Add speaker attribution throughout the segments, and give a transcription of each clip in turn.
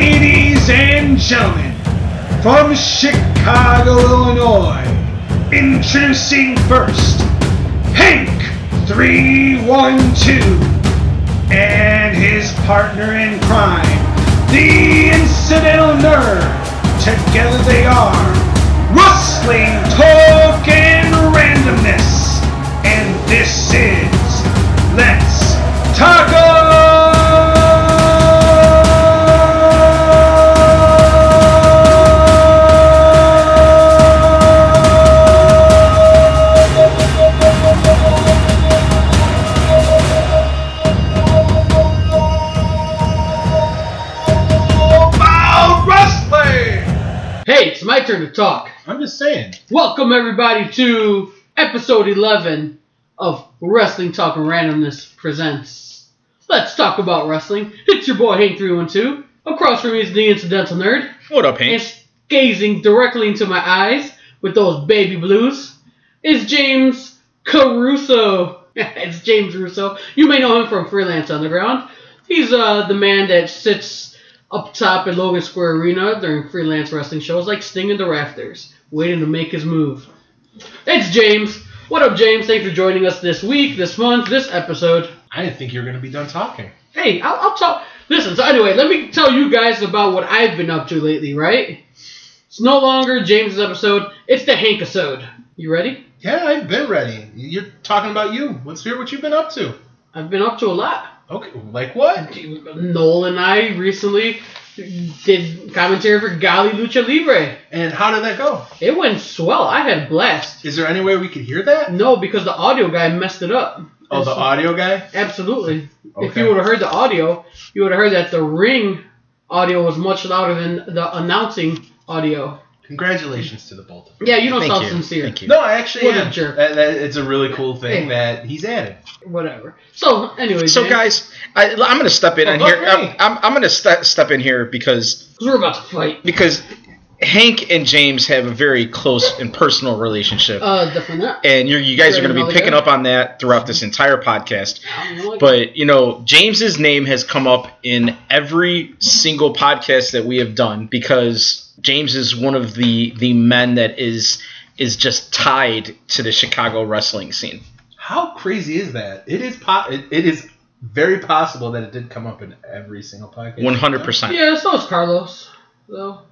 Speaker 1: Ladies and gentlemen, from Chicago, Illinois, introducing first Hank312 and his partner in crime, the Incidental Nerd. Together they are Rustling Talk and Randomness. And this is Let's Taco! About wrestling!
Speaker 2: Hey, it's my turn to talk.
Speaker 3: I'm just saying.
Speaker 2: Welcome everybody to episode 11 of Wrestling Talk and Randomness presents. Let's talk about wrestling. It's your boy Hank312. Across from me is the incidental nerd,
Speaker 3: What up,
Speaker 2: and
Speaker 3: Hank?
Speaker 2: gazing directly into my eyes with those baby blues is James Caruso. it's James Russo. You may know him from Freelance Underground. He's uh, the man that sits up top at Logan Square Arena during freelance wrestling shows like Sting and the Rafters, waiting to make his move. It's James. What up, James? Thanks for joining us this week, this month, this episode.
Speaker 3: I didn't think you were gonna be done talking.
Speaker 2: Hey, I'll, I'll talk. Listen, so anyway, let me tell you guys about what I've been up to lately, right? It's no longer James's episode, it's the Hankisode. You ready?
Speaker 3: Yeah, I've been ready. You're talking about you. Let's hear what you've been up to.
Speaker 2: I've been up to a lot.
Speaker 3: Okay, like what?
Speaker 2: Noel and I recently did commentary for Gali Lucha Libre.
Speaker 3: And how did that go?
Speaker 2: It went swell. I had a blast.
Speaker 3: Is there any way we could hear that?
Speaker 2: No, because the audio guy messed it up.
Speaker 3: Oh, the audio guy.
Speaker 2: Absolutely. If
Speaker 3: Okay.
Speaker 2: you would have heard the audio, you would have heard that the ring audio was much louder than the announcing audio.
Speaker 3: Congratulations to the both. of you.
Speaker 2: Yeah, you don't
Speaker 4: Thank
Speaker 2: sound
Speaker 4: you.
Speaker 2: sincere.
Speaker 4: Thank you.
Speaker 3: No, I actually
Speaker 2: What a
Speaker 3: am.
Speaker 2: jerk.
Speaker 3: That- that- it's a really cool thing
Speaker 2: Hey.
Speaker 3: that he's added.
Speaker 2: Whatever. So, anyway,
Speaker 4: So
Speaker 2: James,
Speaker 4: guys, I, I'm going to step in
Speaker 3: Oh,
Speaker 4: and
Speaker 3: look
Speaker 4: here.
Speaker 3: me.
Speaker 4: I'm, I'm, I'm going to st- step in here because
Speaker 2: 'cause we're about to fight.
Speaker 4: because Hank and James have a very close and personal relationship,
Speaker 2: Uh, definitely not.
Speaker 4: and you're, you guys are
Speaker 2: Very
Speaker 4: going to
Speaker 2: well,
Speaker 4: be picking
Speaker 2: yeah.
Speaker 4: up on that throughout this entire podcast.
Speaker 2: I don't know what-
Speaker 4: But you know, James's name has come up in every single podcast that we have done because James is one of the the men that is is just tied to the Chicago wrestling scene.
Speaker 3: How crazy is that? It is po- it, it is very possible that it did come up in every single podcast.
Speaker 4: One hundred percent.
Speaker 2: Yeah, so is Carlos. So,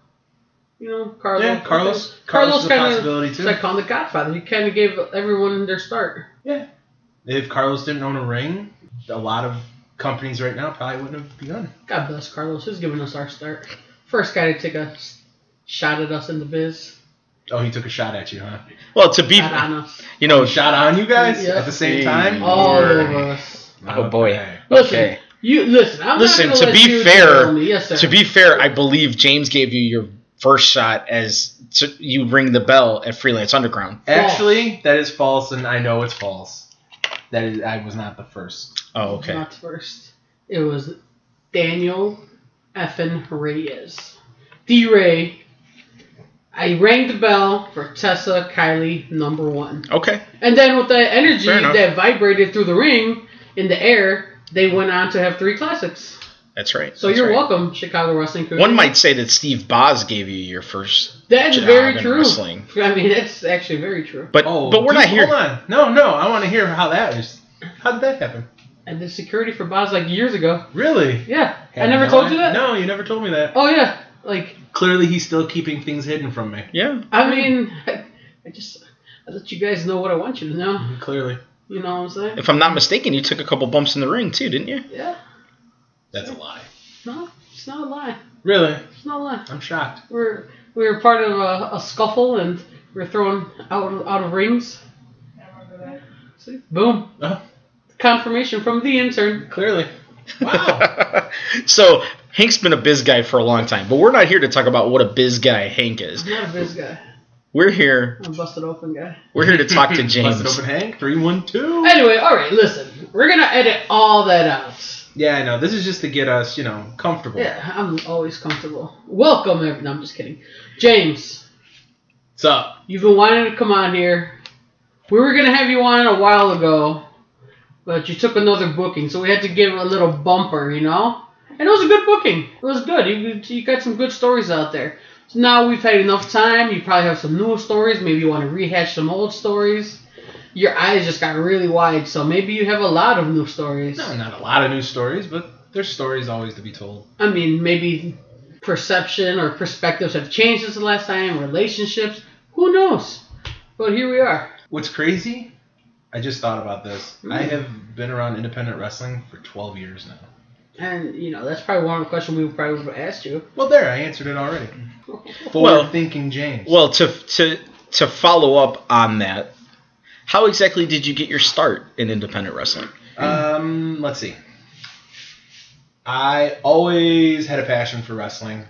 Speaker 2: you know, Carlos.
Speaker 3: Yeah, Carlos.
Speaker 2: Carlos
Speaker 3: Carlos is a
Speaker 2: kind of.
Speaker 3: possibility,
Speaker 2: It's
Speaker 3: too.
Speaker 2: like calling the Godfather. He kind of gave everyone their start.
Speaker 3: Yeah. If Carlos didn't own a ring, a lot of companies right now probably wouldn't have begun.
Speaker 2: God bless Carlos. Who's giving us our start? First guy to take a s- shot at us in the biz.
Speaker 3: Oh, he took a shot at you, huh?
Speaker 4: Well, to be
Speaker 2: Shot on us.
Speaker 4: you know,
Speaker 3: A shot on you guys
Speaker 2: Yeah.
Speaker 3: at the same time.
Speaker 2: All
Speaker 4: Lord.
Speaker 2: of us.
Speaker 4: Oh, boy.
Speaker 3: Okay.
Speaker 2: Listen,
Speaker 4: Okay.
Speaker 2: you listen. I'm not
Speaker 4: Listen,
Speaker 2: gonna
Speaker 4: to
Speaker 2: let
Speaker 4: be
Speaker 2: you
Speaker 4: fair-
Speaker 2: control me. yes, sir.
Speaker 4: To be fair, I believe James gave you your first shot as to, you ring the bell at Freelance Underground.
Speaker 3: Actually, that is false, and I know it's false. That is, I was not the first.
Speaker 4: Oh, okay.
Speaker 2: Not first. It was Daniel effing Reyes. D Ray. I rang the bell for Tessa Kylie number one.
Speaker 4: Okay.
Speaker 2: And then with that energy
Speaker 4: Fair enough.
Speaker 2: that vibrated through the ring in the air, they went on to have three classics.
Speaker 4: That's right.
Speaker 2: So
Speaker 4: That's
Speaker 2: you're
Speaker 4: right.
Speaker 2: welcome, Chicago Wrestling Crew.
Speaker 4: One might say that Steve Boz gave you your first.
Speaker 2: That's
Speaker 4: job
Speaker 2: very
Speaker 4: in
Speaker 2: true.
Speaker 4: wrestling.
Speaker 2: I mean, that's actually very true.
Speaker 4: But
Speaker 3: Oh,
Speaker 4: but we're
Speaker 3: dude,
Speaker 4: not here.
Speaker 3: Hold on. No, no. I want to hear how that is. How did that happen?
Speaker 2: And the security for Boz like years ago.
Speaker 3: Really?
Speaker 2: Yeah. I
Speaker 3: Had
Speaker 2: never
Speaker 3: no
Speaker 2: told
Speaker 3: i-
Speaker 2: you that?
Speaker 3: No, you never told me that.
Speaker 2: Oh yeah. Like
Speaker 3: Clearly, he's still keeping things hidden from me.
Speaker 4: Yeah.
Speaker 2: I mean I, I just I let you guys know what I want you to know.
Speaker 3: Clearly,
Speaker 2: You know what I'm saying?
Speaker 4: If I'm not mistaken, you took a couple bumps in the ring too, didn't you?
Speaker 2: Yeah.
Speaker 3: that's a lie.
Speaker 2: No, it's not a lie.
Speaker 3: Really?
Speaker 2: It's not a lie.
Speaker 3: I'm shocked.
Speaker 2: We're we were part of a, a scuffle and we are thrown out of, out of rings. See? Boom.
Speaker 3: Oh,
Speaker 2: Confirmation from the intern.
Speaker 3: clearly. Wow.
Speaker 4: so Hank's been a biz guy for a long time, but we're not here to talk about what a biz guy Hank is.
Speaker 2: I'm not a biz guy.
Speaker 4: We're here.
Speaker 2: I'm a busted open guy.
Speaker 4: We're here to talk to
Speaker 3: Busted
Speaker 4: James.
Speaker 3: open hang. Three one two.
Speaker 2: Anyway, all right. Listen, we're gonna edit all that out.
Speaker 3: Yeah, I know. This is just to get us, you know, comfortable.
Speaker 2: Yeah, I'm always comfortable. Welcome, every- no, I'm just kidding. James,
Speaker 3: What's up?
Speaker 2: you've been wanting to come on here. We were gonna have you on a while ago, but you took another booking, so we had to give a little bumper, you know. And it was a good booking. It was good. You, you got some good stories out there. So now we've had enough time. You probably have some new stories. Maybe you want to rehash some old stories. Your eyes just got really wide, so maybe you have a lot of new stories.
Speaker 3: No, not a lot of new stories, but there's stories always to be told.
Speaker 2: I mean, maybe perception or perspectives have changed since the last time, relationships. Who knows? But here we are.
Speaker 3: What's crazy? I just thought about this. I have been around independent wrestling for 12 years now.
Speaker 2: And, you know, that's probably one of the questions we probably would have asked you.
Speaker 3: Well, there, I answered it already.
Speaker 4: Well-
Speaker 3: Forward thinking James.
Speaker 4: Well, to to to follow up on that, how exactly did you get your start in independent wrestling?
Speaker 3: Um, let's see. I always had a passion for wrestling.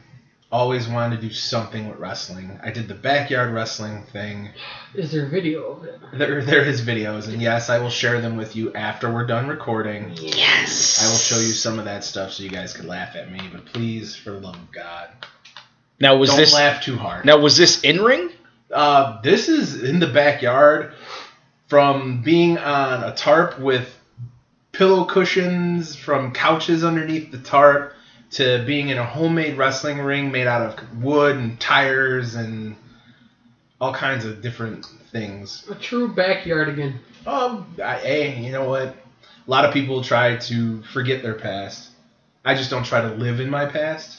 Speaker 3: Always wanted to do something with wrestling. I did the backyard wrestling thing.
Speaker 2: Is there a video of it?
Speaker 3: There, there is videos, and yes, I will share them with you after we're done recording.
Speaker 4: Yes.
Speaker 3: I will show you some of that stuff so you guys can laugh at me, but please, for the love of God,
Speaker 4: Now was
Speaker 3: don't
Speaker 4: this
Speaker 3: laugh too hard.
Speaker 4: now was this in ring?
Speaker 3: Uh, this is in the backyard from being on a tarp with pillow cushions from couches underneath the tarp to being in a homemade wrestling ring made out of wood and tires and all kinds of different things.
Speaker 2: A true backyard again.
Speaker 3: Um, I, hey, you know what? A lot of people try to forget their past. I just don't try to live in my past,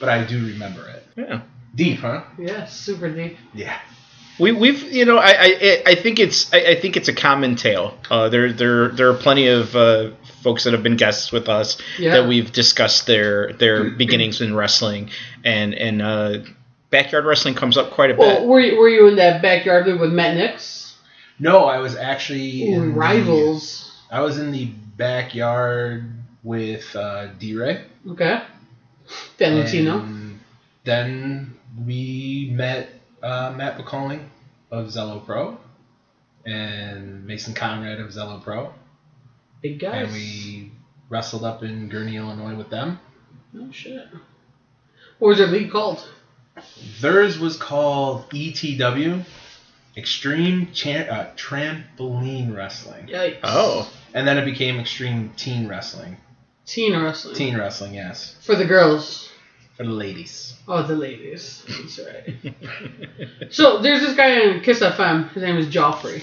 Speaker 3: but I do remember it.
Speaker 4: Yeah.
Speaker 3: Deep, huh?
Speaker 2: Yeah, super deep.
Speaker 3: Yeah.
Speaker 4: We, we've you know I, I- I, I think it's I, I think it's a common tale. Uh, there there there are plenty of uh, folks that have been guests with us
Speaker 2: Yeah.
Speaker 4: that we've discussed their their beginnings in wrestling and and uh, backyard wrestling comes up quite a bit.
Speaker 2: Well, were you, were you in that backyard league with Matt Nix?
Speaker 3: No, I was actually
Speaker 2: Ooh,
Speaker 3: in the-
Speaker 2: rivals.
Speaker 3: I was in the backyard with uh, D Ray.
Speaker 2: Okay. Dan Latino.
Speaker 3: Then we met uh, Matt McCalling of Zello Pro and Mason Conrad of Zello Pro.
Speaker 2: Big guys.
Speaker 3: And we wrestled up in Gurney, Illinois with them.
Speaker 2: Oh, shit. What was their league called?
Speaker 3: Theirs was called ETW, Extreme Cha- uh, Trampoline Wrestling.
Speaker 2: Yikes.
Speaker 4: oh,
Speaker 3: And then it became Extreme Teen Wrestling.
Speaker 2: Teen wrestling.
Speaker 3: Teen Wrestling, yes.
Speaker 2: For the girls.
Speaker 3: For the ladies.
Speaker 2: Oh, the ladies. That's right. so there's this guy in Kiss FM. His name is Joffrey.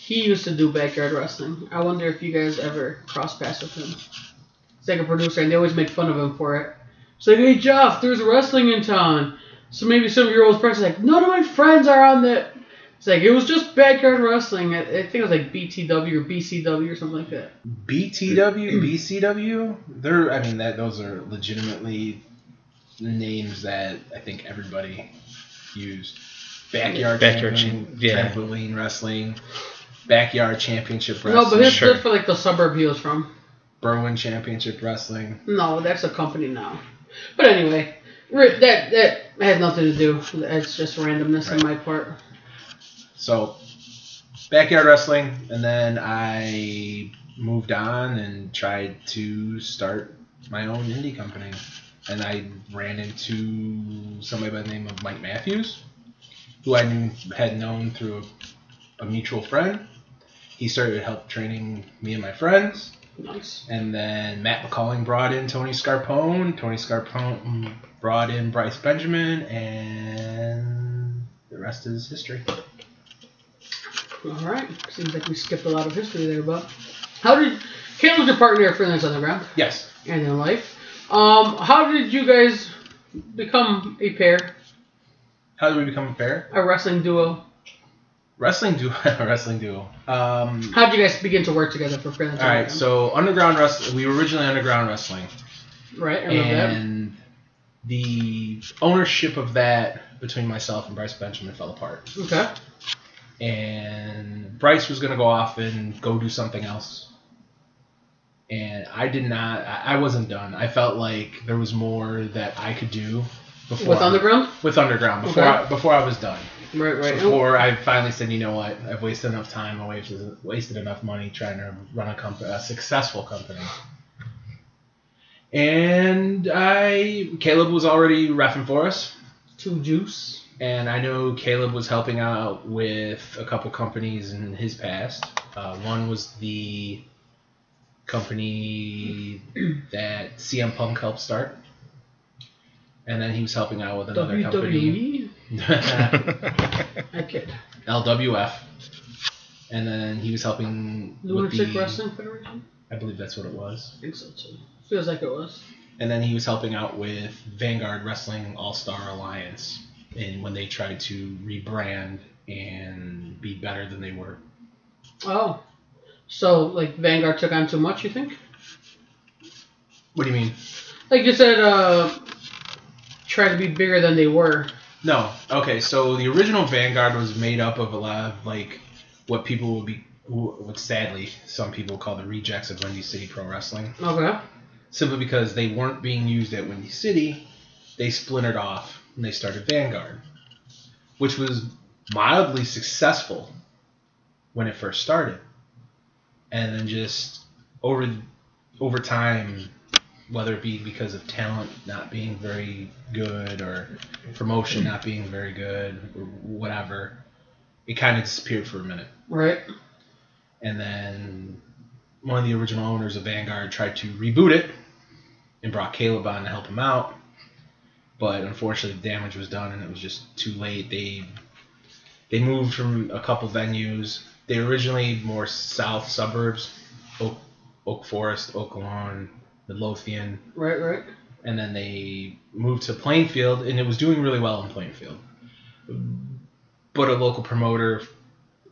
Speaker 2: He used to do backyard wrestling. I wonder if you guys ever cross paths with him. He's like a producer, and they always make fun of him for it. It's like, hey Joff, there's wrestling in town. So maybe some of your old friends are like, none of my friends are on that. It's like it was just backyard wrestling. I, I think it was like BTW or BCW or something like that.
Speaker 3: BTW, BCW, they're I mean that those are legitimately names that I think everybody used. Backyard,
Speaker 4: Backyard
Speaker 3: champion,
Speaker 4: champ- yeah.
Speaker 3: trampoline wrestling, backyard championship wrestling,
Speaker 2: No, but his
Speaker 4: Sure.
Speaker 2: that's where like the suburb he was from.
Speaker 3: Berwyn championship wrestling.
Speaker 2: No, that's a company now. But anyway, Ri- that that has nothing to do. That's just randomness on my part.
Speaker 3: So backyard wrestling, and then I moved on and tried to start my own indie company. And I ran into somebody by the name of Mike Matthews, who I knew, had known through a, a mutual friend. He started help training me and my friends.
Speaker 2: Nice.
Speaker 3: And then Matt McCalling brought in Tony Scarpone. Tony Scarpone brought in Bryce Benjamin, and the rest is history.
Speaker 2: All right. Seems like we skipped a lot of history there, but how did Caleb's your partner at Freelance Underground
Speaker 3: Yes.
Speaker 2: and in life? Um, how did you guys become a pair,
Speaker 3: How did we become a pair?
Speaker 2: a wrestling duo?
Speaker 3: Wrestling duo. wrestling duo. Um,
Speaker 2: How did you guys begin to work together for Freelance
Speaker 3: all right.
Speaker 2: Underground?
Speaker 3: So underground wrestling. We were originally underground wrestling,
Speaker 2: right, I remember that.
Speaker 3: and the ownership of that between myself and Bryce Benjamin fell apart.
Speaker 2: Okay.
Speaker 3: And Bryce was gonna go off and go do something else. And I did not. I I wasn't done. I felt like there was more that I could do before
Speaker 2: With Underground?
Speaker 3: With underground before
Speaker 2: Okay.
Speaker 3: I, before I was done.
Speaker 2: Right, right.
Speaker 3: before I finally said, you know what, I've wasted enough time, I wasted, wasted enough money trying to run a company, a successful company. And I, Caleb was already refing for us,
Speaker 2: Two Juice.
Speaker 3: and I know Caleb was helping out with a couple companies in his past. Uh, one was the company that CM Punk helped start. And then he was helping out with another company.
Speaker 2: WWE? E?
Speaker 4: E?
Speaker 2: I kid.
Speaker 3: LWF. And then he was helping
Speaker 2: Lunatic
Speaker 3: with the,
Speaker 2: Wrestling Federation?
Speaker 3: I believe that's what it was.
Speaker 2: I think so too. Feels like it was.
Speaker 3: And then he was helping out with Vanguard Wrestling All Star Alliance. And when they tried to rebrand and be better than they were.
Speaker 2: Oh. So, like, Vanguard took on too much, you think?
Speaker 3: What do you mean?
Speaker 2: Like you said, uh, try to be bigger than they were.
Speaker 3: No. Okay. So the original Vanguard was made up of a lot of like what people would be, who- what sadly some people call the rejects of Windy City Pro Wrestling,
Speaker 2: Okay.
Speaker 3: simply because they weren't being used at Windy City. They splintered off and they started Vanguard, which was mildly successful when it first started, and then just over over time. Whether it be because of talent not being very good or promotion not being very good or whatever, it kind of disappeared for a minute.
Speaker 2: Right.
Speaker 3: And then one of the original owners of Vanguard tried to reboot it and brought Caleb on to help him out. But unfortunately, the damage was done and it was just too late. They they moved from a couple venues. They originally more south suburbs, Oak, Oak Forest, Oak Lawn, Midlothian,
Speaker 2: Right, right.
Speaker 3: and then they moved to Plainfield, and it was doing really well in Plainfield. But a local promoter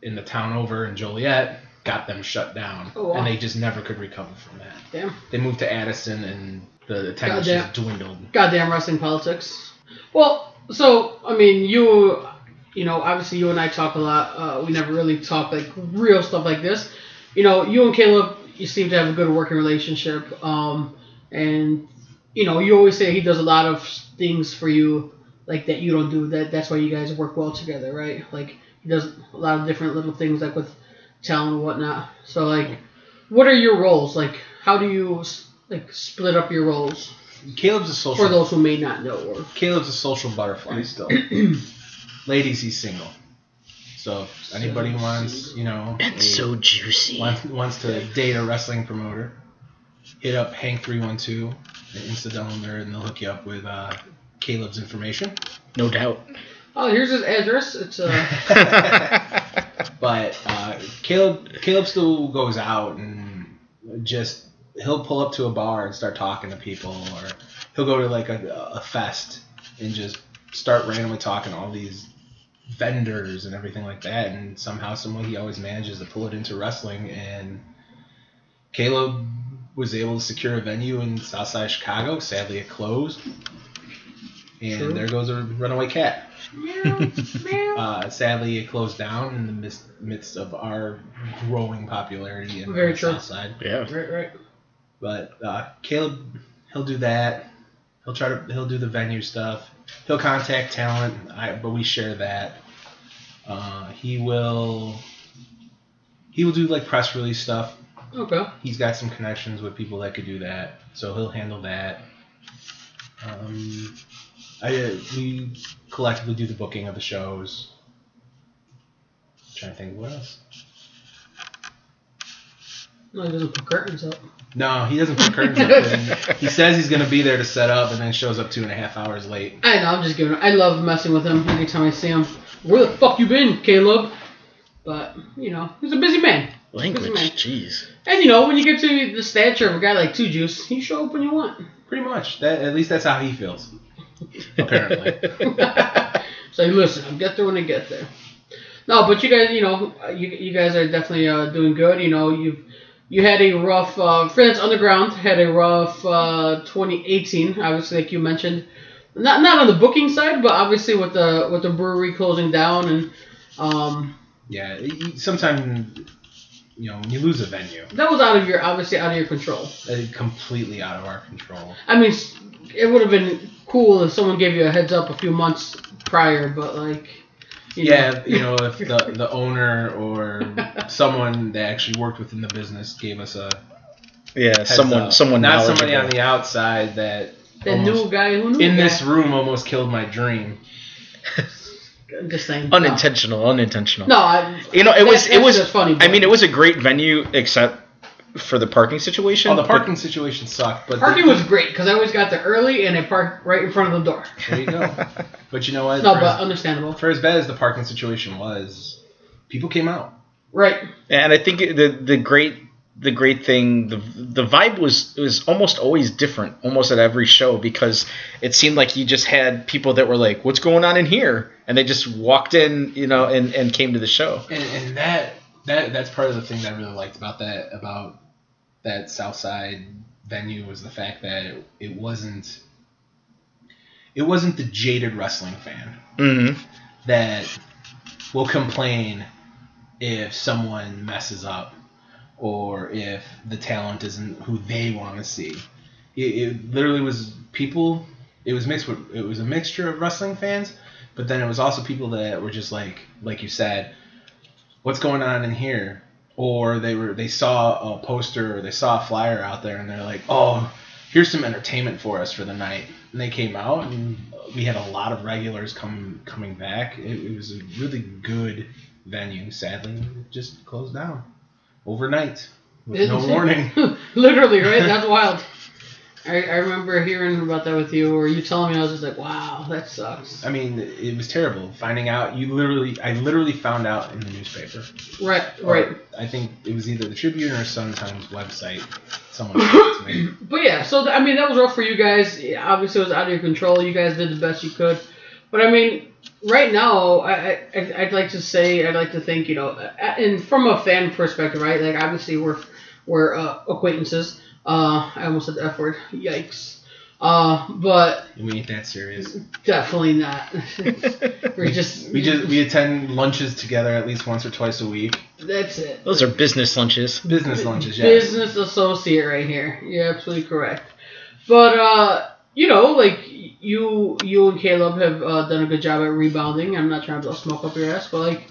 Speaker 3: in the town over in Joliet got them shut down,
Speaker 2: Oh, wow.
Speaker 3: and they just never could recover from that.
Speaker 2: Damn.
Speaker 3: They moved to Addison, and the attendance
Speaker 2: Goddamn.
Speaker 3: just dwindled.
Speaker 2: Goddamn wrestling politics. Well, so, I mean, you, you know, obviously you and I talk a lot. Uh, we never really talk, like, real stuff like this. You know, you and Caleb, you seem to have a good working relationship. Um, and, you know, you always say he does a lot of things for you, like, that you don't do. That That's why you guys work well together, right? Like, he does a lot of different little things, like, with talent and whatnot. So, like, what are your roles? Like, how do you, s- like, split up your roles?
Speaker 3: Caleb's a
Speaker 2: for
Speaker 3: social
Speaker 2: those who may not know. Or,
Speaker 3: Caleb's a social butterfly still. Ladies, he's single. So if anybody
Speaker 2: So
Speaker 3: wants,
Speaker 2: single.
Speaker 3: you know, a-
Speaker 4: That's so juicy.
Speaker 3: wants, wants to date a wrestling promoter, hit up Hank312, the Incidental Nerd, and they'll hook you up with uh, Caleb's information.
Speaker 4: No doubt.
Speaker 2: oh, here's his address. It's uh,
Speaker 3: But uh, Caleb, Caleb still goes out and just he'll pull up to a bar and start talking to people, or he'll go to like a, a fest and just start randomly talking to all these vendors and everything like that. And somehow, some way, he always manages to pull it into wrestling. And Caleb was able to secure a venue in Southside Chicago. Sadly, it closed. And
Speaker 2: True.
Speaker 3: there goes a runaway cat.
Speaker 2: meow, meow.
Speaker 3: Uh, sadly, it closed down in the midst, midst of our growing popularity in
Speaker 2: Very
Speaker 3: the
Speaker 2: true.
Speaker 3: Southside.
Speaker 4: yeah.
Speaker 2: right, right.
Speaker 3: But uh, Caleb, he'll do that. He'll try to he'll do the venue stuff. He'll contact talent, I, but we share that. Uh, he will he will do like press release stuff.
Speaker 2: Okay.
Speaker 3: He's got some connections with people that could do that, so he'll handle that. Um, I uh, we collectively do the booking of the shows. trying to think of what else.
Speaker 2: No, he doesn't put curtains up.
Speaker 3: No, he doesn't put curtains up. And he says he's gonna be there to set up, and then shows up two and a half hours late.
Speaker 2: I know. I'm just giving. I love messing with him every time I see him. Where the fuck you been, Caleb? But you know, he's a busy man.
Speaker 4: Language.
Speaker 2: Busy man.
Speaker 4: Jeez.
Speaker 2: And you know, when you get to the stature of a guy like Two Juice, he show up when you want.
Speaker 3: Pretty much. That at least that's how he feels. Apparently.
Speaker 2: So you listen, I'll get there when I get there. No, but you guys, you know, you, you guys are definitely uh, doing good. You know, you've you had a rough uh, Freelance Underground had a rough uh, 2018. Obviously, like you mentioned, not not on the booking side, but obviously with the with the brewery closing down and um,
Speaker 3: yeah. Sometimes you know when you lose a venue,
Speaker 2: that was out of your obviously out of your control.
Speaker 3: it's completely out of our control.
Speaker 2: I mean, s- it would have been cool if someone gave you a heads up a few months prior, but like, you know.
Speaker 3: Yeah, you know, if the, the owner or someone that actually worked within the business gave us a
Speaker 4: Yeah.
Speaker 3: heads
Speaker 4: someone.
Speaker 3: up.
Speaker 4: Someone.
Speaker 3: uh, not somebody on
Speaker 4: knowledgeable.
Speaker 3: the outside that
Speaker 2: the new
Speaker 3: almost-
Speaker 2: guy who knew
Speaker 3: in
Speaker 2: the
Speaker 3: this
Speaker 2: guy.
Speaker 3: room almost killed my dream.
Speaker 2: I'm just saying no.
Speaker 4: Unintentional. Unintentional.
Speaker 2: No, I,
Speaker 4: You know, it was.
Speaker 2: That-
Speaker 4: It was.
Speaker 2: that's just funny,
Speaker 4: I mean,
Speaker 2: but-
Speaker 4: it was a great venue, except for the parking situation.
Speaker 3: Oh, the
Speaker 4: but-
Speaker 3: parking situation sucked, but
Speaker 2: Parking was great because I always got there early and I parked right in front of the door.
Speaker 3: there you go. But you know what?
Speaker 2: No,
Speaker 3: for,
Speaker 2: but
Speaker 3: as,
Speaker 2: understandable.
Speaker 3: for as bad as the parking situation was, people came out.
Speaker 2: Right.
Speaker 4: and I think the the great the great thing the the vibe was was almost always different almost at every show because it seemed like you just had people that were like what's going on in here and they just walked in you know and and came to the show
Speaker 3: And, and that that that's part of the thing that I really liked about that about that Southside venue was the fact that it, it wasn't it wasn't the jaded wrestling fan
Speaker 4: mm-hmm.
Speaker 3: that will complain if someone messes up or if the talent isn't who they want to see. It, it literally was people. It was mixed with. It was a mixture of wrestling fans, but then it was also people that were just like, like you said, what's going on in here? Or they were they saw a poster or they saw a flyer out there and they're like, oh, here's some entertainment for us for the night. And they came out and we had a lot of regulars come coming back. It, it was a really good venue. Sadly, it just closed down overnight with no warning.
Speaker 2: Literally, right? That's wild. I, I remember hearing about that with you, or you telling me, I was just like, wow, that sucks.
Speaker 3: I mean, it was terrible finding out. You literally, I literally found out in the newspaper.
Speaker 2: Right,
Speaker 3: Or
Speaker 2: right.
Speaker 3: I think it was either the Tribune or Sun Times website. Someone told it to me.
Speaker 2: But yeah, so th- I mean that was rough for you guys. Yeah, Obviously, it was out of your control. You guys did the best you could. But I mean, right now, I, I I'd- I'd like to say I'd like to think you know, a- and from a fan perspective, right? Like obviously we're we're uh, acquaintances. Uh, I almost said the F word. Yikes. Uh, but
Speaker 3: We ain't that serious.
Speaker 2: definitely not. we're just
Speaker 3: We just we attend lunches together at least once or twice a week.
Speaker 2: that's it.
Speaker 4: those are business lunches
Speaker 3: Business lunches, yeah.
Speaker 2: business associate right here. You're absolutely correct. But uh, you know, like you, you and Caleb have uh, done a good job at rebounding. I'm not trying to blow smoke up your ass, but like,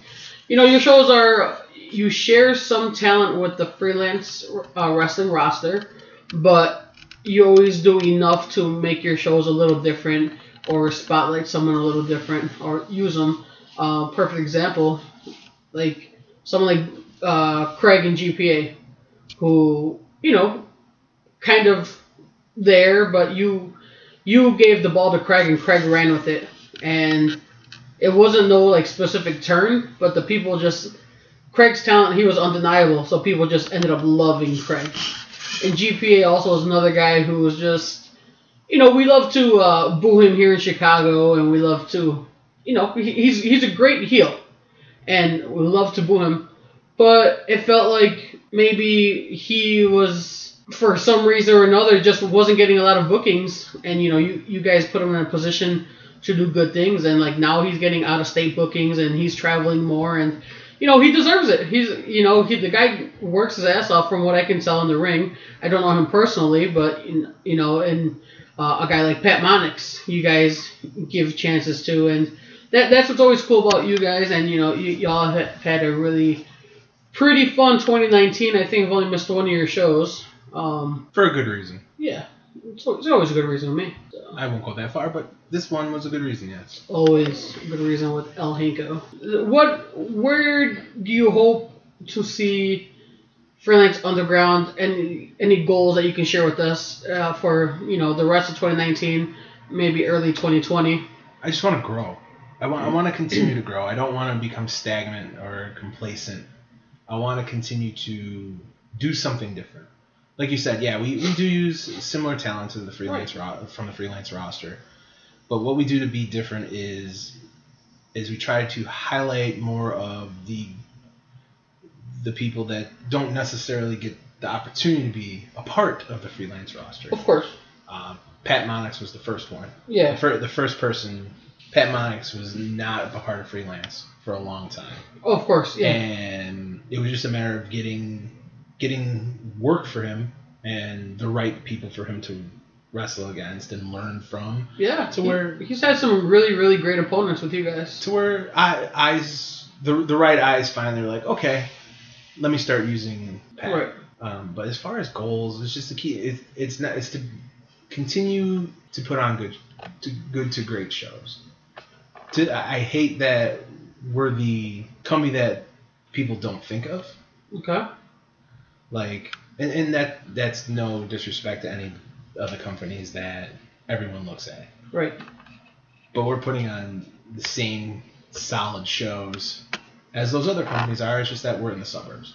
Speaker 2: you know, your shows are you share some talent with the freelance uh, wrestling roster, but you always do enough to make your shows a little different or spotlight someone a little different or use them. Uh, perfect example, like someone like uh, Craig in GPA, who you know, kind of there, but you you gave the ball to Craig and Craig ran with it, and it wasn't no like specific turn, but the people just Craig's talent he was undeniable, so people just ended up loving Craig. And GPA also is another guy who was just you know we love to uh, boo him here in Chicago, and we love to you know he- he's he's a great heel, and we love to boo him but it felt like maybe he was for some reason or another just wasn't getting a lot of bookings and you know you, you guys put him in a position to do good things and like now he's getting out of state bookings and he's traveling more and you know he deserves it he's you know he, the guy works his ass off from what i can tell in the ring i don't know him personally but you know and uh, a guy like pat monix you guys give chances to and that, that's what's always cool about you guys and you know you, y'all have had a really pretty fun 2019. I think I've only missed one of your shows. Um,
Speaker 3: For a good reason.
Speaker 2: yeah, it's, al- it's always a good reason to me. So,
Speaker 3: I won't go that far, but this one was a good reason, yes.
Speaker 2: always a good reason with El Hinko. What, where do you hope to see Freelance Underground? Any any goals that you can share with us uh, for you know the rest of 2019, maybe early 2020?
Speaker 3: I just want to grow. I want, I
Speaker 2: Mm.
Speaker 3: want to continue to grow. I don't want to become stagnant or complacent. I want to continue to do something different. Like you said, yeah, we, we do use similar talents of the freelance ro- from the freelance roster, but what we do to be different is is we try to highlight more of the the people that don't necessarily get the opportunity to be a part of the freelance roster.
Speaker 2: Of course.
Speaker 3: Uh, Pat Monix was the first one. The,
Speaker 2: Yeah.
Speaker 3: fir- the first person, Pat Monix, was not a part of freelance for a long time,
Speaker 2: Of course. Yeah.
Speaker 3: and it was just a matter of getting getting work for him and the right people for him to wrestle against and learn from.
Speaker 2: Yeah.
Speaker 3: to
Speaker 2: he-
Speaker 3: where-
Speaker 2: he's had some really really great opponents with you guys.
Speaker 3: To where I, eyes, the the right eyes finally were like, okay, let me start using Pat.
Speaker 2: Right.
Speaker 3: Um, but as far as goals, it's just the key. It's it's not it's to continue to put on good to good to great shows. To I I hate that we're the company that people don't think of.
Speaker 2: Okay.
Speaker 3: Like and, and that that's no disrespect to any of the companies that everyone looks at.
Speaker 2: Right.
Speaker 3: But we're putting on the same solid shows as those other companies are. It's just that we're in the suburbs.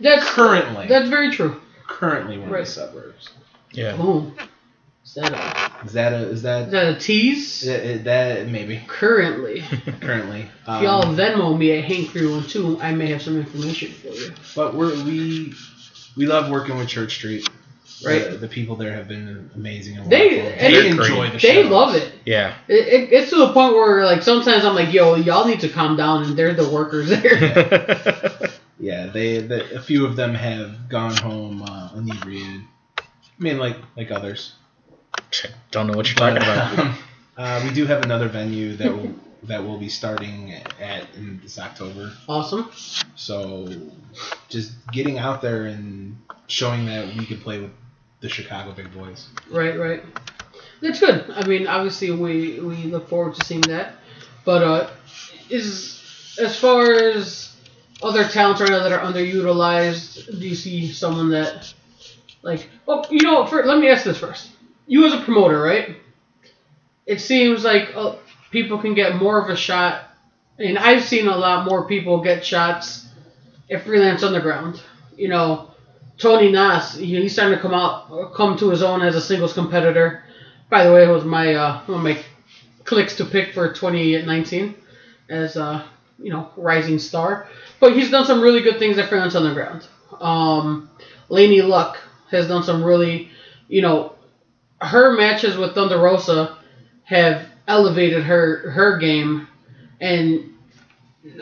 Speaker 2: That's
Speaker 3: Currently,
Speaker 2: that's very true.
Speaker 3: currently we're in
Speaker 2: Right.
Speaker 3: the suburbs.
Speaker 4: Yeah.
Speaker 2: Boom. Is that a,
Speaker 3: Is that a is
Speaker 2: is
Speaker 3: that
Speaker 2: that a tease?
Speaker 3: that, that maybe
Speaker 2: Currently.
Speaker 3: currently?
Speaker 2: If y'all
Speaker 3: Um,
Speaker 2: Venmo me at Hank312, I may have some information for you.
Speaker 3: but we're we we love working with Church Street.
Speaker 2: Right.
Speaker 3: The, the people there have been amazing. And
Speaker 2: They-
Speaker 3: wonderful.
Speaker 2: and
Speaker 3: they
Speaker 4: They're
Speaker 3: enjoy
Speaker 4: great.
Speaker 3: the
Speaker 2: They
Speaker 3: shows.
Speaker 2: love it.
Speaker 4: Yeah.
Speaker 2: It, it. It's to the point where, like, sometimes I'm like, yo, y'all need to calm down, and they're the workers there.
Speaker 3: Yeah, they the, a few of them have gone home uh, inebriated. I mean, like like others.
Speaker 4: Don't know what you're talking about.
Speaker 3: um, uh, we do have another venue that will that will be starting at in this October.
Speaker 2: awesome.
Speaker 3: So just getting out there and showing that we can play with the Chicago Big Boys.
Speaker 2: Right, right. That's good. I mean, obviously, we, we look forward to seeing that. But uh, is as far as other talents right now that are underutilized, do you see someone that, like, oh, you know, for, let me ask this first. You as a promoter, right? It seems like uh, people can get more of a shot, and I've seen a lot more people get shots at Freelance Underground. You know, Tony Nas, he- he's starting to come out, come to his own as a singles competitor. By the way, it was my uh, one of my clicks to pick for 2019 as a you know rising star. But he's done some really good things at Freelance Underground. Um, Laney Luck has done some really, you know, her matches with Thunder Rosa have elevated her her game, and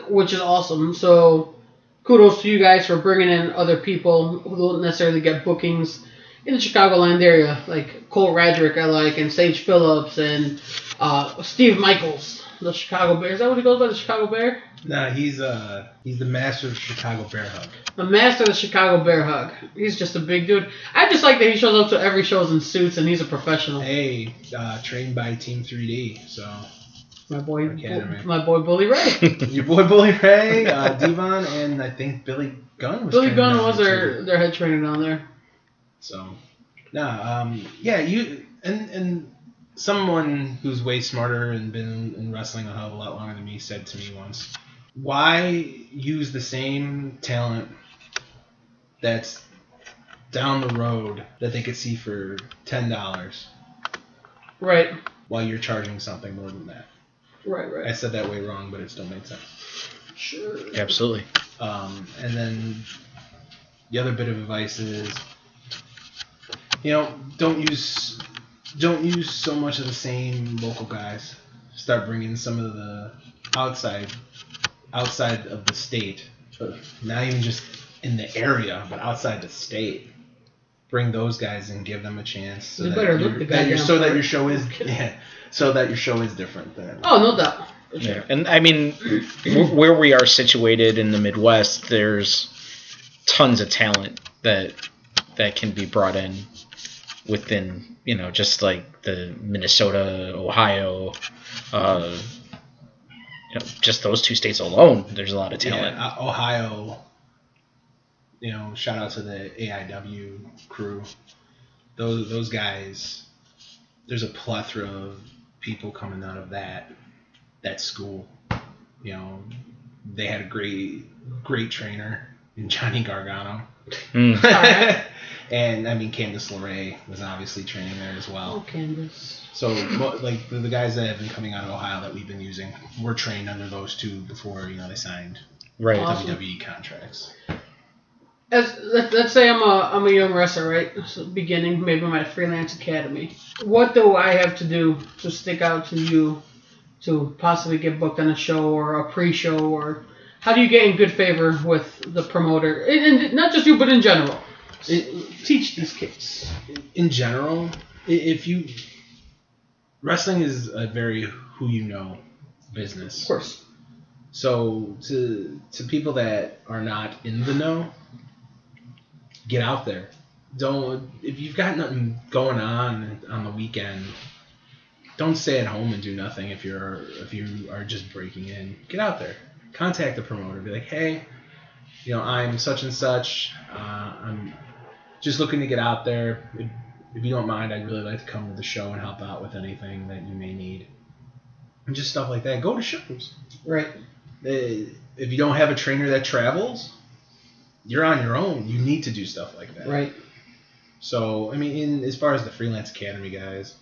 Speaker 2: which is awesome. So kudos to you guys for bringing in other people who don't necessarily get bookings in the Chicagoland area, like Cole Radrick, I like, and Sage Phillips, and uh, Steve Michaels, the Chicago Bear. Is that what he goes by, the Chicago Bear?
Speaker 3: Nah, he's uh he's the master of Chicago Bear Hug.
Speaker 2: The master of the Chicago Bear hug. He's just a big dude. I just like that he shows up to every shows in suits and he's a professional.
Speaker 3: Hey, uh, trained by Team 3D. So
Speaker 2: My boy,
Speaker 3: Academy.
Speaker 2: my boy Bully Ray.
Speaker 3: your boy Bully Ray, uh, Devon, and I think Billy Gunn was
Speaker 2: Billy
Speaker 3: trained
Speaker 2: Gunn
Speaker 3: down
Speaker 2: was
Speaker 3: there, too.
Speaker 2: their, their head trainer down there.
Speaker 3: So, nah, um, yeah, you and and someone who's way smarter and been in wrestling a hell of a lot longer than me said to me once, why use the same talent that's down the road that they could see for ten dollars
Speaker 2: Right,
Speaker 3: while you're charging something more than that?
Speaker 2: right,
Speaker 3: I
Speaker 2: right.
Speaker 3: said that way wrong, but it still made sense.
Speaker 2: Sure.
Speaker 4: Absolutely.
Speaker 3: Um, and then the other bit of advice is, you know, don't use don't use so much of the same local guys. Start bringing some of the outside outside of the state, but not even just in the area, but outside the state. Bring those guys and give them a chance. So
Speaker 2: They
Speaker 3: that
Speaker 2: better look
Speaker 3: your-
Speaker 2: the
Speaker 3: that your-
Speaker 2: goddamn
Speaker 3: so that
Speaker 2: part.
Speaker 3: your show is yeah, so that your show is different than
Speaker 2: Oh, no doubt. For sure.
Speaker 4: Yeah. And I mean, wh- where we are situated in the Midwest, there's tons of talent that that can be brought in within, you know, just like the Minnesota, Ohio, uh, you know, just those two states alone. There's a lot of talent.
Speaker 3: Yeah, O- Ohio. You know, shout out to the AIW crew. Those those guys. There's a plethora of people coming out of that that school. You know, they had a great great trainer in Johnny Gargano,
Speaker 4: Mm.
Speaker 2: Alright.
Speaker 3: and I mean Candice LeRae was obviously training there as well.
Speaker 2: Oh, Candace.
Speaker 3: So, mo- like the, the guys that have been coming out of Ohio that we've been using were trained under those two before you know they signed
Speaker 4: Right.
Speaker 2: Awesome.
Speaker 3: WWE contracts.
Speaker 2: as let, let's say I'm a I'm a young wrestler, right? So beginning maybe my freelance academy. What do I have to do to stick out to you, to possibly get booked on a show or a pre-show or how do you get in good favor with the promoter and, and not just you but in general? Teach these kids.
Speaker 3: in general, i- if you wrestling is a very who you know
Speaker 2: Of
Speaker 3: business.
Speaker 2: course.
Speaker 3: So to to people that are not in the know, get out there. Don't if you've got nothing going on on the weekend, don't stay at home and do nothing if you're if you are just breaking in. Get out there. Contact the promoter. Be like, hey, you know, I'm such and such. Uh, I'm just looking to get out there. If, if you don't mind, I'd really like to come to the show and help out with anything that you may need, and just stuff like that. Go to shows.
Speaker 2: Right.
Speaker 3: Eh, If you don't have a trainer that travels, you're on your own. You need to do stuff like that.
Speaker 2: Right.
Speaker 3: So I mean, in, as far as the freelance academy guys,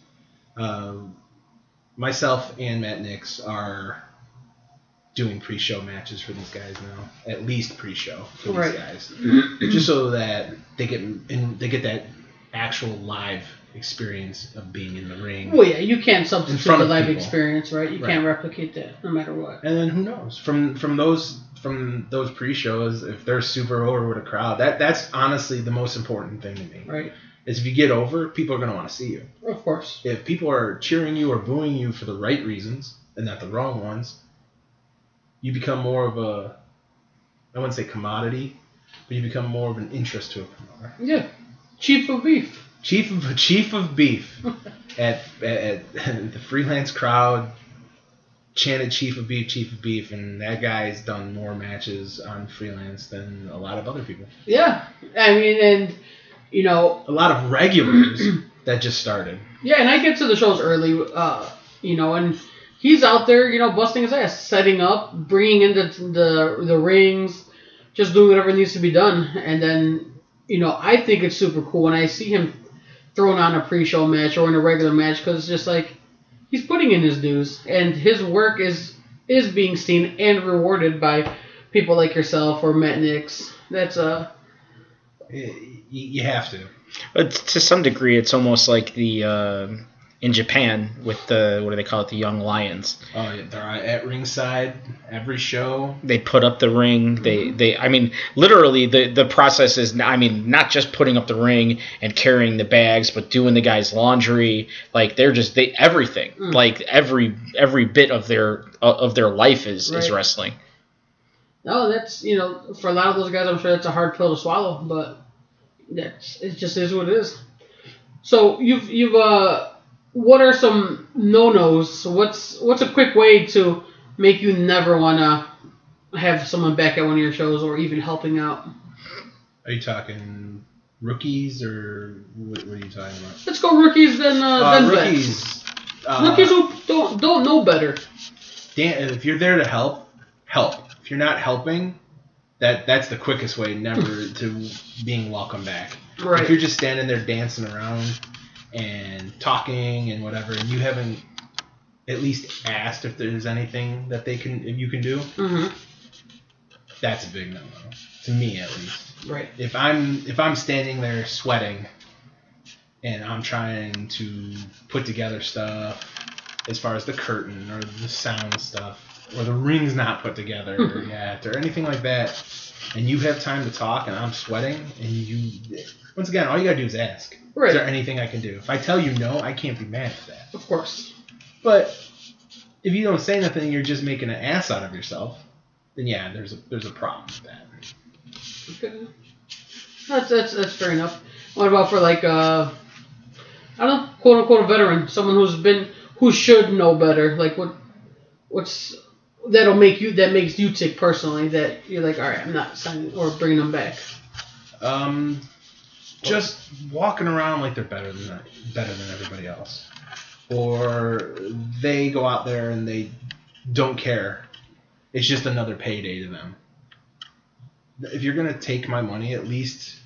Speaker 3: um, myself and Matt Nix are doing pre-show matches for these guys now, at least pre-show for
Speaker 2: Right.
Speaker 3: these guys, just so that they get and they get that actual live experience of being in the ring.
Speaker 2: Well, yeah, you can't substitute
Speaker 3: front
Speaker 2: the
Speaker 3: of
Speaker 2: live
Speaker 3: people.
Speaker 2: experience, right? You
Speaker 3: Right.
Speaker 2: can't replicate that, no matter what.
Speaker 3: And then who knows from from those from those pre-shows if they're super over with a crowd that that's honestly the most important thing to me
Speaker 2: Right.
Speaker 3: is if you get over people are gonna want to see you.
Speaker 2: Of course.
Speaker 3: if people are cheering you or booing you for the right reasons and not the wrong ones, you become more of a I wouldn't say commodity, but you become more of an interest to a promoter.
Speaker 2: Yeah. Cheap for beef.
Speaker 3: Chief of chief of beef at, at, at the freelance crowd chanted chief of beef, chief of beef, and that guy's done more matches on freelance than a lot of other people.
Speaker 2: Yeah. I mean, and you know,
Speaker 3: A lot of regulars that just started.
Speaker 2: Yeah, and I get to the shows early, uh, you know, and he's out there, you know, busting his ass, setting up, bringing in the, the, the rings, just doing whatever needs to be done. And then, you know, I think it's super cool when I see him thrown on a pre show match or in a regular match because it's just like he's putting in his dues and his work is is being seen and rewarded by people like yourself or Matt Nix. That's uh,
Speaker 3: Y- y- You have to.
Speaker 4: But to some degree, it's almost like the uh, in Japan with the what do they call it, the young lions.
Speaker 3: Oh, yeah, they're at ringside every show.
Speaker 4: They put up the ring.
Speaker 2: Mm-hmm.
Speaker 4: They they I mean, literally the the process is I mean not just putting up the ring and carrying the bags, but doing the guy's laundry. Like they're just they everything.
Speaker 2: Mm.
Speaker 4: Like every every bit of their uh, of their life is is
Speaker 2: Right.
Speaker 4: wrestling.
Speaker 2: No, Oh, that's you know, for a lot of those guys, I'm sure that's a hard pill to swallow, but that's it. Just is what it is. So you've you've uh, what are some no nos? What's what's a quick way to make you never wanna have someone back at one of your shows or even helping out?
Speaker 3: Are you talking rookies or what, what are you talking about?
Speaker 2: Let's go rookies then uh,
Speaker 3: Uh,
Speaker 2: then vets.
Speaker 3: rookies. Uh,
Speaker 2: Rookies who don't don't know better.
Speaker 3: Dan, if you're there to help, help. If you're not helping, that that's the quickest way never to being welcome back.
Speaker 2: Right.
Speaker 3: If you're just standing there dancing around and talking and whatever, and you haven't at least asked if there's anything that they can if you can do,
Speaker 2: Mm-hmm.
Speaker 3: that's a big no-no to me at least.
Speaker 2: Right.
Speaker 3: if I'm if I'm standing there sweating and I'm trying to put together stuff as far as the curtain or the sound stuff or the ring's not put together yet or anything like that and you have time to talk and I'm sweating and you once again all you gotta do is ask
Speaker 2: Right.
Speaker 3: is there anything I can do if I tell you no I can't be mad at that
Speaker 2: Of course.
Speaker 3: but if you don't say nothing you're just making an ass out of yourself then yeah there's a there's a problem with that
Speaker 2: Okay. That's that's that's fair enough. What about for like uh, I don't know, quote unquote a veteran, someone who's been who should know better. Like what, what's that'll make you that makes you tick personally that you're like all right I'm not signing or bringing them back.
Speaker 3: Um, just walking around like they're better than that, better than everybody else, or they go out there and they don't care. It's just another payday to them. If you're gonna take my money, at least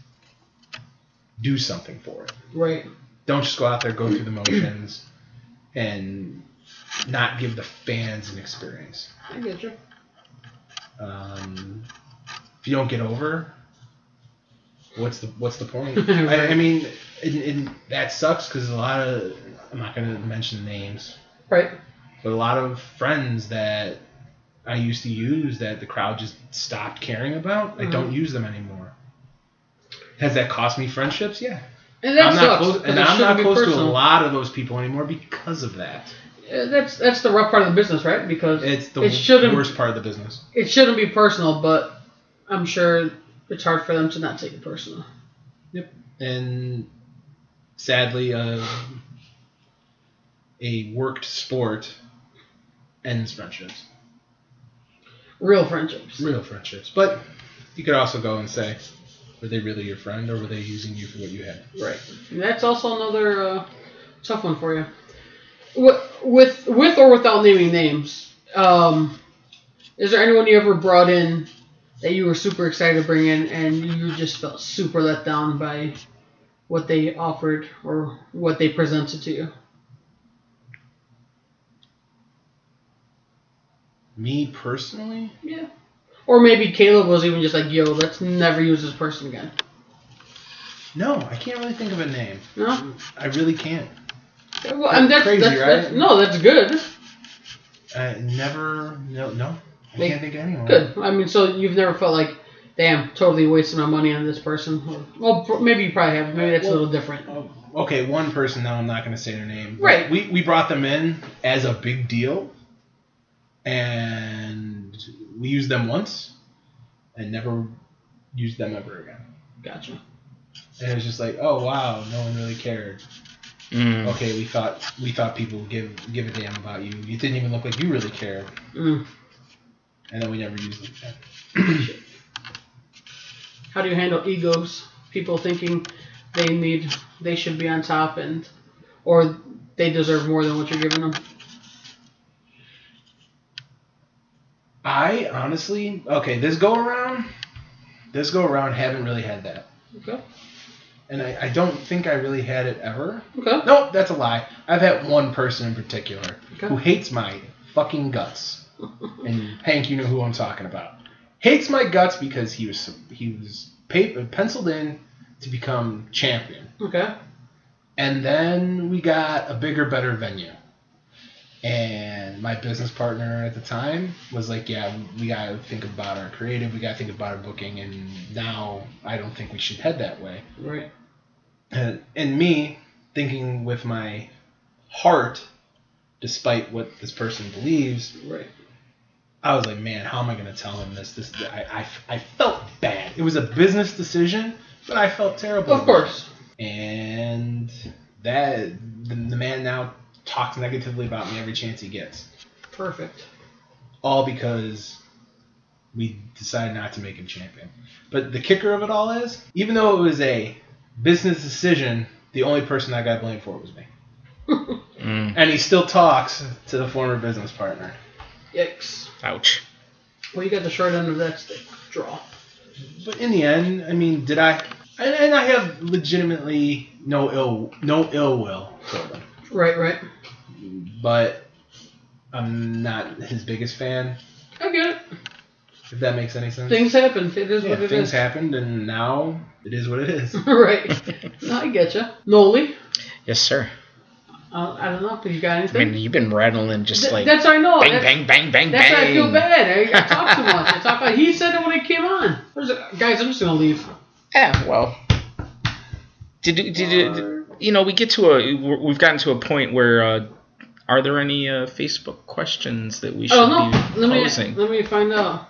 Speaker 3: do something for it.
Speaker 2: Right.
Speaker 3: Don't just go out there, go through the motions, and not give the fans an experience.
Speaker 2: I get you.
Speaker 3: Um, if you don't get over, what's the what's the point? I,
Speaker 2: Right.
Speaker 3: I mean, and, and that sucks because a lot of I'm not gonna mention names,
Speaker 2: Right.
Speaker 3: but a lot of friends that I used to use that the crowd just stopped caring about. I
Speaker 2: Mm-hmm.
Speaker 3: don't use them anymore. Has that cost me friendships? Yeah,
Speaker 2: And that
Speaker 3: I'm not
Speaker 2: sucks.
Speaker 3: close,
Speaker 2: 'cause
Speaker 3: and
Speaker 2: it
Speaker 3: I'm
Speaker 2: shouldn't
Speaker 3: not
Speaker 2: be
Speaker 3: close to
Speaker 2: personal.
Speaker 3: a lot of those people anymore because of that.
Speaker 2: Uh, That's that's the rough part of the business, right? Because
Speaker 3: It's the
Speaker 2: it shouldn't
Speaker 3: worst part of the business.
Speaker 2: it shouldn't be personal, but I'm sure it's hard for them to not take it personal.
Speaker 3: Yep. And sadly, uh, a worked sport ends friendships,
Speaker 2: Real friendships.
Speaker 3: real friendships. But you could also go and say, Were they really your friend, or were they using you for what you had?
Speaker 2: Right. That's also another uh, tough one for you. With, with with or without naming names, um, is there anyone you ever brought in that you were super excited to bring in and you just felt super let down by what they offered or what they presented to you?
Speaker 3: Me personally,
Speaker 2: Yeah. Or maybe Caleb was even just like, yo, let's never use this person again.
Speaker 3: no, I can't really think of a name.
Speaker 2: No?
Speaker 3: I really can't.
Speaker 2: Well, and Mm. that's,
Speaker 3: Crazy,
Speaker 2: that's, that's,
Speaker 3: right?
Speaker 2: no, that's good.
Speaker 3: I never, no, no, I
Speaker 2: Like,
Speaker 3: can't think of anyone.
Speaker 2: Good. I mean, so you've never felt like, damn, totally wasting my money on this person. Or- Well, pr- maybe you probably have. Maybe that's a little different.
Speaker 3: Oh, okay, one person. Now I'm not going to say their name. but
Speaker 2: Right.
Speaker 3: We we brought them in as a big deal, and we used them once, and never used them ever again.
Speaker 2: Gotcha.
Speaker 3: And it was just like, oh wow, no one really cared.
Speaker 4: Mm.
Speaker 3: Okay, we thought we thought people would give give a damn about you. You didn't even look like you really cared,
Speaker 2: Mm.
Speaker 3: and then we never used them again.
Speaker 2: How do you handle egos? People thinking they need, they should be on top, and or they deserve more than what you're giving them.
Speaker 3: I honestly, okay, this go around, this go around, haven't really had that,
Speaker 2: Okay.
Speaker 3: and I, I don't think I really had it ever.
Speaker 2: Okay.
Speaker 3: Nope, that's a lie. I've had one person in particular
Speaker 2: Okay.
Speaker 3: who hates my fucking guts. and Hank, you know who I'm talking about. Hates my guts because he was he was pa- penciled in to become champion,
Speaker 2: Okay.
Speaker 3: and then we got a bigger, better venue. And my business partner at the time was like, "Yeah, we gotta think about our creative. We gotta think about our booking." And now I don't think we should head that way
Speaker 2: Right.
Speaker 3: and, and me thinking with my heart despite what this person believes
Speaker 2: Right.
Speaker 3: i was like man how am i going to tell him this this I, I, I felt bad it was a business decision but i felt terrible
Speaker 2: Of course.
Speaker 3: and that the, the man now talks negatively about me every chance he gets
Speaker 2: Perfect.
Speaker 3: all because we decided not to make him champion. But the kicker of it all is, even though it was a business decision, the only person I got blamed for was me.
Speaker 4: Mm.
Speaker 3: And he still talks to the former business partner.
Speaker 2: Yikes.
Speaker 4: Ouch.
Speaker 2: Well, you got the short end of that stick. Draw.
Speaker 3: But in the end, I mean, did I? And, and I have legitimately no ill no ill will toward him.
Speaker 2: Right. Right.
Speaker 3: But I'm not his biggest fan.
Speaker 2: I get it.
Speaker 3: If that makes any sense.
Speaker 2: Things happen. It is
Speaker 3: yeah,
Speaker 2: what it is.
Speaker 3: things happened, and now it is what it is.
Speaker 2: right. No, I get you. Noli,
Speaker 4: Yes, sir.
Speaker 2: uh, I don't know if you got
Speaker 4: I
Speaker 2: anything.
Speaker 4: mean, you've been rattling just
Speaker 2: Th-
Speaker 4: like
Speaker 2: that's how I know.
Speaker 4: bang,
Speaker 2: that's
Speaker 4: bang, bang, bang,
Speaker 2: that's
Speaker 4: bang.
Speaker 2: why I feel bad. I, I talk too much. I talk. About, he said it when it came on. There's a- guys, I'm just gonna leave.
Speaker 4: Yeah, well, did you- did you, you know we get to a we're- we've gotten to a point where uh, are there any uh, Facebook questions that we should
Speaker 2: Oh no.
Speaker 4: be
Speaker 2: Let me
Speaker 4: posing?
Speaker 2: let me find out.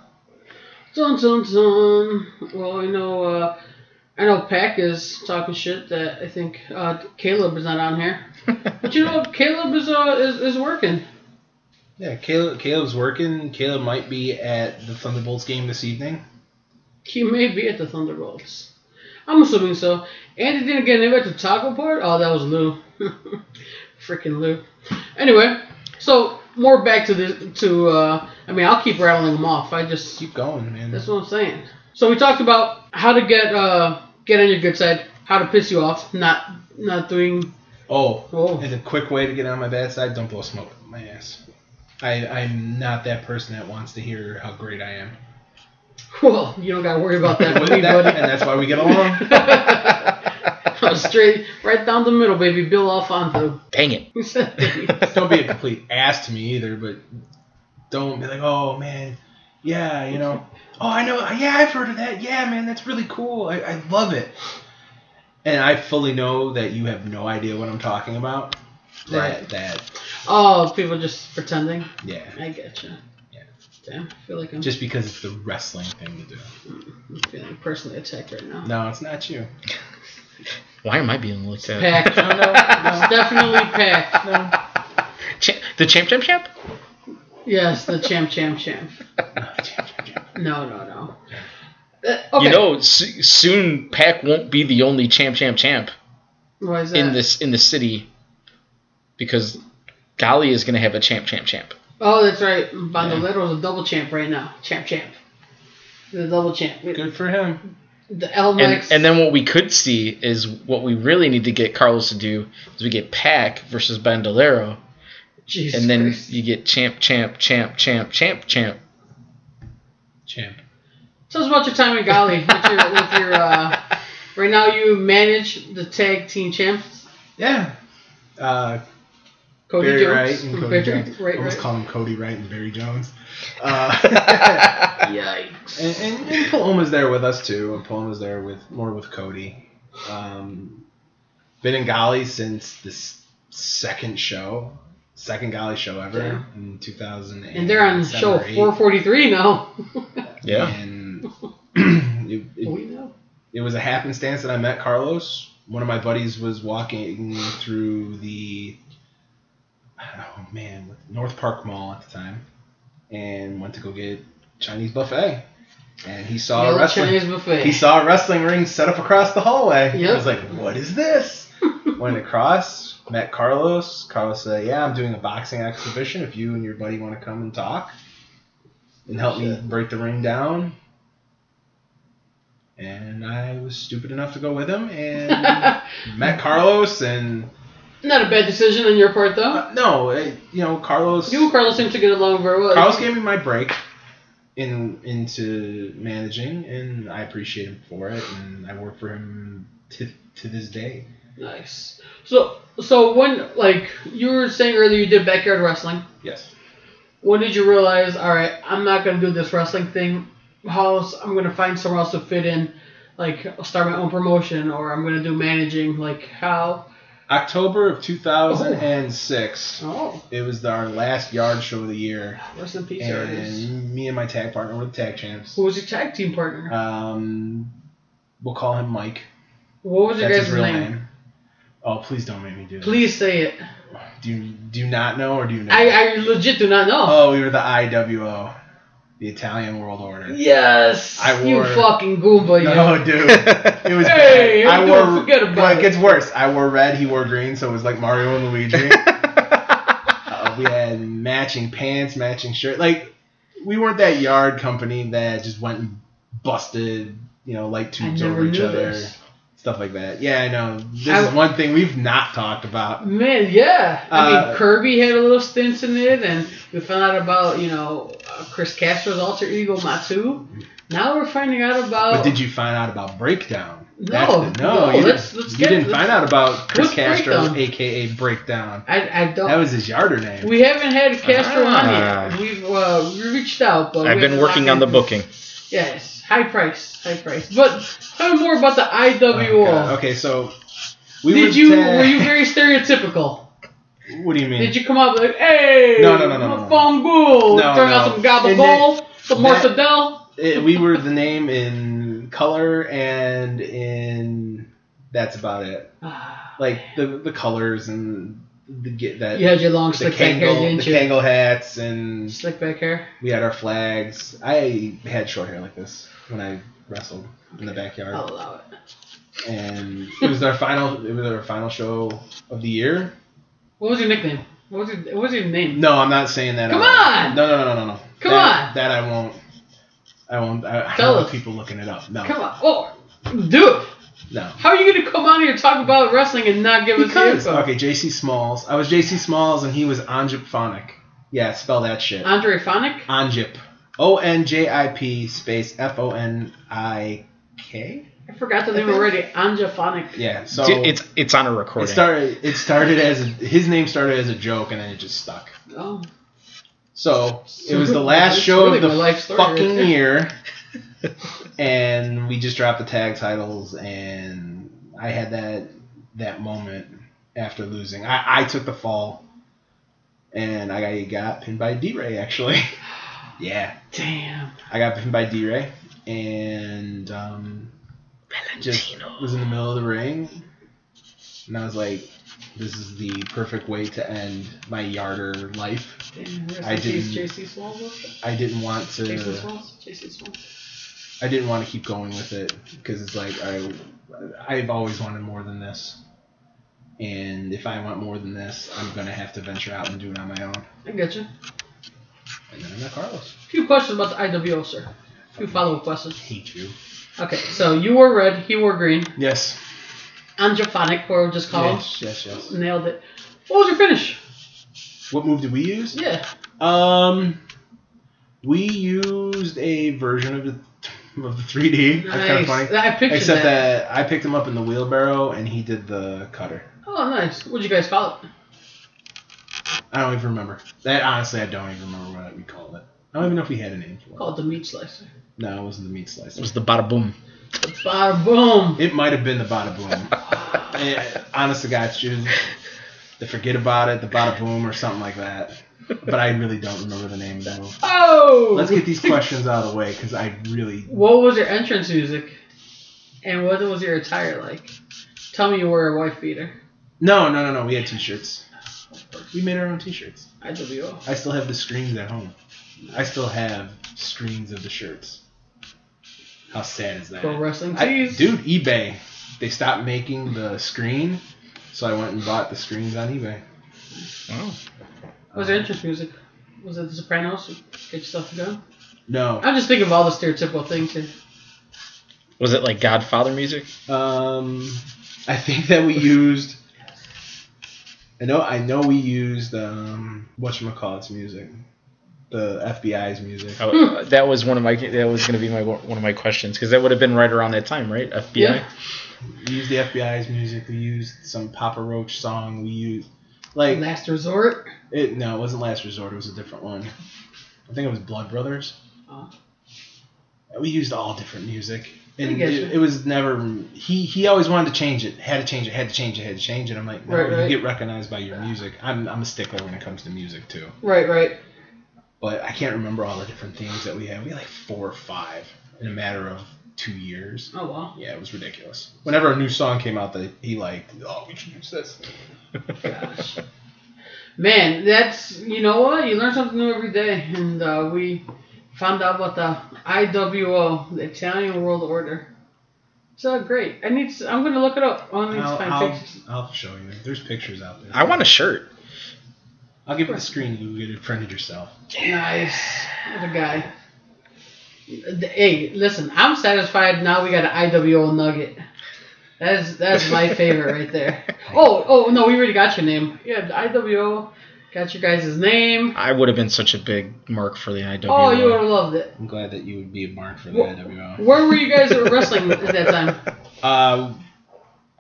Speaker 2: Dun dun dun. Well, I know. Uh, I know Pack is talking shit that I think uh, Caleb is not on here. But you know, what? Caleb is uh is, is working.
Speaker 3: Yeah, Caleb. Caleb's working. Caleb might be at the Thunderbolts game this evening.
Speaker 2: He may be at the Thunderbolts. I'm assuming so. Andy didn't get invited to Taco Part? Oh, that was Lou. Freaking Lou. Anyway, so more back to the to uh I mean I'll keep rattling them off. I just
Speaker 3: Keep going, man.
Speaker 2: that's what I'm saying. So we talked about how to get uh get on your good side, how to piss you off, not not doing
Speaker 3: oh,
Speaker 2: Oh.
Speaker 3: and a quick way to get on my bad side: don't blow smoke up my ass. I, I'm not that person that wants to hear how great I am.
Speaker 2: well, you don't gotta worry about that
Speaker 3: With
Speaker 2: with me,
Speaker 3: that- and
Speaker 2: buddy.
Speaker 3: that's why we get along.
Speaker 2: Straight right down the middle, baby, Bill Alfonso.
Speaker 4: Dang it!
Speaker 2: He said that.
Speaker 3: don't be a complete ass to me either, but don't be like, oh man, yeah, you know, oh I know, yeah, I've heard of that, yeah, man, that's really cool, I, I love it. And I fully know that you have no idea what I'm talking about. That
Speaker 2: Right.
Speaker 3: that
Speaker 2: Oh, people just pretending.
Speaker 3: yeah,
Speaker 2: I getcha.
Speaker 3: Yeah.
Speaker 2: Damn, I feel like I'm
Speaker 3: just because it's the wrestling thing to do.
Speaker 2: feeling personally attacked right now.
Speaker 3: No, it's not you.
Speaker 4: Why am I being looked at?
Speaker 2: Packed.
Speaker 3: No, no, no,
Speaker 2: It's definitely packed.
Speaker 3: no.
Speaker 4: Cha- the champ, champ, champ.
Speaker 2: Yes, the champ, champ, champ. No,
Speaker 3: No,
Speaker 2: no, no. Uh, okay.
Speaker 4: You know, s- soon Pac won't be the only champ, champ, champ
Speaker 2: Why is
Speaker 4: in
Speaker 2: that?
Speaker 4: this in the city, because Golly is gonna have a champ, champ, champ.
Speaker 2: Oh, that's right. Bandolero's a double champ right now. Champ, champ. The double champ.
Speaker 3: Good for him.
Speaker 2: The L
Speaker 4: And,
Speaker 2: Max.
Speaker 4: and then what we could see is what we really need to get Carlos to do is we get Pac versus Bandolero,
Speaker 2: Jesus
Speaker 4: and then
Speaker 2: Christ.
Speaker 4: you get champ, champ, champ, champ, champ, champ.
Speaker 3: Champ.
Speaker 2: Tell us about your time in Gali. with your, with your, uh, right now, you manage the tag team champs,
Speaker 3: Yeah. Uh,
Speaker 2: Cody
Speaker 3: Barry
Speaker 2: Jones.
Speaker 3: Wright and Cody
Speaker 2: Barry
Speaker 3: Jones. I
Speaker 2: Wright,
Speaker 3: almost
Speaker 2: right.
Speaker 3: call him Cody Wright and Barry Jones. Uh,
Speaker 2: Yikes.
Speaker 3: and, and, and Paloma's there with us too. And Paloma's there with more with Cody. Um, been in Gali since this second show, second Gali show ever
Speaker 2: Yeah.
Speaker 3: in 2000.
Speaker 2: and they're on show 443 now.
Speaker 4: Yeah.
Speaker 3: And it, it-
Speaker 2: we know.
Speaker 3: it was a happenstance that I met Carlos. One of my buddies was walking through the oh man North Park Mall at the time, and went to go get Chinese buffet, and he saw a
Speaker 2: Yellow
Speaker 3: wrestling.
Speaker 2: Chinese buffet.
Speaker 3: Uh, He saw a wrestling ring set up across the hallway.
Speaker 2: Yep.
Speaker 3: I was like, "What is this?" Went across, met Carlos. Carlos said, "Yeah, I'm doing a boxing exhibition. If you and your buddy want to come and talk and help me break the ring down." And I was stupid enough to go with him and met Carlos. And
Speaker 2: Not a bad decision on your part, though.
Speaker 3: uh, no, it, you know, Carlos.
Speaker 2: You and Carlos seem to get along very well.
Speaker 3: Carlos gave me my break in into managing, and I appreciate him for it, and I work for him to to this day.
Speaker 2: Nice. So, so when like you were saying earlier, you did backyard wrestling.
Speaker 3: Yes.
Speaker 2: When did you realize? All right, I'm not gonna do this wrestling thing. How else? I'm gonna find somewhere else to fit in. Like, I'll start my own promotion, or I'm gonna do managing. Like, how?
Speaker 3: October of 2006.
Speaker 2: Oh,
Speaker 3: It was our last yard show of the year,
Speaker 2: rest in peace, artists.
Speaker 3: and me and my tag partner were the tag champs.
Speaker 2: Who was your tag team partner?
Speaker 3: Um, we'll call him Mike.
Speaker 2: What was your
Speaker 3: That's his
Speaker 2: guys'
Speaker 3: real
Speaker 2: name?
Speaker 3: name. Oh, please don't make me do that.
Speaker 2: Please say it.
Speaker 3: Do you, do you not know or do you know?
Speaker 2: I, I legit do not know.
Speaker 3: oh, we were the IWO, the Italian World Order.
Speaker 2: yes.
Speaker 3: I
Speaker 2: You
Speaker 3: wore-
Speaker 2: fucking Goomba, you.
Speaker 3: No, dude. It was
Speaker 2: Hey,
Speaker 3: bad. I
Speaker 2: don't
Speaker 3: wore.
Speaker 2: forget about
Speaker 3: well,
Speaker 2: it.
Speaker 3: it gets worse. I wore red. He wore green, so it was like Mario and Luigi. uh, we had matching pants, matching shirt. Like we weren't that yard company that just went and busted, you know, light
Speaker 2: I
Speaker 3: tubes
Speaker 2: never
Speaker 3: over
Speaker 2: knew
Speaker 3: each other,
Speaker 2: this.
Speaker 3: stuff like that. Yeah, I know. This
Speaker 2: I-
Speaker 3: is one thing we've not talked about.
Speaker 2: Man, yeah. I mean,
Speaker 3: Uh,
Speaker 2: Kirby had a little stint in it, and we found out about you know uh, Chris Castro's alter ego Matsu. Now we're finding out about.
Speaker 3: But did you find out about
Speaker 2: Oh.
Speaker 3: Breakdown?
Speaker 2: No,
Speaker 3: That's the, no,
Speaker 2: no,
Speaker 3: you,
Speaker 2: let's-
Speaker 3: didn't,
Speaker 2: let's
Speaker 3: you
Speaker 2: get-
Speaker 3: didn't
Speaker 2: let's-
Speaker 3: find out about Chris
Speaker 2: What's
Speaker 3: Castro's
Speaker 2: Breakdown? Oh.
Speaker 3: aka Breakdown.
Speaker 2: I, I don't.
Speaker 3: That was his yarder name.
Speaker 2: we haven't had Castro
Speaker 4: Ah.
Speaker 2: on yet. We've uh, we reached out, but
Speaker 4: I've
Speaker 2: we
Speaker 4: been
Speaker 2: haven't
Speaker 4: working
Speaker 2: locked
Speaker 4: on the
Speaker 2: in.
Speaker 4: booking.
Speaker 2: Yes, high price, high price. But tell me more about the IWO.
Speaker 3: Oh, God. Okay, so we
Speaker 2: Did
Speaker 3: would
Speaker 2: you
Speaker 3: tag-
Speaker 2: were you very stereotypical?
Speaker 3: what do you mean?
Speaker 2: Did you come out like, hey,
Speaker 3: No, no, no, no,
Speaker 2: I'm a
Speaker 3: no, no.
Speaker 2: Fongool,
Speaker 3: No,
Speaker 2: turn
Speaker 3: no.
Speaker 2: out some gobble
Speaker 3: And they-
Speaker 2: bowl, some
Speaker 3: that-
Speaker 2: mortadell?
Speaker 3: It- we were the name in color and in that's about it. Like the the colors and the get that
Speaker 2: You had your long
Speaker 3: the
Speaker 2: slick back hair,
Speaker 3: Kangol
Speaker 2: didn't
Speaker 3: the
Speaker 2: you?
Speaker 3: Kangol hats and
Speaker 2: Slick back hair.
Speaker 3: we had our flags. I had short hair like this when I wrestled in the backyard.
Speaker 2: I'll allow it.
Speaker 3: And it was our final it was our final show of the year.
Speaker 2: What was your nickname? What was your, what was your name?
Speaker 3: No, I'm not saying that.
Speaker 2: Come
Speaker 3: out.
Speaker 2: on!
Speaker 3: No, no, no, no, no.
Speaker 2: Come
Speaker 3: that,
Speaker 2: on!
Speaker 3: That I won't. I won't. I, I
Speaker 2: Tell
Speaker 3: don't want
Speaker 2: us.
Speaker 3: people looking it up. No.
Speaker 2: Come on. Oh, dude,
Speaker 3: No.
Speaker 2: how are you going to come out here and talk about wrestling and not give us
Speaker 3: Because
Speaker 2: the info?
Speaker 3: okay, J.C. Smalls. I was J.C. Smalls, and he was Anjip Phonic. Yeah, spell that shit.
Speaker 2: Andre Fonic?
Speaker 3: Anjip. O N J I P space F O N I K.
Speaker 2: I forgot the name already. Anja Fonic.
Speaker 3: Yeah. So
Speaker 4: Dude, it's it's on a recording.
Speaker 3: it started. It started as a, his name started as a joke, and then it just stuck.
Speaker 2: Oh.
Speaker 3: So it was the
Speaker 2: That's
Speaker 3: last show
Speaker 2: really
Speaker 3: of the
Speaker 2: my life story right
Speaker 3: fucking
Speaker 2: there.
Speaker 3: year, and we just dropped the tag titles, and I had that that moment after losing. I, I took the fall, and I got pinned by D-Ray actually. yeah,
Speaker 2: Damn.
Speaker 3: I got pinned by D-Ray, and um, just was in the middle of the ring, and I was like, "This is the perfect way to end my yarder life."
Speaker 2: Damn. Rest
Speaker 3: I
Speaker 2: in peace,
Speaker 3: didn't-
Speaker 2: JC Smalls.
Speaker 3: I didn't want to.
Speaker 2: JC Smalls. JC Smalls.
Speaker 3: I didn't want to keep going with it because it's like I I've always wanted more than this, and if I want more than this, I'm gonna have to venture out and do it on my own.
Speaker 2: I get you.
Speaker 3: And then I met Carlos.
Speaker 2: A few questions about the IWO, sir. A few follow up questions.
Speaker 3: Hate you.
Speaker 2: Okay, so you wore red, he wore green.
Speaker 3: Yes.
Speaker 2: Androphonic, or we'll just call him.
Speaker 3: Yes. Yes. Yes.
Speaker 2: Nailed it. What was your finish?
Speaker 3: What move did we use?
Speaker 2: Yeah.
Speaker 3: Um, we used a version of the of the 3D. That's kind of funny.
Speaker 2: I pictured
Speaker 3: Except
Speaker 2: that.
Speaker 3: that. I picked him up in the wheelbarrow and he did the cutter.
Speaker 2: Oh, nice. What'd you guys call it?
Speaker 3: I don't even remember. That honestly, I don't even remember what we called it. I don't even know if we had a name for it.
Speaker 2: Call it the meat slicer.
Speaker 3: No, it wasn't the meat
Speaker 4: It
Speaker 3: slicer.
Speaker 4: was the bada boom.
Speaker 2: Bada boom.
Speaker 3: It might have been the bada boom. Eh, Honest to God, it's just the forget about it, the bada boom, or something like that. But I really don't remember the name of that move.
Speaker 2: Oh.
Speaker 3: Let's get these questions out of the way because I really
Speaker 2: What was your entrance music? And what was your attire like? Tell me you were a wife beater.
Speaker 3: no no no no. We had t-shirts. We made our own t-shirts.
Speaker 2: IWO.
Speaker 3: I still have the screens at home. I still have screens of the shirts. How sad is that?
Speaker 2: Pro wrestling
Speaker 3: I-
Speaker 2: tees.
Speaker 3: dude, eBay. They stopped making the screen, so I went and bought the screens on eBay.
Speaker 4: Oh.
Speaker 2: What was your entrance music? Was it The Sopranos? Get yourself done.
Speaker 3: No.
Speaker 2: I'm just thinking of all the stereotypical things. Here.
Speaker 4: Was it like Godfather music?
Speaker 3: Um, I think that we used. I know. I know we used um, whatchamacallit's music, the FBI's music.
Speaker 4: Oh,
Speaker 2: Hmm.
Speaker 4: uh, that was one of my that was going to be my one of my questions because that would have been right around that time, right? FBI.
Speaker 2: Yeah.
Speaker 3: We used the FBI's music. We used some Papa Roach song. We used like
Speaker 2: Last Resort.
Speaker 3: It no, it wasn't Last Resort. It was a different one. I think it was Blood Brothers.
Speaker 2: Oh.
Speaker 3: We used all different music,
Speaker 2: I
Speaker 3: and
Speaker 2: get
Speaker 3: it,
Speaker 2: you.
Speaker 3: it was never. He he always wanted to change it. Had to change it. Had to change it. Had to change it. I'm like, no,
Speaker 2: Right,
Speaker 3: you
Speaker 2: right.
Speaker 3: get recognized by your music. I'm I'm a stickler when it comes to music too.
Speaker 2: Right, right.
Speaker 3: But I can't remember all the different themes that we had. We had like four or five in a matter of two years.
Speaker 2: Oh, wow.
Speaker 3: Yeah, it was ridiculous. Whenever a new song came out that he liked, oh, we should use this.
Speaker 2: Gosh. Man, that's, you know what? You learn something new every day. And uh, we found out about the IWO, the Italian World Order. So great. I need to, I'm going to look it up. I need to
Speaker 3: I'll,
Speaker 2: Oh, find
Speaker 3: I'll,
Speaker 2: pictures.
Speaker 3: I'll show you. There's pictures out there.
Speaker 4: I want a shirt.
Speaker 3: I'll give you the screen. You get it printed yourself.
Speaker 2: Nice. What a guy. Hey, listen, I'm satisfied now we got an IWO nugget. That's that's my favorite right there. Oh, oh no, we already got your name. Yeah, the IWO got your guys' name.
Speaker 4: I would have been such a big mark for the IW.
Speaker 2: Oh, you would have loved it.
Speaker 3: I'm glad that you would be a mark for the
Speaker 2: Well-
Speaker 3: IWO.
Speaker 2: Where were you guys at wrestling at that time?
Speaker 3: Uh,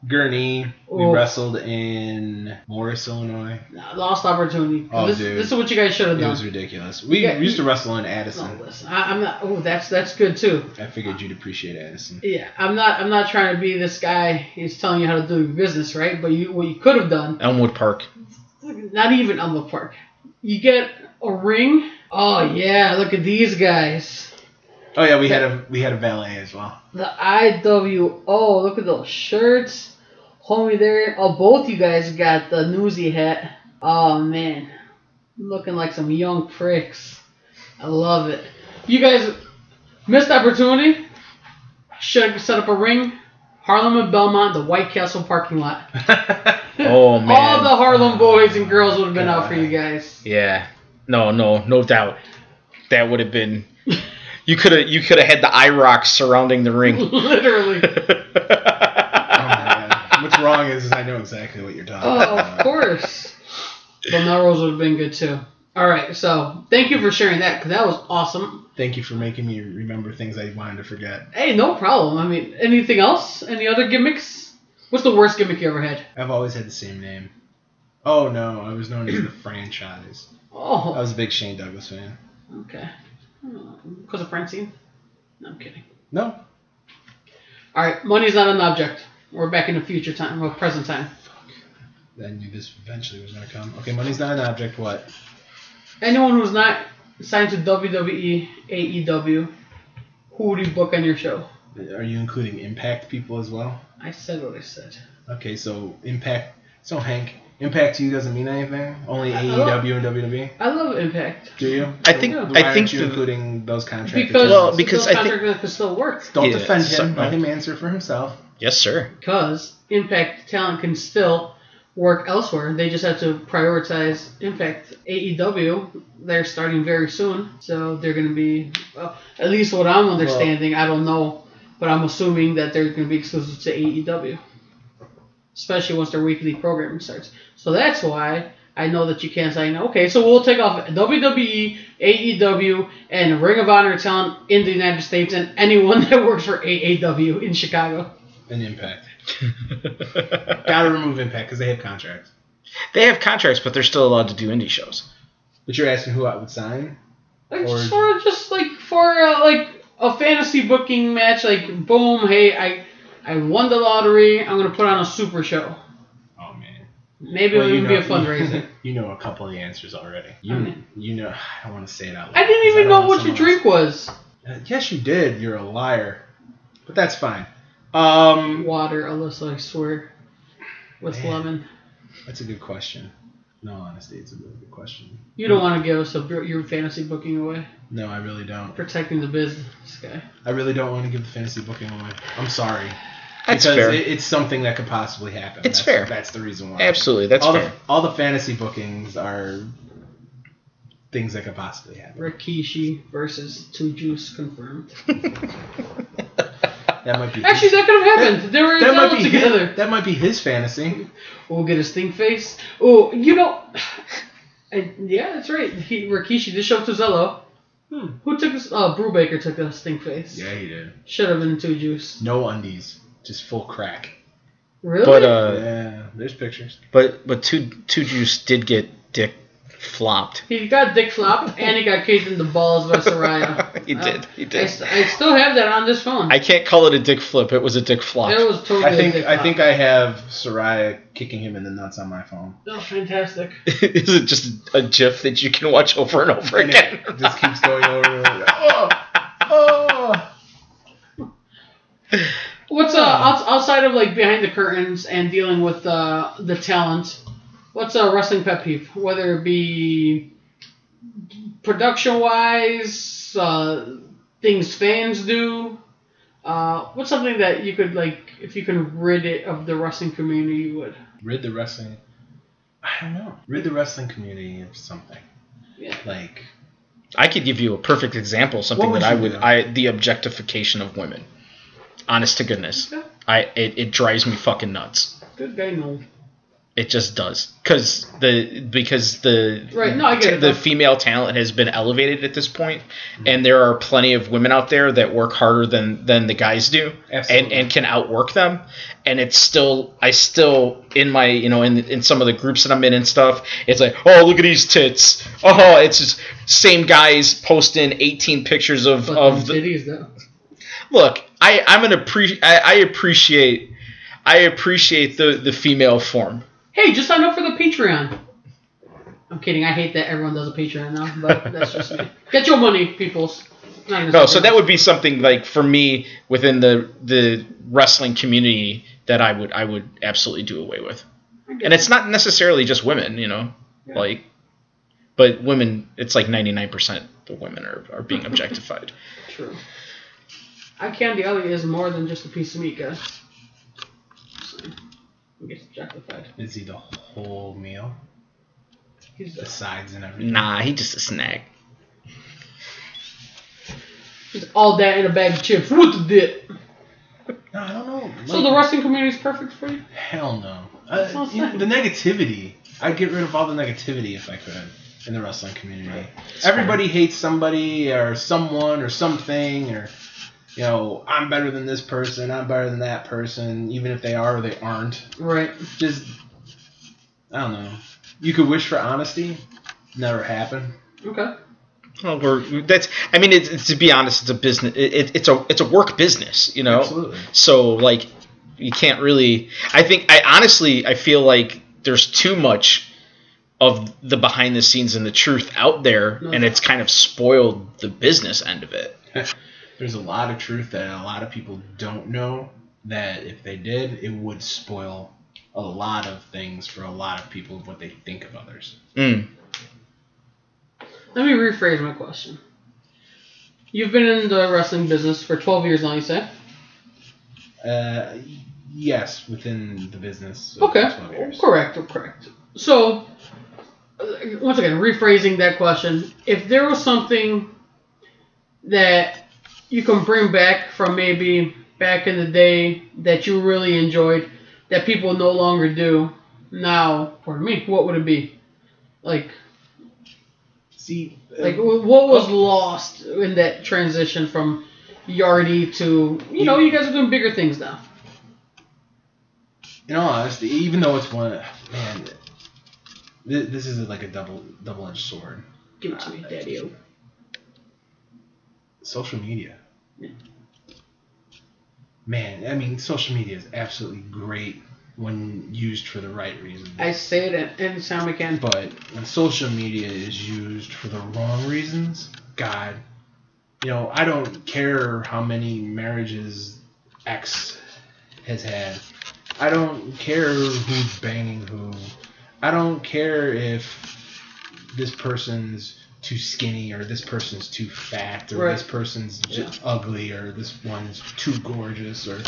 Speaker 3: Gurney, we
Speaker 2: Oh.
Speaker 3: wrestled in Morris, Illinois.
Speaker 2: Nah, Lost opportunity.
Speaker 3: Oh,
Speaker 2: this,
Speaker 3: dude.
Speaker 2: this is what you guys should have
Speaker 3: It
Speaker 2: done.
Speaker 3: was ridiculous. We
Speaker 2: Yeah,
Speaker 3: used to
Speaker 2: you-
Speaker 3: wrestle in
Speaker 2: No,
Speaker 3: Addison.
Speaker 2: listen, I, I'm not. Oh, that's that's good too.
Speaker 3: I figured you'd appreciate Addison.
Speaker 2: Yeah, I'm not. I'm not trying to be this guy who's telling you how to do your business, right? But you, what you could have done
Speaker 4: Elmwood Park.
Speaker 2: not even Elmwood Park. You get a ring. Oh yeah, look at these guys.
Speaker 3: Oh yeah, we had a we had a valet as well.
Speaker 2: The IWO. Look at those shirts. Homie there. Oh, both you guys got the newsy hat. Oh man, looking like some young pricks. I love it. You guys missed opportunity. Should have set up a ring. Harlem and Belmont, the White Castle parking lot.
Speaker 4: Oh man.
Speaker 2: All the Harlem boys and girls would have been out for you guys.
Speaker 4: Yeah. No, no, no doubt. That would have been. You could have. You could have had the eye rocks surrounding the ring.
Speaker 2: Literally.
Speaker 3: Oh, my God. What's wrong is, is I know exactly what you're talking
Speaker 2: Oh,
Speaker 3: about.
Speaker 2: of course. Well, Melrose would have been good too. All right, so thank you for sharing that because that was awesome.
Speaker 3: Thank you for making me remember things I wanted to forget.
Speaker 2: Hey, no problem. I mean, anything else? Any other gimmicks? What's the worst gimmick you ever had?
Speaker 3: I've always had the same name. Oh no, I was known as the franchise. I
Speaker 2: Oh,
Speaker 3: was a big Shane Douglas fan.
Speaker 2: okay. Because of Francine? No, I'm kidding.
Speaker 3: No,
Speaker 2: All right, money's not an object. We're back in the future time, well, present time.
Speaker 3: I knew this eventually was going to come. Okay, money's not an object. What?
Speaker 2: Anyone who's not signed to E, WWE, AEW, who would you book on your show?
Speaker 3: Are you including impact people as well?
Speaker 2: I said what I said.
Speaker 3: Okay, so impact. So Hank, Impact to you doesn't mean anything. Only AEW and WWE.
Speaker 2: I love Impact
Speaker 3: Do you?
Speaker 4: I think-
Speaker 3: Why
Speaker 2: I
Speaker 3: aren't
Speaker 4: think
Speaker 3: you
Speaker 4: the-
Speaker 3: including those contracts.
Speaker 2: because
Speaker 4: Well, because
Speaker 2: those
Speaker 4: I think-
Speaker 2: contract methods still work
Speaker 3: don't
Speaker 4: Yeah,
Speaker 3: defend him.
Speaker 4: so-
Speaker 3: Let him answer for himself.
Speaker 4: Yes, sir.
Speaker 2: because Impact talent can still work elsewhere. They just have to prioritize Impact. AEW E they're starting very soon, so they're going to be well, at least what I'm understanding. I don't know, but I'm assuming that they're going to be exclusive to AEW, especially once their weekly programming starts. So that's why. I know that you can't say no. Okay, so we'll take off E, WWE, AEW, and Ring of Honor talent in the United States, and anyone that works for AAW in Chicago.
Speaker 3: An impact. Gotta remove impact because they have contracts.
Speaker 4: they have contracts, but they're still allowed to do indie shows.
Speaker 3: But you're asking who I would sign?
Speaker 2: Like
Speaker 3: Or-
Speaker 2: sort of just like for uh, like a fantasy booking match, like boom, hey, I I won the lottery. I'm gonna put on a super show.
Speaker 3: Oh man.
Speaker 2: Maybe
Speaker 3: Well,
Speaker 2: it'll
Speaker 3: you
Speaker 2: even
Speaker 3: know-
Speaker 2: be a fundraiser.
Speaker 3: you know a couple of the answers already. You,
Speaker 2: Okay.
Speaker 3: you know, I don't want to say it out loud.
Speaker 2: I
Speaker 3: 'cause
Speaker 2: didn't even
Speaker 3: don't
Speaker 2: know
Speaker 3: want
Speaker 2: what your
Speaker 3: someone else-
Speaker 2: drink was.
Speaker 3: Uh, Yes, you did. You're a liar. But that's fine. Um,
Speaker 2: Water, Alyssa, I swear, with
Speaker 3: Man.
Speaker 2: lemon.
Speaker 3: that's a good question. In all honesty, it's a really good question.
Speaker 2: You don't want to give us a, br- your fantasy booking away.
Speaker 3: No, I really don't.
Speaker 2: Protecting the business guy.
Speaker 3: I really don't want to give the fantasy booking away. I'm sorry.
Speaker 4: That's
Speaker 3: because
Speaker 4: fair.
Speaker 3: it- it's something that could possibly happen.
Speaker 4: It's
Speaker 3: That's-
Speaker 4: fair.
Speaker 3: That's the reason why.
Speaker 4: Absolutely, that's
Speaker 3: all
Speaker 4: fair.
Speaker 3: the all the fantasy bookings are things that could possibly happen.
Speaker 2: Rikishi versus Two Juice confirmed.
Speaker 3: That might be
Speaker 2: Actually, that could have happened. they were in
Speaker 3: that might
Speaker 2: battle
Speaker 3: be
Speaker 2: together.
Speaker 3: His, that might be his fantasy.
Speaker 2: We'll get a stink face. Oh, you know, I, yeah, that's right. He, Rikishi just showed up to Zello.
Speaker 3: Hmm.
Speaker 2: Who took this? Uh, Brubaker took the stink face.
Speaker 3: he did.
Speaker 2: Should have been two juice.
Speaker 3: No undies, just full crack.
Speaker 2: Really?
Speaker 4: But uh,
Speaker 3: yeah, there's pictures.
Speaker 4: but but two two juice did get dick flopped.
Speaker 2: he got dick flopped and he got kicked in the balls by Soraya.
Speaker 4: He
Speaker 2: Uh,
Speaker 4: did, he
Speaker 2: I,
Speaker 4: did.
Speaker 2: st- I still have that on this phone.
Speaker 4: I can't call it a dick flip. It was a dick flop.
Speaker 2: that was totally.
Speaker 3: I think
Speaker 2: a dick
Speaker 3: I
Speaker 2: flop.
Speaker 3: think I have Soraya kicking him in the nuts on my phone.
Speaker 2: That was fantastic.
Speaker 4: Is it just a GIF that you can watch over and over
Speaker 3: And
Speaker 4: again?
Speaker 3: it just keeps going over. and over. Oh, oh.
Speaker 2: What's uh outs- outside of like behind the curtains and dealing with uh, the talent? What's a wrestling pet peeve? Whether it be production wise, uh, things fans do. Uh, what's something that you could like if you can rid it of the wrestling community? You would.
Speaker 3: Rid the wrestling. I don't know. Rid the wrestling community of something
Speaker 2: Yeah.
Speaker 3: like
Speaker 4: I could give you a perfect example, something
Speaker 3: What
Speaker 4: that I
Speaker 3: would you
Speaker 4: would
Speaker 3: do?
Speaker 4: I the objectification of women. Honest to goodness.
Speaker 2: Okay.
Speaker 4: I it, it drives me fucking nuts.
Speaker 2: Good guy, no.
Speaker 4: It just does. Cuz the because the
Speaker 2: Right, no, I get it,
Speaker 4: the
Speaker 2: though.
Speaker 4: female talent has been elevated at this point, and there are plenty of women out there that work harder than than the guys do and
Speaker 3: Absolutely.
Speaker 4: and can outwork them and it's still I still in my you know in in some of the groups that I'm in and stuff it's like oh look at these tits oh it's just same guys posting 18 pictures of of the,
Speaker 2: titties though.
Speaker 4: look I I'm an appre- I, I appreciate I appreciate the the female form
Speaker 2: Hey, just sign up for the Patreon. I'm kidding. I hate that everyone does a Patreon now, but that's just me. Get your money, peoples.
Speaker 4: no so that would be something like for me within the the wrestling community that I would I would absolutely do away with and it's not necessarily just women, you know, like, but women, it's like 99% the women are, are being objectified.
Speaker 2: True. I Candy Alley is more than just a piece of meat, guys. So, he gets objectified.
Speaker 3: is he the whole meal,
Speaker 2: He's
Speaker 3: the sides and everything.
Speaker 4: nah, he just a snack.
Speaker 2: he's all that in a bag of chips. What the dip?
Speaker 4: Mm.
Speaker 3: No, I don't know.
Speaker 2: So the wrestling community is perfect for you.
Speaker 3: Hell no.
Speaker 2: That's
Speaker 3: Uh,
Speaker 2: what I'm
Speaker 3: you know,
Speaker 2: saying.
Speaker 3: the negativity. I'd get rid of all the negativity if I could in the wrestling community. Everybody hates somebody or someone or something or you know, I'm better than this person, I'm better than that person, even if they are or they aren't.
Speaker 2: Right.
Speaker 3: Just I don't know. You could wish for honesty, never happen.
Speaker 2: Okay.
Speaker 4: Well, we're, that's, I mean, it's, it's, to be honest, it's a business, it, it- it's a, it's a work business, you know?
Speaker 3: Absolutely.
Speaker 4: So like, you can't really, I think, I honestly, I feel like there's too much of the behind the scenes and the truth out there,
Speaker 2: No.
Speaker 4: and it's kind of spoiled the business end of it.
Speaker 3: There's a lot of truth that a lot of people don't know that if they did, it would spoil a lot of things for a lot of people of what they think of others.
Speaker 4: Mm.
Speaker 2: Let me rephrase my question. You've been in the wrestling business for 12 years now, you said?
Speaker 3: Uh, yes, within the business. Of
Speaker 2: Okay.
Speaker 3: 12 years.
Speaker 2: Correct, correct. So, uh, once again, rephrasing that question, if there was something that you can bring back from maybe back in the day that you really enjoyed that people no longer do now, for me, what would it be? Like,
Speaker 3: See, uh,
Speaker 2: like
Speaker 3: like,
Speaker 2: wh- what was lost in that transition from Yardie to you know you guys are doing bigger things now.
Speaker 3: in all honesty, even though it's one, man, th- this is like a double double-edged sword.
Speaker 2: Give it to me, Daddy.
Speaker 3: Social media.
Speaker 2: Yeah.
Speaker 3: Man, I mean, social media is absolutely great when used for the right reasons.
Speaker 2: I say it anytime I can.
Speaker 3: But when social media is used for the wrong reasons, God, you know, I don't care how many marriages X has had. I don't care who's banging who. I don't care if this person's too skinny or this person's too fat or
Speaker 2: Right.
Speaker 3: this person's just ugly or this one's too gorgeous or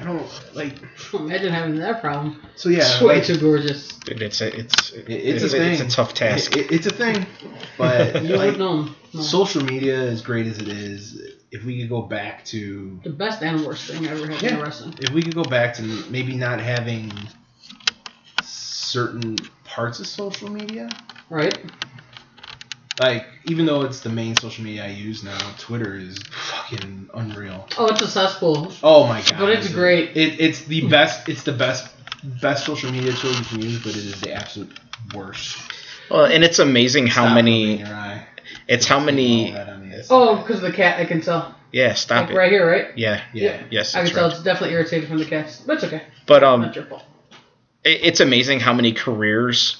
Speaker 3: I don't like
Speaker 2: Imagine having that problem.
Speaker 3: so yeah
Speaker 2: it's way
Speaker 3: like-
Speaker 2: too gorgeous.
Speaker 4: It- It's a it's
Speaker 3: it's
Speaker 4: it's,
Speaker 3: a
Speaker 4: it's, a,
Speaker 3: thing.
Speaker 4: tough task.
Speaker 3: It- it's a thing but
Speaker 2: You
Speaker 3: like,
Speaker 2: would know. No.
Speaker 3: social media as great as it is if we could go back to
Speaker 2: the best and worst thing I ever had in
Speaker 3: Yeah.
Speaker 2: wrestling.
Speaker 3: if we could go back to maybe not having certain parts of social media
Speaker 2: Right?
Speaker 3: like even though it's the main social media i use now twitter is fucking unreal
Speaker 2: Oh, it's a cesspool.
Speaker 3: oh my god
Speaker 2: But it's
Speaker 3: it-
Speaker 2: great.
Speaker 3: it, it's the best it's the best best social media tool you can use but it is the absolute worst
Speaker 4: Well, and it's amazing how
Speaker 3: Stop rubbing
Speaker 4: many
Speaker 3: your eye.
Speaker 4: it's how
Speaker 3: All
Speaker 4: many
Speaker 3: that on the inside.
Speaker 2: Oh, because of the cat, I can tell.
Speaker 4: yeah stop
Speaker 2: like
Speaker 4: it
Speaker 2: right here, right?
Speaker 4: yeah
Speaker 3: yeah
Speaker 4: yes
Speaker 2: I
Speaker 4: that's
Speaker 2: can tell
Speaker 4: right.
Speaker 2: it's definitely irritated from the cats. But it's okay.
Speaker 4: but um
Speaker 2: Not your fault.
Speaker 4: it, it's amazing how many careers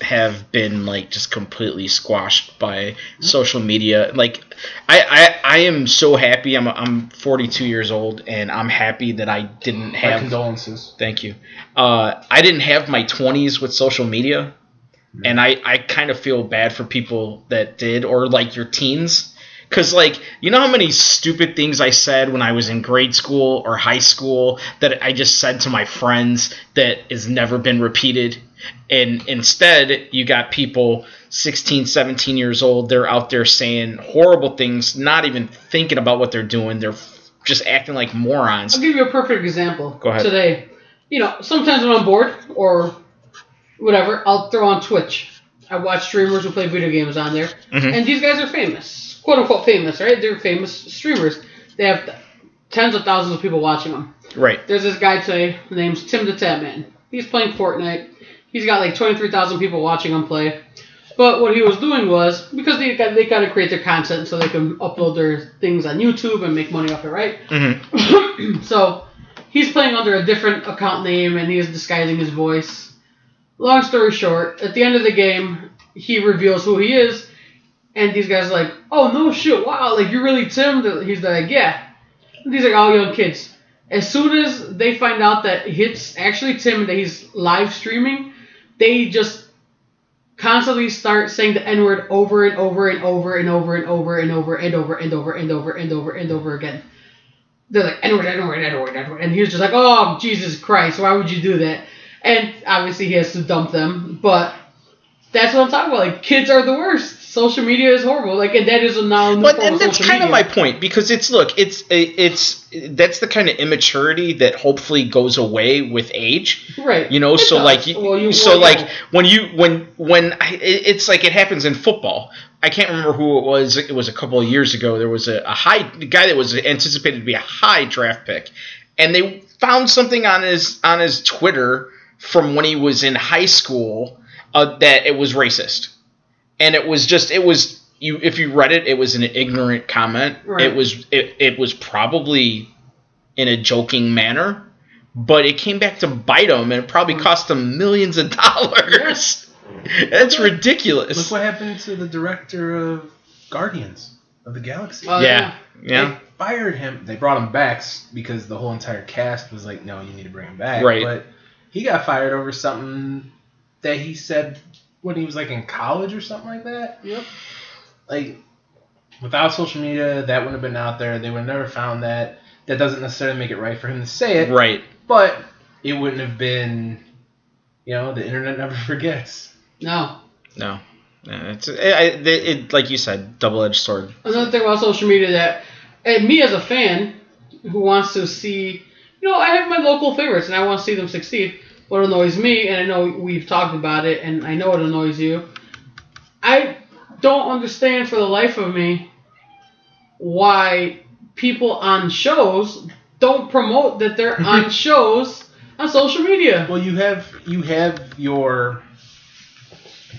Speaker 4: have been like just completely squashed by social media like I, I i am so happy i'm i'm 42 years old and i'm happy that i didn't
Speaker 3: my
Speaker 4: have
Speaker 3: condolences
Speaker 4: thank you uh i didn't have my 20s with social media and i i kind of feel bad for people that did or like your teens because like you know how many stupid things i said when i was in grade school or high school that i just said to my friends that has never been repeated and instead you got people 16 17 years old they're out there saying horrible things not even thinking about what they're doing they're f- just acting like morons
Speaker 2: I'll give you a perfect example.
Speaker 4: Go ahead.
Speaker 2: Today, you know, sometimes when I'm bored or whatever, I'll throw on Twitch. I watch streamers who play video games on there,
Speaker 4: Mm-hmm.
Speaker 2: and these guys are famous, quote unquote famous, right? They're famous streamers. They have th- tens of thousands of people watching them.
Speaker 4: right
Speaker 2: There's this guy today, his name's Tim the Tatman. He's playing Fortnite. He's got like 23,000 people watching him play. But what he was doing was because they got, they got to create their content so they can upload their things on YouTube and make money off it, right? so he's playing under a different account name and he is disguising his voice. Long story short, at the end of the game, he reveals who he is, and these guys are like, "Oh no shit! Wow! Like you really Tim?" He's like, "Yeah." These are all young kids. As soon as they find out that it's actually Tim and that he's live streaming, they just constantly start saying the N word over and over and over and over and over and over and over and over and over and over and over again they're like Edward, Edward, Edward, Edward, and he was just like, oh Jesus Christ, why would you do that? And obviously he has to dump them, but that's what I'm talking about. Like kids are the worst. Social media is horrible. Like and that is a now new
Speaker 4: But
Speaker 2: form
Speaker 4: and
Speaker 2: of
Speaker 4: that's
Speaker 2: social
Speaker 4: kind of my
Speaker 2: media.
Speaker 4: point because it's look, it's it's that's the kind of immaturity that hopefully goes away with age.
Speaker 2: right.
Speaker 4: You know,
Speaker 2: It
Speaker 4: so
Speaker 2: does.
Speaker 4: like you,
Speaker 2: Well, you-
Speaker 4: so
Speaker 2: well,
Speaker 4: like
Speaker 2: yeah.
Speaker 4: when you when when I, it- it's like it happens in football. I can't remember who it was. It was a couple of years ago. There was a, a high the guy that was anticipated to be a high draft pick, and they found something on his on his Twitter from when he was in high school uh, that it was racist and it was just it was you if you read it it was an ignorant comment
Speaker 2: Right.
Speaker 4: it was it, it was probably in a joking manner but it came back to bite them and it
Speaker 3: Hmm.
Speaker 4: probably cost them millions of dollars that's
Speaker 3: Look
Speaker 4: ridiculous
Speaker 3: what happened to the director of Guardians of the Galaxy.
Speaker 2: Uh,
Speaker 4: yeah yeah
Speaker 3: They fired him. They brought him back s- because the whole entire cast was like, "No, you need to bring him back."
Speaker 4: Right.
Speaker 3: But He got fired over something that he said when he was like in college or something like that.
Speaker 2: Yep.
Speaker 3: Like, without social media, that wouldn't have been out there. They would have never found that. That doesn't necessarily make it right for him to say it,
Speaker 4: Right.
Speaker 3: but it wouldn't have been. You know, the internet never forgets.
Speaker 2: No.
Speaker 4: No. Yeah, it's it, it, it, like you said, double edged sword.
Speaker 2: Another thing about social media that, and me as a fan who wants to see, you know, I have my local favorites and I want to see them succeed. What annoys me, and I know we've talked about it, and I know it annoys you, I don't understand for the life of me why people on shows don't promote that they're on shows on social media.
Speaker 3: Well, you have you have your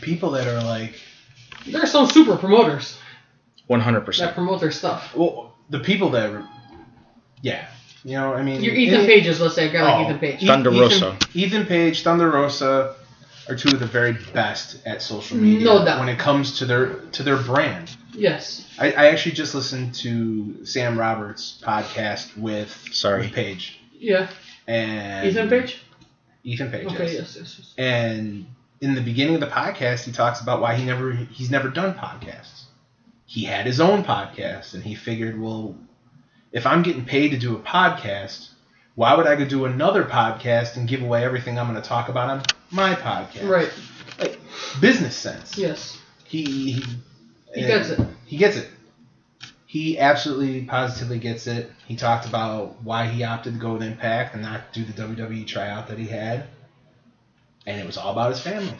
Speaker 3: people that are like
Speaker 2: There are some super promoters
Speaker 4: One hundred
Speaker 2: that
Speaker 4: percent.
Speaker 2: promote their stuff.
Speaker 3: well the people that are, yeah you know I mean
Speaker 2: Your Ethan
Speaker 3: it-
Speaker 2: Pages, let's say, a guy like
Speaker 3: oh,
Speaker 2: Ethan Page.
Speaker 3: E-
Speaker 4: Thunder
Speaker 3: Ethan-
Speaker 4: Rosa.
Speaker 3: Ethan Page, Thunder Rosa are two of the very best at social
Speaker 2: No
Speaker 3: media
Speaker 2: doubt.
Speaker 3: when it comes to their to their brand.
Speaker 2: Yes.
Speaker 3: I, I actually just listened to Sam Roberts' podcast with
Speaker 4: Sorry.
Speaker 3: with Page
Speaker 2: Yeah.
Speaker 3: and
Speaker 2: Ethan Page?
Speaker 3: Ethan Page.
Speaker 2: Okay, yes,
Speaker 3: yes.
Speaker 2: yes, yes.
Speaker 3: and in the beginning of the podcast he talks about why he never he's never done podcasts he had his own podcast and he figured well if i'm getting paid to do a podcast why would i go do another podcast and give away everything i'm going to talk about on my podcast
Speaker 2: Right.
Speaker 3: like business sense
Speaker 2: Yes.
Speaker 3: he he,
Speaker 2: He gets it.
Speaker 3: he gets it he absolutely positively gets it he talked about why he opted to go with impact and not do the wwe tryout that he had and it was all about his family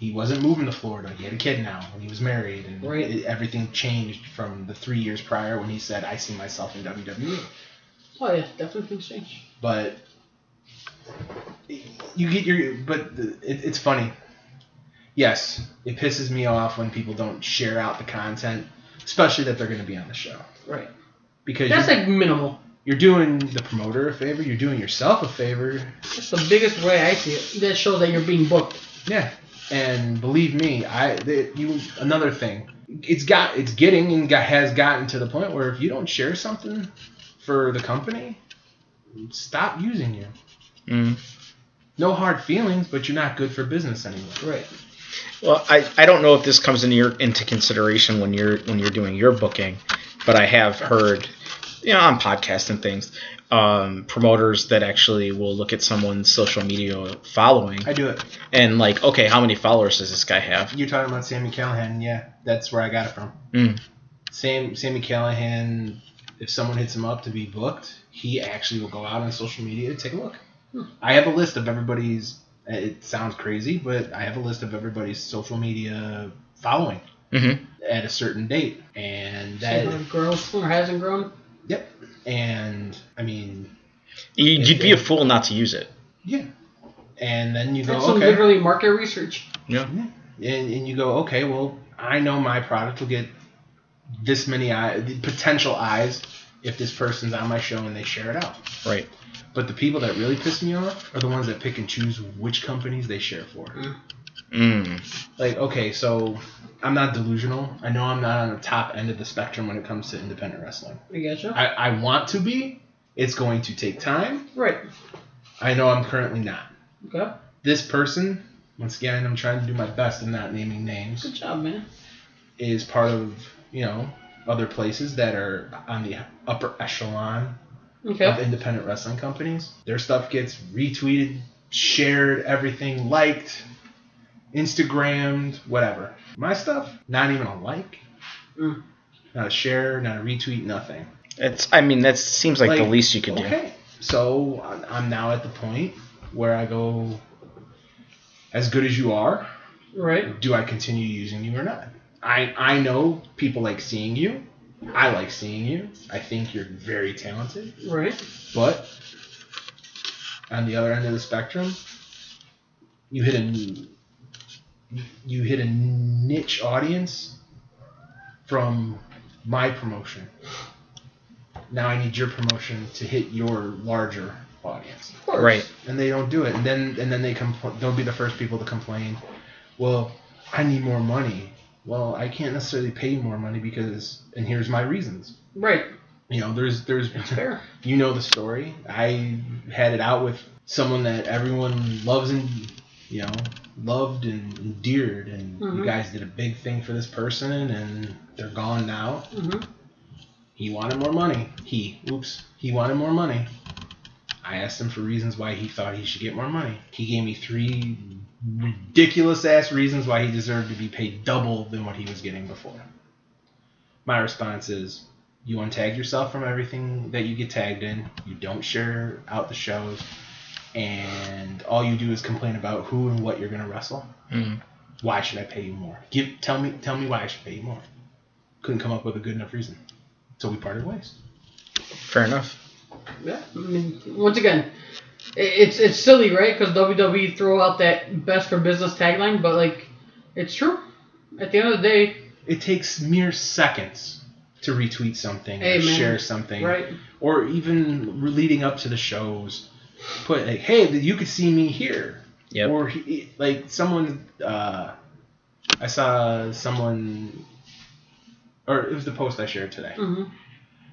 Speaker 3: he wasn't moving to florida he had a kid now and he was married and
Speaker 2: Right.
Speaker 3: it- everything changed from the three years prior when he said i see myself in E." wwe
Speaker 2: Oh yeah, definitely things change.
Speaker 3: but you get your but the, it, it's funny yes it pisses me off when people don't share out the content especially that they're going to be on the show
Speaker 2: Right.
Speaker 3: because
Speaker 2: That's
Speaker 3: you're,
Speaker 2: like minimal.
Speaker 3: you're doing the promoter a favor you're doing yourself a favor
Speaker 2: That's the biggest way I see it. That shows that you're being booked.
Speaker 3: yeah and believe me i the, you another thing it's got it's getting and got, has gotten to the point where if you don't share something for the company stop using you
Speaker 4: Mm.
Speaker 3: no hard feelings but you're not good for business anymore
Speaker 2: Right.
Speaker 4: Well, I, I don't know if this comes into your into consideration when you're when you're doing your booking, but I have heard, you know, on podcasts and things, um, promoters that actually will look at someone's social media following
Speaker 3: I do it.
Speaker 4: and like, okay, how many followers does this guy have?
Speaker 3: You're talking about Sammy Callahan. Yeah, that's where I got it from.
Speaker 4: Mm.
Speaker 3: Sam Sammy Callahan. If someone hits him up to be booked, he actually will go out on social media and take a look. I have a list of everybody's. It sounds crazy, but I have a list of everybody's social media following
Speaker 4: hmm
Speaker 3: at a certain date, and
Speaker 2: That
Speaker 3: that.
Speaker 2: grows or hasn't grown.
Speaker 3: Yep. And I mean,
Speaker 4: You, you'd be a fool not to use it.
Speaker 3: yeah. And then you go
Speaker 2: That's some
Speaker 3: Oh, okay.
Speaker 2: literally market research.
Speaker 4: Yeah.
Speaker 3: and, and you go, okay, well, I know my product will get this many eye, the potential eyes if this person's on my show and they share it out.
Speaker 4: Right.
Speaker 3: But the people that really piss me off are the ones that pick and choose which companies they share for.
Speaker 4: Mm.
Speaker 3: Like, okay, so I'm not delusional. I know I'm not on the top end of the spectrum when it comes to independent wrestling.
Speaker 2: I getcha.
Speaker 3: I, I want to be. It's going to take time.
Speaker 2: right.
Speaker 3: I know I'm currently not.
Speaker 2: Okay.
Speaker 3: This person, once again, I'm trying to do my best in not naming names.
Speaker 2: Good job, man.
Speaker 3: is part of you know other places that are on the upper echelon of
Speaker 2: Okay.
Speaker 3: independent wrestling companies. Their stuff gets retweeted, shared, everything liked, Instagrammed, whatever. My stuff, not even a like,
Speaker 2: Mm.
Speaker 3: not a share, not a retweet, nothing.
Speaker 4: It's. I mean, that seems like, the
Speaker 3: Like,
Speaker 4: least you could do.
Speaker 3: Okay, so I'm- I'm now at the point where I go, as good as you are,
Speaker 2: Right.
Speaker 3: do I continue using you or not? I I know people like seeing you. I like seeing you. I think you're very talented,
Speaker 2: Right.
Speaker 3: but on the other end of the spectrum, you hit a you hit a niche audience from my promotion. Now I need your promotion to hit your larger audience
Speaker 2: Of course.
Speaker 4: Right.
Speaker 3: and they don't do it. And then and then they compl- they'll be the first people to complain. Well, I need more money. Well, I can't necessarily pay you more money because and here's my reasons.
Speaker 2: Right.
Speaker 3: You know, there's there's
Speaker 2: That's fair.
Speaker 3: you know the story. I had it out with someone that everyone loves and you know loved and endeared, and you
Speaker 2: Mhm.
Speaker 3: guys did a big thing for this person, and they're gone now.
Speaker 2: hmm
Speaker 3: He wanted more money. He, oops, he wanted more money. I asked him for reasons why he thought he should get more money. He gave me three ridiculous ass reasons why he deserved to be paid double than what he was getting before. My response is you untag yourself from everything that you get tagged in, you don't share out the shows, and all you do is complain about who and what you're going to wrestle.
Speaker 4: Mm.
Speaker 3: Why should I pay you more? Give tell me tell me why I should pay you more. Couldn't come up with a good enough reason. So we parted ways.
Speaker 4: Fair enough.
Speaker 2: Yeah. I mean, once again, i- it's it's silly, right? Because WWE E throw out that best for business tagline, but like, it's true. At the end of the day,
Speaker 3: It takes mere seconds to retweet something,
Speaker 2: Hey,
Speaker 3: or
Speaker 2: man.
Speaker 3: share something,
Speaker 2: right?
Speaker 3: or even leading up to the shows, put like, "Hey, you could see me here,"
Speaker 4: Yep.
Speaker 3: or he, like someone. Uh, I saw someone, or it was the post I shared today,
Speaker 2: hmm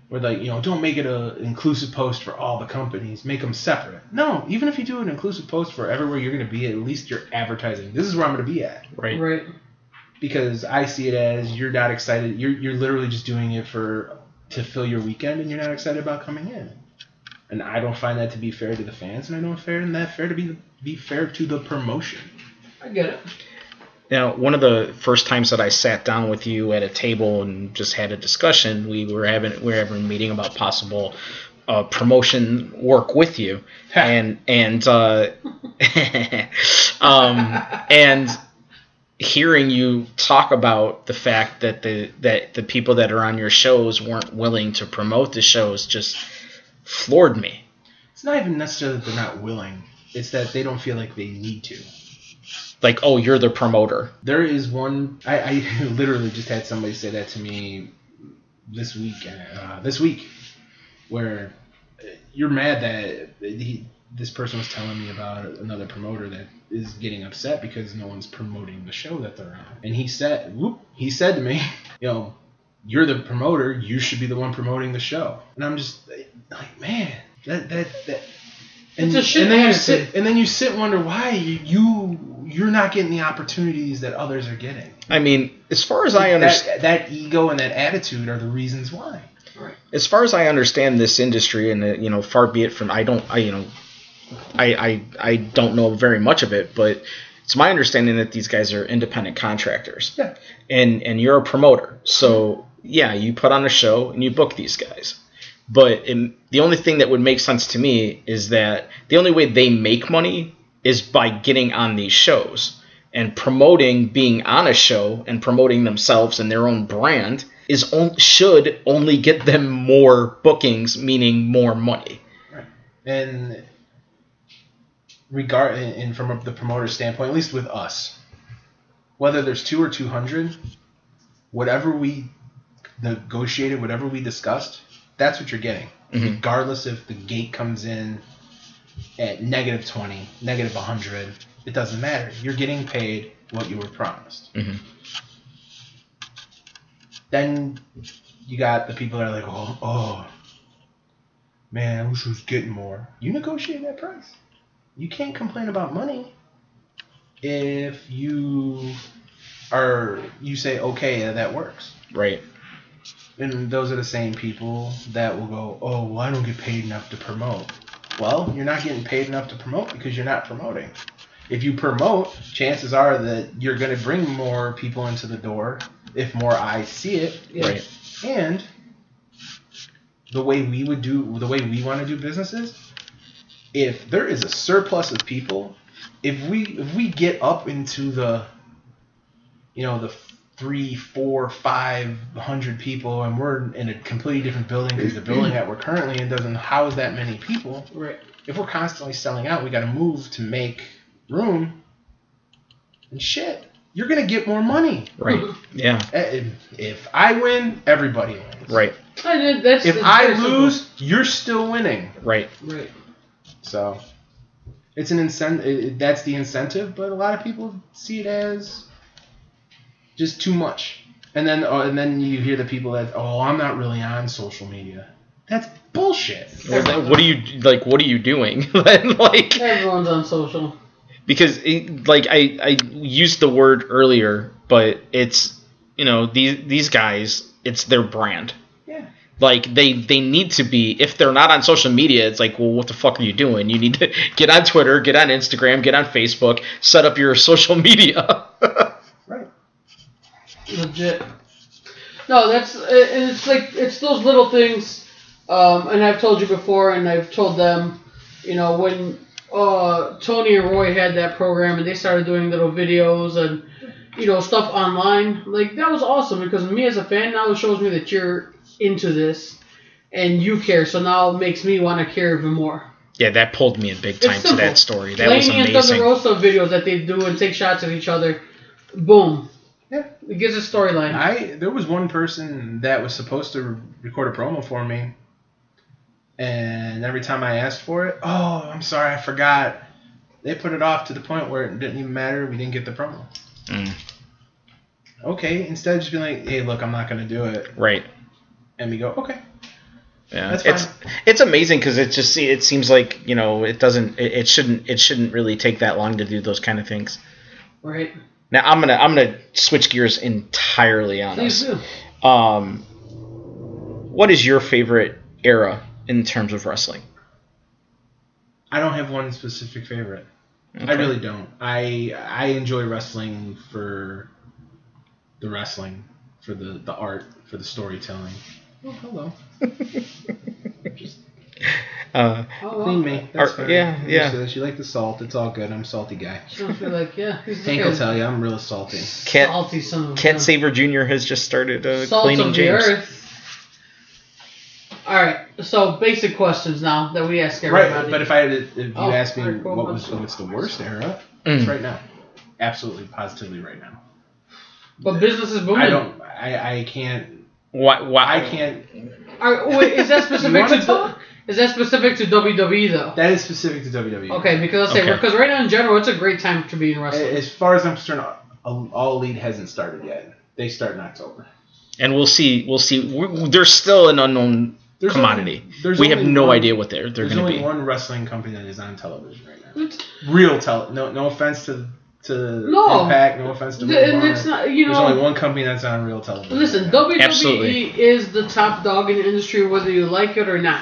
Speaker 3: where like you know, don't make it a inclusive post for all the companies, make them separate. No, even if you do an inclusive post for everywhere you're going to be, at least you're advertising. This is where I'm going to be at
Speaker 4: right.
Speaker 2: Right.
Speaker 3: because I see it as you're not excited. You're you're literally just doing it for to fill your weekend, and you're not excited about coming in. And I don't find that to be fair to the fans, and I don't fair and that fair to be be fair to the promotion.
Speaker 2: I get it.
Speaker 4: Now, one of the first times that I sat down with you at a table and just had a discussion, we were having we were having a meeting about possible uh, promotion work with you, and and uh, um, and hearing you talk about the fact that the that the people that are on your shows weren't willing to promote the shows just floored me.
Speaker 3: It's not even necessarily that they're not willing; it's that they don't feel like they need to.
Speaker 4: Like, oh, you're the promoter.
Speaker 3: There is one. I, I literally just had somebody say that to me this week. Uh, this week, where uh, you're mad that he, this person was telling me about another promoter that is getting upset because no one's promoting the show that they're on. And he said, whoop, he said to me, you know, you're the promoter. You should be the one promoting the show. And I'm just like, like, man, that that that. And,
Speaker 2: It's a shit
Speaker 3: and then you
Speaker 2: attitude.
Speaker 3: sit, and then you sit and wonder why you, you you're not getting the opportunities that others are getting.
Speaker 4: I mean, as far as I understand.
Speaker 3: That, that ego and that attitude are the reasons why.
Speaker 2: Right.
Speaker 4: as far as I understand this industry, and uh, you know, far be it from I don't, I you know, I I I don't know very much of it, but it's my understanding that these guys are independent contractors.
Speaker 3: Yeah.
Speaker 4: And and you're a promoter, so yeah, you put on a show and you book these guys. But it, the only thing that would make sense to me is that the only way they make money is by getting on these shows and promoting being on a show and promoting themselves and their own brand is on, should only get them more bookings, meaning more money.
Speaker 3: and regard and and from the promoter standpoint, at least with us, whether there's two or two hundred, whatever we negotiated, whatever we discussed, that's what you're getting,
Speaker 4: Mhm.
Speaker 3: regardless if the gate comes in at negative twenty, negative hundred. It doesn't matter. You're getting paid what you were promised.
Speaker 4: Mhm.
Speaker 3: Then you got the people that are like, oh, oh, man, I wish I was getting more. You negotiate that price. You can't complain about money if you are you say okay yeah, that works.
Speaker 4: Right.
Speaker 3: And those are the same people that will go, oh, well, I don't get paid enough to promote. Well, you're not getting paid enough to promote because you're not promoting. If you promote, chances are that you're going to bring more people into the door if more eyes see it
Speaker 2: Yeah.
Speaker 4: Right.
Speaker 3: and the way we would do the way we want to do businesses if there is a surplus of people if we if we get up into the you know the three four five hundred people and we're in a completely different building because the building that we're currently in doesn't house that many people
Speaker 2: Right.
Speaker 3: if we're constantly selling out we got to move to make room and shit you're gonna get more money
Speaker 4: Right.
Speaker 2: Mhm.
Speaker 4: Yeah.
Speaker 3: Eh, if, if i win everybody wins
Speaker 4: Right.
Speaker 2: I, that- that's,
Speaker 3: if
Speaker 2: it's
Speaker 3: I
Speaker 2: very simple.
Speaker 3: lose, you're still winning.
Speaker 4: Right.
Speaker 2: Right.
Speaker 3: So it's an incentive. That's the incentive, but a lot of people see it as uh, just too much. And then, oh, and then you hear the people that, oh, I'm not really on social media. That's bullshit.
Speaker 4: What, what are you like? What are you doing? like
Speaker 2: Everyone's on social.
Speaker 4: because it, like I, I used the word earlier but it's you know these these guys it's their brand
Speaker 3: Yeah.
Speaker 4: like they they need to be if they're not on social media it's like well what the fuck are you doing you need to get on twitter get on instagram get on facebook set up your social media
Speaker 3: Right.
Speaker 2: legit. No, that's it- and it's like it's those little things, um, and I've told you before, and I've told them, you know, when uh, Tony and Roy had that program and they started doing little videos and you know stuff online, like that was awesome because me as a fan now it shows me that you're into this and you care, so now it makes me want to care even more.
Speaker 4: yeah that pulled me in big time to
Speaker 2: simple.
Speaker 4: that story that was
Speaker 2: Laney and Thunder
Speaker 4: amazing
Speaker 2: Rosa videos that they do and take shots of each other, boom,
Speaker 3: Yeah.
Speaker 2: it gives a storyline.
Speaker 3: I there was one person that was supposed to re- record a promo for me, and every time I asked for it, oh, I'm sorry, I forgot. They put it off to the point where it didn't even matter. We didn't get the promo.
Speaker 4: Mm,
Speaker 3: Okay, instead of just being like, hey, look, I'm not gonna do it,
Speaker 4: right
Speaker 3: and we go, okay,
Speaker 4: Yeah,
Speaker 3: That's
Speaker 4: it's
Speaker 3: fine.
Speaker 4: it's amazing because it just se- it seems like you know it doesn't it, it shouldn't it shouldn't really take that long to do those kind of things.
Speaker 2: Right.
Speaker 4: Now I'm gonna I'm gonna switch gears entirely on
Speaker 2: Please
Speaker 4: this.
Speaker 2: do.
Speaker 4: Um, what is your favorite era in terms of wrestling?
Speaker 3: I don't have one specific favorite. I
Speaker 4: Okay.
Speaker 3: really don't. I I enjoy wrestling for the wrestling, for the the art, for the storytelling. Oh, hello.
Speaker 4: Uh,
Speaker 2: Oh,
Speaker 3: Clean
Speaker 2: well.
Speaker 3: me. That's
Speaker 4: Or-
Speaker 3: fine.
Speaker 4: yeah,
Speaker 3: You
Speaker 4: yeah.
Speaker 3: said You like the salt. It's all good. I'm a salty guy.
Speaker 2: She'll feel like, yeah, he's
Speaker 3: Hank
Speaker 2: like
Speaker 3: will
Speaker 2: a
Speaker 3: tell you I'm real salty.
Speaker 4: Cat-
Speaker 2: salty son of a
Speaker 4: Cat
Speaker 2: gun.
Speaker 4: Saver Jr. has just started uh,
Speaker 2: Salt
Speaker 4: cleaning
Speaker 2: of
Speaker 4: James.
Speaker 2: the earth. All right, so basic questions now that we ask everybody.
Speaker 3: Right, but if I had, if you
Speaker 2: Oh,
Speaker 3: asked me
Speaker 2: alright, cool.
Speaker 3: what was what's the worst era,
Speaker 4: Mm.
Speaker 2: Hmm.
Speaker 3: it's right now. Absolutely, positively, right now.
Speaker 2: But business is booming.
Speaker 3: I don't. I I can't.
Speaker 4: Why, why
Speaker 3: I can't.
Speaker 2: All right, wait, is that specific
Speaker 3: wanna
Speaker 2: to
Speaker 3: talk?
Speaker 2: is that specific to WWE though?
Speaker 3: That is specific to E. WWE.
Speaker 2: Okay, because I'll say
Speaker 4: Okay.
Speaker 2: because right now in general it's a great time to be in wrestling.
Speaker 3: A- As far as I'm concerned, all all Elite hasn't started yet. They start in October.
Speaker 4: And we'll see. We'll see. we we- there's still an unknown
Speaker 3: There's
Speaker 4: commodity.
Speaker 3: only- there's
Speaker 4: we have
Speaker 3: only
Speaker 4: no
Speaker 3: one-
Speaker 4: idea what they're they're
Speaker 3: There's
Speaker 4: going to
Speaker 3: only
Speaker 4: be.
Speaker 3: one wrestling company that is on television right now. Real tele. No, no offense to to
Speaker 2: No.
Speaker 3: Impact. No offense to.
Speaker 2: Th-
Speaker 3: Ring of
Speaker 2: and
Speaker 3: Honor.
Speaker 2: it's not you
Speaker 3: There's only
Speaker 2: know.
Speaker 3: one company that's on real television.
Speaker 2: Listen,
Speaker 3: right now.
Speaker 2: WWE
Speaker 4: Absolutely.
Speaker 2: is the top dog in the industry, whether you like it or not.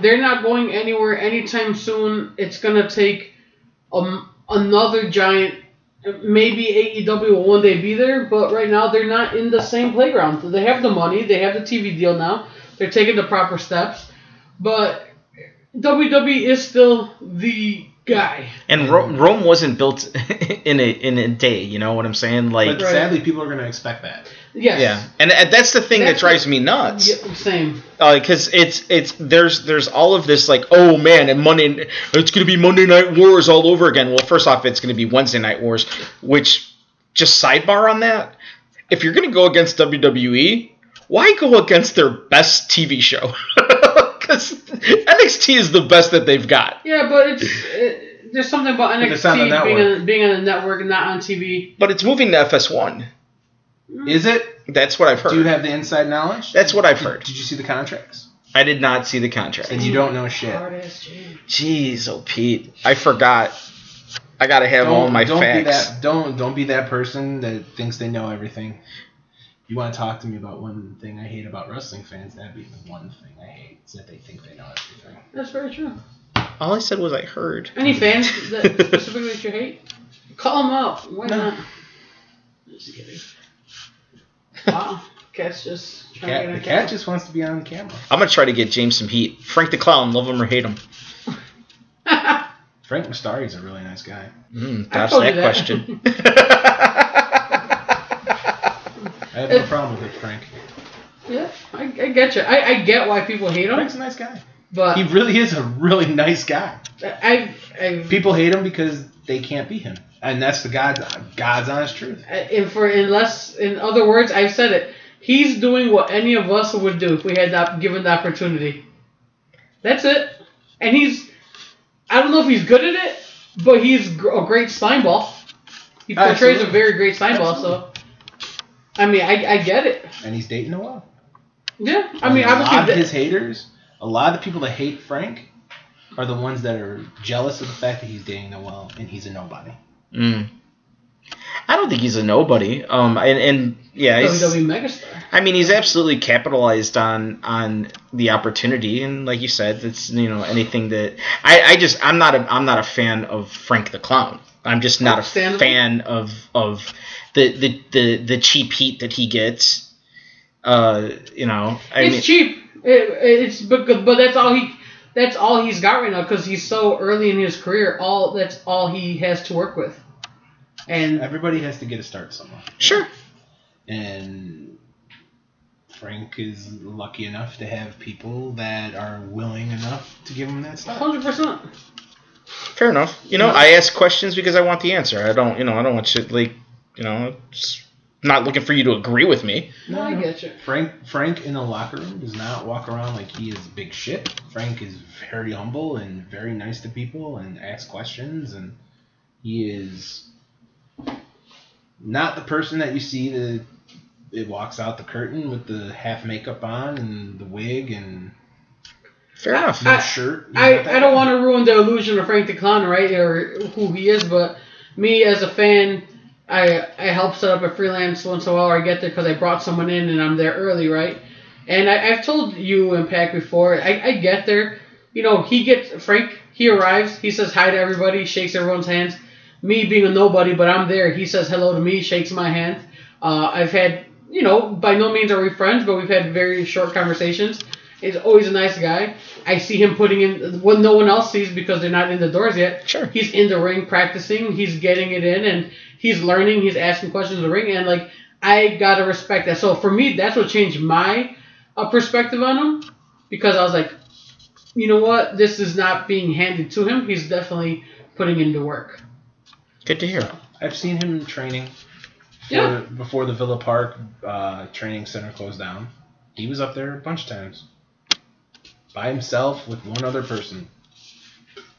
Speaker 2: They're not going anywhere anytime soon. It's gonna take um, another giant. Maybe AEW will one day be there, but right now they're not in the same playground. They have the money, they have the TV deal now. They're taking the proper steps, but WWE is still the guy.
Speaker 4: And Ro- Rome wasn't built in a in a day. You know what I'm saying? Like,
Speaker 3: But
Speaker 2: Right.
Speaker 3: sadly, people are going to expect that.
Speaker 2: Yes.
Speaker 4: yeah. And uh, that's the thing
Speaker 2: That's
Speaker 4: that drives
Speaker 2: the-
Speaker 4: me nuts.
Speaker 2: Yeah, same.
Speaker 4: Because Uh, it's it's there's there's all of this like, oh man, and Monday it's gonna be Monday Night Wars all over again. Well, first off, it's gonna be Wednesday Night Wars. Which, just sidebar on that, if you're gonna go against WWE, why go against their best TV show? Because NXT is the best that they've got.
Speaker 2: Yeah, but it's it, there's something about
Speaker 3: it's on the
Speaker 2: NXT being
Speaker 3: network.
Speaker 2: on, being on the network and not on TV.
Speaker 4: But it's moving to FS1.
Speaker 3: Is it?
Speaker 4: That's what I've heard.
Speaker 3: Do you have the inside knowledge?
Speaker 4: That's what I've
Speaker 3: Did-
Speaker 4: heard.
Speaker 3: Did you see the contracts?
Speaker 4: I did not see the contract.
Speaker 3: And you don't know shit.
Speaker 2: Artist, yeah.
Speaker 4: Jeez, oh Pete, I forgot. I gotta have all my
Speaker 3: don't Be
Speaker 4: facts.
Speaker 3: that, don't don't be that person that thinks they know everything. You want to talk to me about one thing I hate about wrestling fans? That'd be the one thing I hate is that they think they know everything.
Speaker 2: That's very true.
Speaker 4: All I said was I heard.
Speaker 2: Any fans that specifically that you hate, call them out. Why
Speaker 3: No.
Speaker 2: not? Just kidding. Wow, cat's just trying
Speaker 3: Cat,
Speaker 2: to
Speaker 3: the
Speaker 2: get
Speaker 3: cat just wants to be on camera.
Speaker 4: I'm gonna try to get James some heat. Frank the Clown, love him or hate him.
Speaker 3: Frank Mastari's a really nice guy.
Speaker 4: Mm,
Speaker 2: I
Speaker 4: dodge
Speaker 2: told you
Speaker 4: that,
Speaker 2: that.
Speaker 4: question.
Speaker 3: I have no
Speaker 2: It-
Speaker 3: problem with it, Frank.
Speaker 2: Yeah, I, I get you. I, I get why people hate him,
Speaker 3: Frank's a nice guy.
Speaker 2: but
Speaker 3: He really is a really nice guy.
Speaker 2: I, I,
Speaker 3: People hate him because they can't be him, and that's the God's God's honest truth.
Speaker 2: I, and for unless, in other words, I've said it. He's doing what any of us would do if we had that given the opportunity. That's it. And he's, I don't know if he's good at it, but he's gr- a great slime ball. He portrays a
Speaker 3: Absolutely.
Speaker 2: very great slime ball. So, I mean, I, I get it.
Speaker 3: And he's dating a lot.
Speaker 2: Yeah, I mean,
Speaker 3: a lot of
Speaker 2: obviously,
Speaker 3: his
Speaker 2: that,
Speaker 3: haters a lot of the people that hate Frank are the ones that are jealous of the fact that he's dating Noel and he's a nobody.
Speaker 4: Mm. I don't think he's a nobody. Um, and, and yeah, he's-
Speaker 2: WWE megastar.
Speaker 4: I mean, he's absolutely capitalized on on the opportunity, and like you said, it's you know anything that I, I just I'm not a I'm not a fan of Frank the Clown. I'm just not a
Speaker 2: Understandable.
Speaker 4: fan of of the the the, the cheap heat that he gets. Uh, you know, I
Speaker 2: it's
Speaker 4: mean,
Speaker 2: cheap. It, it's because, but that's all he that's all he's got right now because he's so early in his career. All that's all he has to work with. And
Speaker 3: Everybody has to get a start somewhere,
Speaker 4: sure,
Speaker 3: and Frank is lucky enough to have people that are willing enough to give him that start.
Speaker 2: hundred percent.
Speaker 4: fair enough. You know, I ask questions because I want the answer. I don't, you know, I don't want shit like, you know, it's not looking for you to agree with me.
Speaker 2: No, I get you.
Speaker 3: Frank Frank in the locker room does not walk around like he is big shit. Frank is very humble and very nice to people and asks questions and he is not the person that you see that it walks out the curtain with the half makeup on and the wig and
Speaker 4: Fair enough.
Speaker 3: no
Speaker 2: I-
Speaker 3: shirt. He's not that
Speaker 2: I, I don't
Speaker 3: guy.
Speaker 2: want to ruin the illusion of Frank the Clown, right, or who he is, but me as a fan, I I help set up a freelance once in a while. Or I get there because I brought someone in and I'm there early, right? And I, I've told you and Pack before. I, I get there, you know. He gets Frank. He arrives. He says hi to everybody. Shakes everyone's hands. Me being a nobody, but I'm there. He says hello to me. Shakes my hand. Uh, I've had, you know, by no means are we friends, but we've had very short conversations. He's always a nice guy. I see him putting in what no one else sees because they're not in the doors yet.
Speaker 4: Sure.
Speaker 2: He's in the ring practicing. He's getting it in, and he's learning. He's asking questions in the ring, and like I gotta respect that. So for me, that's what changed my uh, perspective on him because I was like, you know what, this is not being handed to him. He's definitely putting into work.
Speaker 4: Good to hear.
Speaker 3: I've seen him in training for,
Speaker 2: Yeah.
Speaker 3: before the Villa Park uh, training center closed down. He was up there a bunch of times by himself with one other person.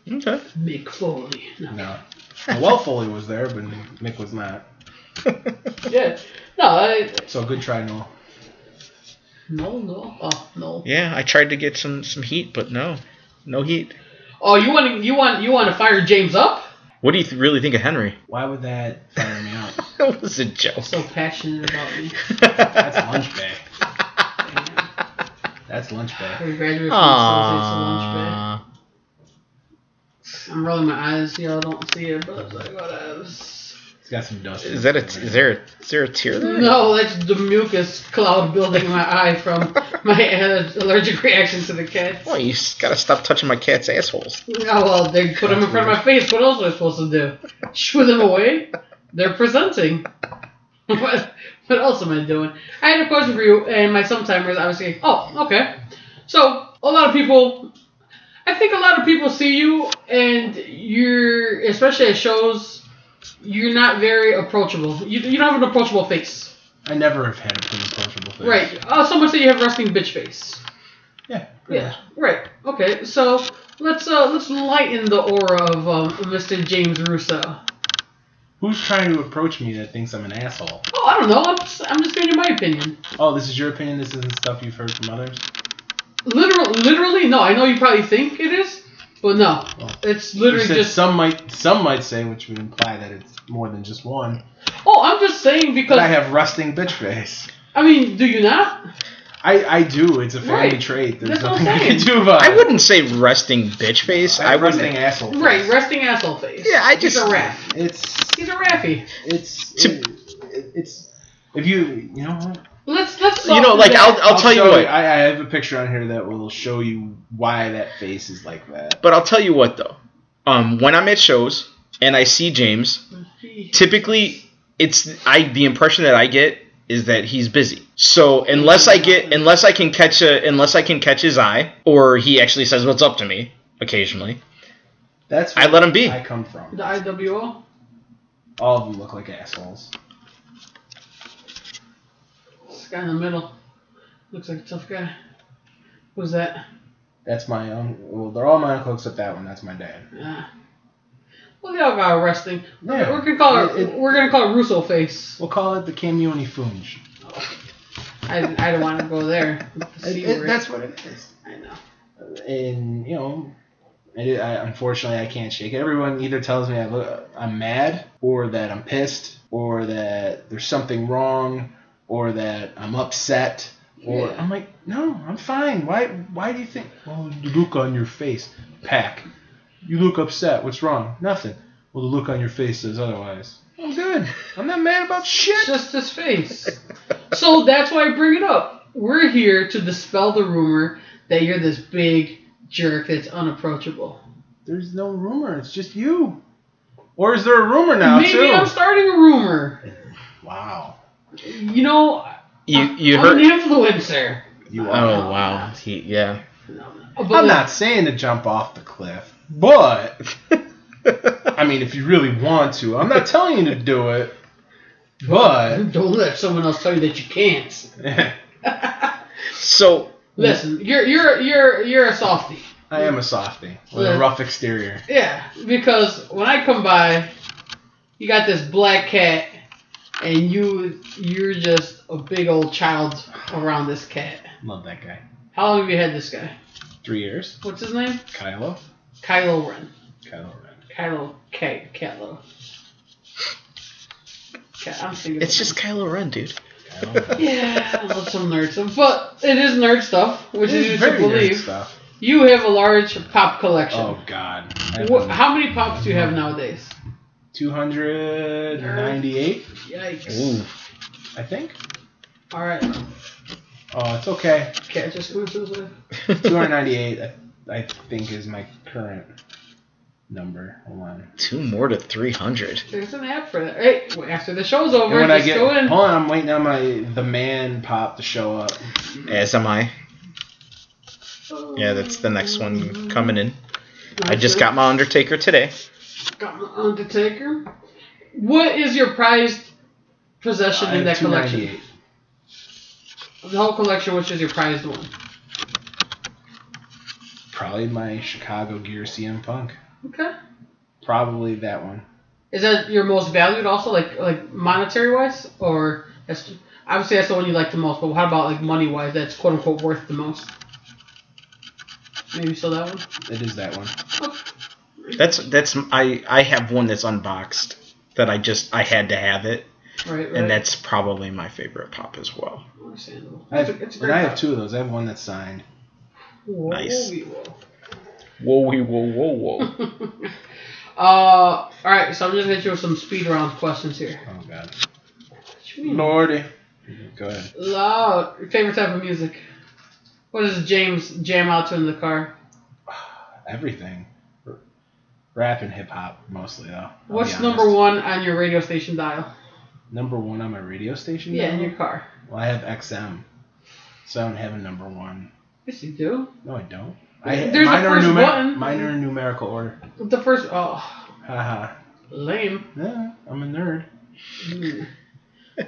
Speaker 4: Okay.
Speaker 2: Mick Foley. No.
Speaker 3: No. Well, Foley was there, but Mick was not.
Speaker 2: Yeah. No. I,
Speaker 3: So good try, Noel.
Speaker 2: no. No. Oh no.
Speaker 4: Yeah, I tried to get some some heat, but no, no heat.
Speaker 2: Oh, you want to you want you want to fire James up?
Speaker 4: What do you th- really think of Henry?
Speaker 3: Why would that fire me up?
Speaker 4: That was a joke.
Speaker 2: So passionate about me.
Speaker 3: That's lunch bag. That's lunch bag.
Speaker 2: We graduated from Associates of
Speaker 4: Aww.
Speaker 2: Lunch Bay. I'm rolling my eyes, y'all don't see it, but it's like whatevs.
Speaker 3: It's got some dust. in it.
Speaker 4: Is that a t- is there a, is there a tear there?
Speaker 2: No, that's the mucus cloud building in my eye from my uh, allergic reaction to the cats.
Speaker 4: Well, you s- gotta stop touching my cat's assholes.
Speaker 2: Oh well, they put them in front of my face. What else am I supposed to do? Shoo them away? They're presenting. what, what else am I doing? I had a question for you, and my sometimers obviously. Oh, okay. So a lot of people, I think a lot of people see you, and you're especially at shows, you're not very approachable. You, you don't have an approachable face,
Speaker 3: I never have had an approachable face.
Speaker 2: right? Oh, someone said you have wrestling bitch face.
Speaker 3: Yeah. pretty
Speaker 2: Yeah.
Speaker 3: much.
Speaker 2: Right. Okay. So let's uh let's lighten the aura of um, Mr. James Russo.
Speaker 3: Who's trying to approach me that thinks I'm an asshole?
Speaker 2: Oh, I don't know. I'm just, I'm just giving you my opinion.
Speaker 3: Oh, this is your opinion. This isn't stuff you've heard from others.
Speaker 2: Literal, literally, no. I know you probably think it is, but no.
Speaker 3: Well,
Speaker 2: It's
Speaker 3: You
Speaker 2: literally
Speaker 3: Oh. said
Speaker 2: just.
Speaker 3: some might some might say, which would imply that it's more than just one.
Speaker 2: Oh, I'm just saying because
Speaker 3: But I
Speaker 2: I,
Speaker 3: have rusting bitch face.
Speaker 2: mean, do you not?
Speaker 3: I, I do. It's a family
Speaker 2: Right.
Speaker 3: trait. There's
Speaker 2: That's what I'm
Speaker 3: nothing you can
Speaker 2: saying.
Speaker 3: do about it.
Speaker 4: I wouldn't say resting bitch face.
Speaker 3: I
Speaker 4: I,
Speaker 3: have
Speaker 4: wouldn't.
Speaker 3: rusting asshole. face.
Speaker 2: Right. Resting asshole face.
Speaker 4: Yeah, I
Speaker 2: He's
Speaker 4: just-
Speaker 2: a raff.
Speaker 3: It's
Speaker 2: He's a raffy.
Speaker 3: it's
Speaker 4: To-
Speaker 3: it, it's if you you know what?
Speaker 2: Let's let's.
Speaker 4: You know,
Speaker 2: soften
Speaker 4: like I'll
Speaker 2: that.
Speaker 4: I'll tell you
Speaker 3: show
Speaker 4: what.
Speaker 3: I, I have a picture on here that will show you why that face is like that.
Speaker 4: But I'll tell you what though. Um, when I'm at shows and I see James, typically it's I the impression that I get is that he's busy. So unless I get unless I can catch a unless I can catch his eye or he actually says what's up to me occasionally.
Speaker 3: That's
Speaker 4: I
Speaker 3: where
Speaker 4: let 'em be.
Speaker 3: I come
Speaker 2: The
Speaker 3: from.
Speaker 2: IWO.
Speaker 3: All of them look like assholes.
Speaker 2: This guy in the middle looks like a tough guy. Who's that?
Speaker 3: That's my own. Well, they're all my uncle except that one. That's my dad.
Speaker 2: Yeah. Ah. Well, they all got arresting.
Speaker 3: Yeah.
Speaker 2: We're gonna call it,
Speaker 3: It- it-
Speaker 2: We're gonna call it Russo face.
Speaker 3: We'll call it the Camioni Funge.
Speaker 2: I, I don't want to go there.
Speaker 3: It- it- that's what it is.
Speaker 2: I know.
Speaker 3: Uh, and you know, I, I, unfortunately, I can't shake it. Everyone either tells me I look, I'm mad, or that I'm pissed, or that there's something wrong, or that I'm upset. Or
Speaker 2: Yeah.
Speaker 3: I'm like, no, I'm fine. Why? Why do you think? Well, the look on your face, pack. You look upset. What's wrong? Nothing. Well, the look on your face says otherwise. I'm good. I'm not mad about shit.
Speaker 2: just his face. so that's why I bring it up. We're here to dispel the rumor that you're this big jerk that's unapproachable.
Speaker 3: There's no rumor. It's just you. Or is there a rumor now
Speaker 2: Maybe
Speaker 3: too?
Speaker 2: I'm starting a rumor.
Speaker 3: wow.
Speaker 2: You know,
Speaker 4: You you
Speaker 2: I'm
Speaker 4: heard?
Speaker 2: an influencer.
Speaker 3: You
Speaker 4: Oh wow. He, yeah.
Speaker 2: But
Speaker 3: I'm not saying to jump off the cliff, but I mean, if you really want to, I'm not telling you to do it. But
Speaker 2: Don't let someone else tell you that you can't.
Speaker 3: I
Speaker 4: So
Speaker 2: Listen, you're you're you're you're a softie.
Speaker 3: am a softie with a rough exterior.
Speaker 2: Yeah, because when I come by, you got this black cat, and you you're just a big old child around this cat.
Speaker 3: Love that guy.
Speaker 2: How long have you had this guy?
Speaker 3: Three years.
Speaker 2: What's his name?
Speaker 3: Kylo.
Speaker 2: Kylo Ren.
Speaker 3: Kylo Ren.
Speaker 2: Kylo Cat Catlo. Cat, I'm thinking.
Speaker 4: it's
Speaker 2: of-
Speaker 4: just Kylo Ren, dude.
Speaker 3: Kylo Ren.
Speaker 2: Yeah, I love some nerd stuff, but it is nerd stuff, which is
Speaker 3: This is
Speaker 2: easy to
Speaker 3: very weird
Speaker 2: believe.
Speaker 3: stuff.
Speaker 2: You have a large pop collection.
Speaker 3: Oh God.
Speaker 2: Wha- how many pops do you have nowadays?
Speaker 3: 298,
Speaker 2: Yikes.
Speaker 4: Ooh.
Speaker 3: I think.
Speaker 2: All right.
Speaker 3: Oh, it's okay.
Speaker 2: Cat just committed suicide.
Speaker 3: 298, I, I think, is my current number. Hold on.
Speaker 4: Two more to three hundred.
Speaker 2: There's an app for that. Right well, after the show's over,
Speaker 3: And when I
Speaker 2: just
Speaker 3: get
Speaker 2: go in.
Speaker 3: hold on, I'm waiting on my the man pop to show up.
Speaker 4: As am I.
Speaker 3: Oh.
Speaker 4: Yeah, that's the next one coming in. I just got my Undertaker today.
Speaker 2: Got my Undertaker. What is your prized possession
Speaker 3: I
Speaker 2: in
Speaker 3: have
Speaker 2: that collection?
Speaker 3: 298.
Speaker 2: The whole collection, which is your prized one?
Speaker 3: Probably my Chicago Gear CM Punk.
Speaker 2: Okay.
Speaker 3: Probably that one.
Speaker 2: Is that your most valued also, like like monetary wise, or that's obviously that's the one you like the most. But how about like money wise? That's quote unquote worth the most. Maybe still that one.
Speaker 3: It is that one.
Speaker 4: That's that's I I have one that's unboxed that I just I had to have it,
Speaker 2: Right. Right.
Speaker 4: and that's probably my favorite pop as well.
Speaker 2: Understandable.
Speaker 3: I have,
Speaker 2: It's a- it's a
Speaker 3: and I
Speaker 2: great
Speaker 3: have two of those. I have one that's signed.
Speaker 2: Whoa,
Speaker 4: Nice.
Speaker 2: whoa,
Speaker 4: Whoa wee, whoa whoa whoa.
Speaker 2: whoa. uh, all right. So I'm just gonna hit you with some speed round questions here.
Speaker 3: Oh God.
Speaker 2: What you mean?
Speaker 3: Lordy. Go ahead.
Speaker 2: Loud. Favorite type of music. What does James jam out to in the car?
Speaker 3: Everything. R- Rap and hip hop mostly though. I'll be
Speaker 2: What's
Speaker 3: honest.
Speaker 2: number one on your radio station dial?
Speaker 3: Number one on my radio station.
Speaker 2: Yeah, in
Speaker 3: now?
Speaker 2: your car.
Speaker 3: Well, I have XM, so I don't have a number one.
Speaker 2: Yes, you do.
Speaker 3: No, I don't. I,
Speaker 2: There's a
Speaker 3: mine are
Speaker 2: first
Speaker 3: numer-
Speaker 2: button.
Speaker 3: Mine are in numerical order.
Speaker 2: The first, oh,
Speaker 3: Haha.
Speaker 2: lame.
Speaker 3: Yeah, I'm a nerd.
Speaker 2: Hmm.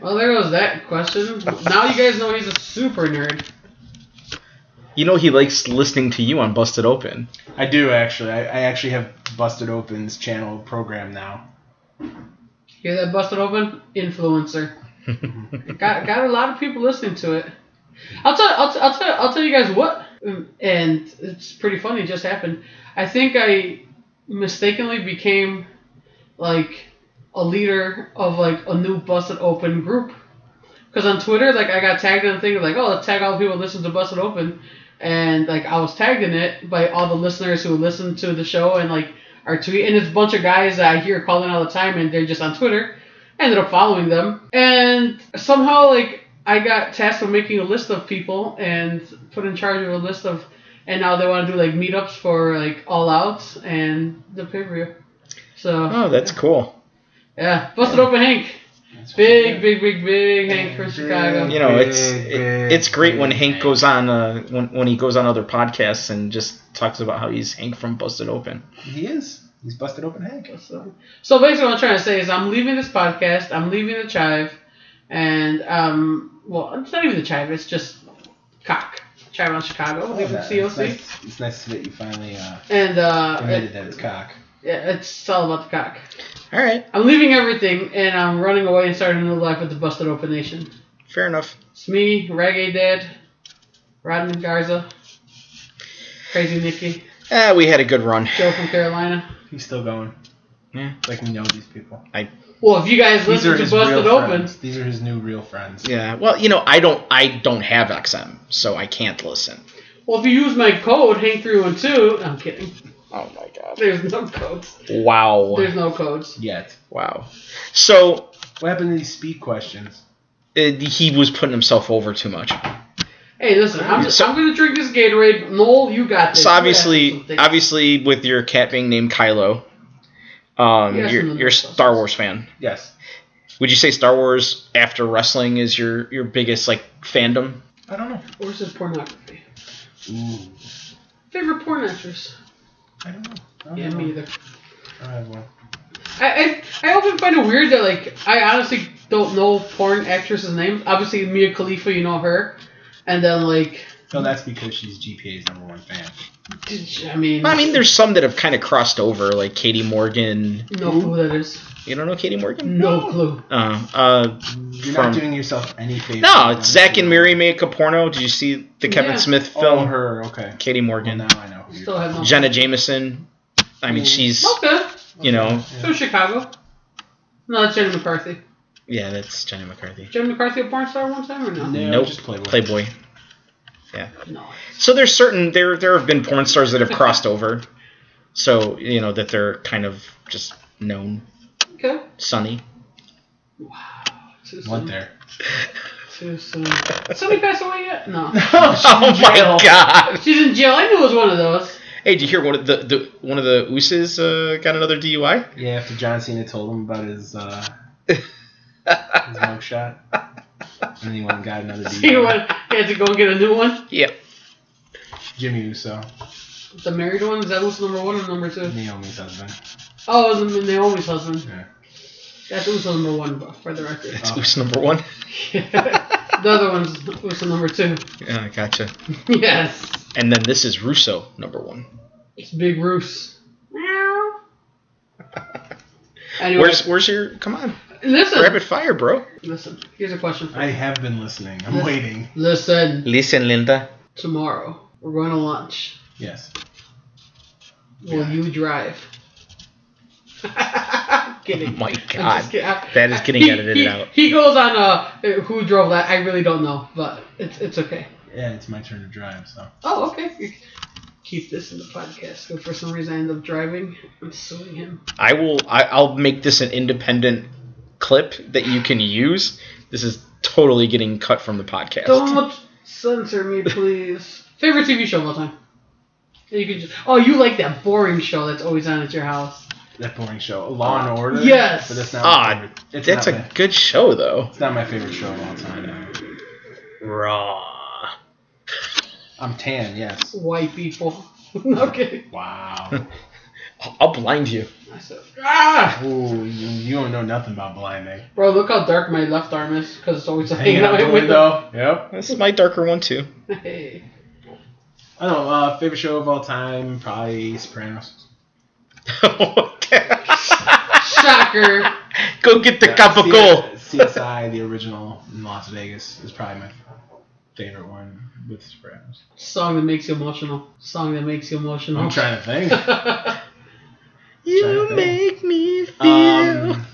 Speaker 2: Well, there goes that question. Now you guys know he's a super nerd.
Speaker 4: You know he likes listening to you on Busted Open.
Speaker 3: I do actually. I, I actually have Busted Open's channel program now.
Speaker 2: Hear that busted open? Influencer. got got a lot of people listening to it. I'll tell I'll, t- I'll tell I'll tell you guys what, um, and it's pretty funny. It just happened. I think I mistakenly became like a leader of like a new busted open group. Cause on Twitter, like I got tagged in a thing like, oh, let's tag all the people who listen to Busted Open, and like I was tagged in it by all the listeners who listen to the show and like our tweet, and it's a bunch of guys that I hear calling all the time, and they're just on Twitter. I ended up following them, and somehow like I got tasked with making a list of people and put in charge of a list of, and now they want to do like meetups for like all outs and the pay per view. So
Speaker 4: Oh, that's cool.
Speaker 2: yeah, busted open Hank.
Speaker 3: That's
Speaker 2: Big,
Speaker 3: what-
Speaker 2: big, big, big Hank for
Speaker 3: Big.
Speaker 2: Chicago.
Speaker 4: You know it's
Speaker 3: Big,
Speaker 4: it,
Speaker 3: big,
Speaker 4: it's great when
Speaker 3: big.
Speaker 4: Hank goes on uh, when when he goes on other podcasts and just talks about how he's Hank from Busted Open.
Speaker 3: He is. He's Busted Open Hank.
Speaker 2: So, so basically, what I'm trying to say is, I'm leaving this podcast. I'm leaving the chive, and um, well, it's not even the chive. It's just cock. Chive on Chicago.
Speaker 3: I love
Speaker 2: leaving
Speaker 3: that. It's
Speaker 2: COC,
Speaker 3: nice, it's nice that you finally uh,
Speaker 2: and uh,
Speaker 3: admitted
Speaker 2: it,
Speaker 3: that it's cock.
Speaker 2: yeah, it's all about the cock.
Speaker 4: All right,
Speaker 2: I'm leaving everything, and I'm running away and starting a new life with the busted open nation.
Speaker 4: fair enough.
Speaker 2: It's me, Reggae Dad, Rodman Garza. Crazy Nikki,
Speaker 4: Eh, we had a good run.
Speaker 2: Joe from Carolina.
Speaker 3: He's still going.
Speaker 4: Yeah.
Speaker 3: Like we know these people.
Speaker 2: Well, if you guys
Speaker 3: These
Speaker 2: listen
Speaker 3: are
Speaker 2: to
Speaker 3: his
Speaker 2: Busted
Speaker 3: real
Speaker 2: Open,
Speaker 3: friends. These are his new real friends.
Speaker 4: Yeah. Well, you know, I don't I don't have XM, so I can't listen.
Speaker 2: well, if you use my code Hank312, no, I'm kidding.
Speaker 4: Oh my god.
Speaker 2: There's no codes.
Speaker 4: Wow.
Speaker 2: There's no codes.
Speaker 3: Yet.
Speaker 4: Wow. So
Speaker 3: What happened to these speed questions?
Speaker 4: uh, he was putting himself over too much.
Speaker 2: Hey, listen, I'm just,
Speaker 4: So-
Speaker 2: I'm gonna drink this Gatorade. Noel, you got this.
Speaker 4: So
Speaker 2: You
Speaker 4: obviously,
Speaker 2: asked me something.
Speaker 4: obviously, with your cat being named Kylo, um,
Speaker 2: Yes,
Speaker 4: you're
Speaker 2: and the
Speaker 4: you're a
Speaker 2: Ghostbusters.
Speaker 4: Star Wars fan.
Speaker 3: Yes.
Speaker 4: Would you say Star Wars after wrestling is your your biggest like fandom?
Speaker 3: I don't know.
Speaker 2: Or is this pornography?
Speaker 3: Ooh.
Speaker 2: Favorite porn actress?
Speaker 3: I don't know. I don't
Speaker 2: Yeah,
Speaker 3: know.
Speaker 2: me either.
Speaker 3: I don't have one.
Speaker 2: I, I I often find it weird that like I honestly don't know porn actresses' names. Obviously, Mia Khalifa, you know her, and then like
Speaker 3: No, that's because she's GPA's number one fan.
Speaker 2: I mean,
Speaker 4: I mean, there's some that have kind of crossed over, like Katie Morgan.
Speaker 2: no clue who that is.
Speaker 4: You don't know Katie Morgan?
Speaker 2: No clue.
Speaker 4: Uh, uh,
Speaker 3: You're
Speaker 4: From-
Speaker 3: not doing yourself any favor.
Speaker 4: no, it's Zach and Mary make a porno. Did you see the Kevin
Speaker 2: Yeah.
Speaker 4: Smith
Speaker 3: Film
Speaker 4: film?
Speaker 3: oh, her. Oh, Okay.
Speaker 4: Katie
Speaker 3: Well,
Speaker 4: Morgan,
Speaker 3: now I know who
Speaker 2: Still have no.
Speaker 4: Jenna Jameson. I mean,
Speaker 3: Mm.
Speaker 4: she's
Speaker 2: Okay.
Speaker 4: you know,
Speaker 2: So Chicago. No, that's Jenna McCarthy.
Speaker 4: yeah, that's Jenna McCarthy,
Speaker 2: Jenna McCarthy a porn star one time or no?
Speaker 3: No,
Speaker 4: Nope.
Speaker 3: just Playboy.
Speaker 4: Playboy.
Speaker 2: No.
Speaker 4: So there's certain there there have been porn stars that have crossed over, so you know that they're kind of just known.
Speaker 2: Okay.
Speaker 4: Sunny.
Speaker 2: Wow. Too
Speaker 3: Went
Speaker 2: soon.
Speaker 3: there.
Speaker 2: Too soon. Somebody passed away yet? No.
Speaker 4: Oh my god!
Speaker 2: She's in jail. I knew it was one of those.
Speaker 4: Hey, did you hear one of the, the one of the ooses uh, got another DUI?
Speaker 3: Yeah, after John Cena told him about his uh, his mugshot, and then he went and got another
Speaker 2: So you
Speaker 3: DUI.
Speaker 2: went, you had to go get a new one.
Speaker 4: Yep.
Speaker 3: Jimmy Uso,
Speaker 2: The married one. Is that who's number one or number two?
Speaker 3: Naomi's husband.
Speaker 2: Oh, it was Naomi's husband.
Speaker 3: Yeah.
Speaker 2: That's Uso number one, but for the record.
Speaker 4: That's
Speaker 3: Oh.
Speaker 4: oos number one.
Speaker 2: the other one's Uso number two.
Speaker 4: Yeah, gotcha.
Speaker 2: Yes.
Speaker 4: And then this is Russo number one.
Speaker 2: It's Big Roos. Meow. Anyway,
Speaker 4: Where's where's your come on
Speaker 2: listen.
Speaker 4: rapid fire, bro?
Speaker 2: Listen. Here's a question for you.
Speaker 3: I have been listening. I'm
Speaker 2: Yes.
Speaker 3: waiting.
Speaker 2: Listen,
Speaker 4: Listen, Linda.
Speaker 2: tomorrow we're going to lunch.
Speaker 3: Yes.
Speaker 2: Will
Speaker 3: Yeah.
Speaker 2: you drive? I'm
Speaker 4: Oh
Speaker 2: kidding.
Speaker 4: my
Speaker 2: I'm just
Speaker 4: god.
Speaker 2: kidding. I-
Speaker 4: That is getting
Speaker 2: he,
Speaker 4: edited
Speaker 2: he-
Speaker 4: out.
Speaker 2: He goes on uh, who drove that. I really don't know, but it's it's okay.
Speaker 3: Yeah, it's my turn to drive. So
Speaker 2: Oh, okay. Keep this in the podcast. But for some reason, I end up driving. I'm suing him.
Speaker 4: I will. I, I'll make this an independent clip that you can use. This is totally getting cut from the podcast.
Speaker 2: Don't censor me, please. Favorite TV show of all time. You could just, oh, you like that boring show that's always on at your house.
Speaker 3: that boring show, Law and Order.
Speaker 2: Yes.
Speaker 3: But that's not.
Speaker 4: Ah,
Speaker 3: my favorite. It's
Speaker 4: That's
Speaker 3: not
Speaker 4: a
Speaker 3: my,
Speaker 4: good show, though.
Speaker 3: It's not my favorite show of all time.
Speaker 4: Raw.
Speaker 3: I'm tan. Yes.
Speaker 2: White people. okay.
Speaker 3: Wow.
Speaker 4: I'll blind you.
Speaker 2: I said, ah!
Speaker 3: Ooh, you, you don't know nothing about blinding.
Speaker 2: Bro, look how dark my left arm is because it's always hanging,
Speaker 3: Hanging out the window. Yep.
Speaker 4: This is my darker one too.
Speaker 2: Hey.
Speaker 3: I don't know. Uh, favorite show of all time, probably Sopranos.
Speaker 2: Shocker.
Speaker 4: Go get the
Speaker 3: Yeah,
Speaker 4: cup of
Speaker 3: C-
Speaker 4: gold.
Speaker 3: CSI, the original in Las Vegas, is probably my favorite one with Sopranos.
Speaker 2: Song that makes you emotional. Song that makes you emotional.
Speaker 3: I'm trying to think.
Speaker 4: You make me feel.
Speaker 3: Um,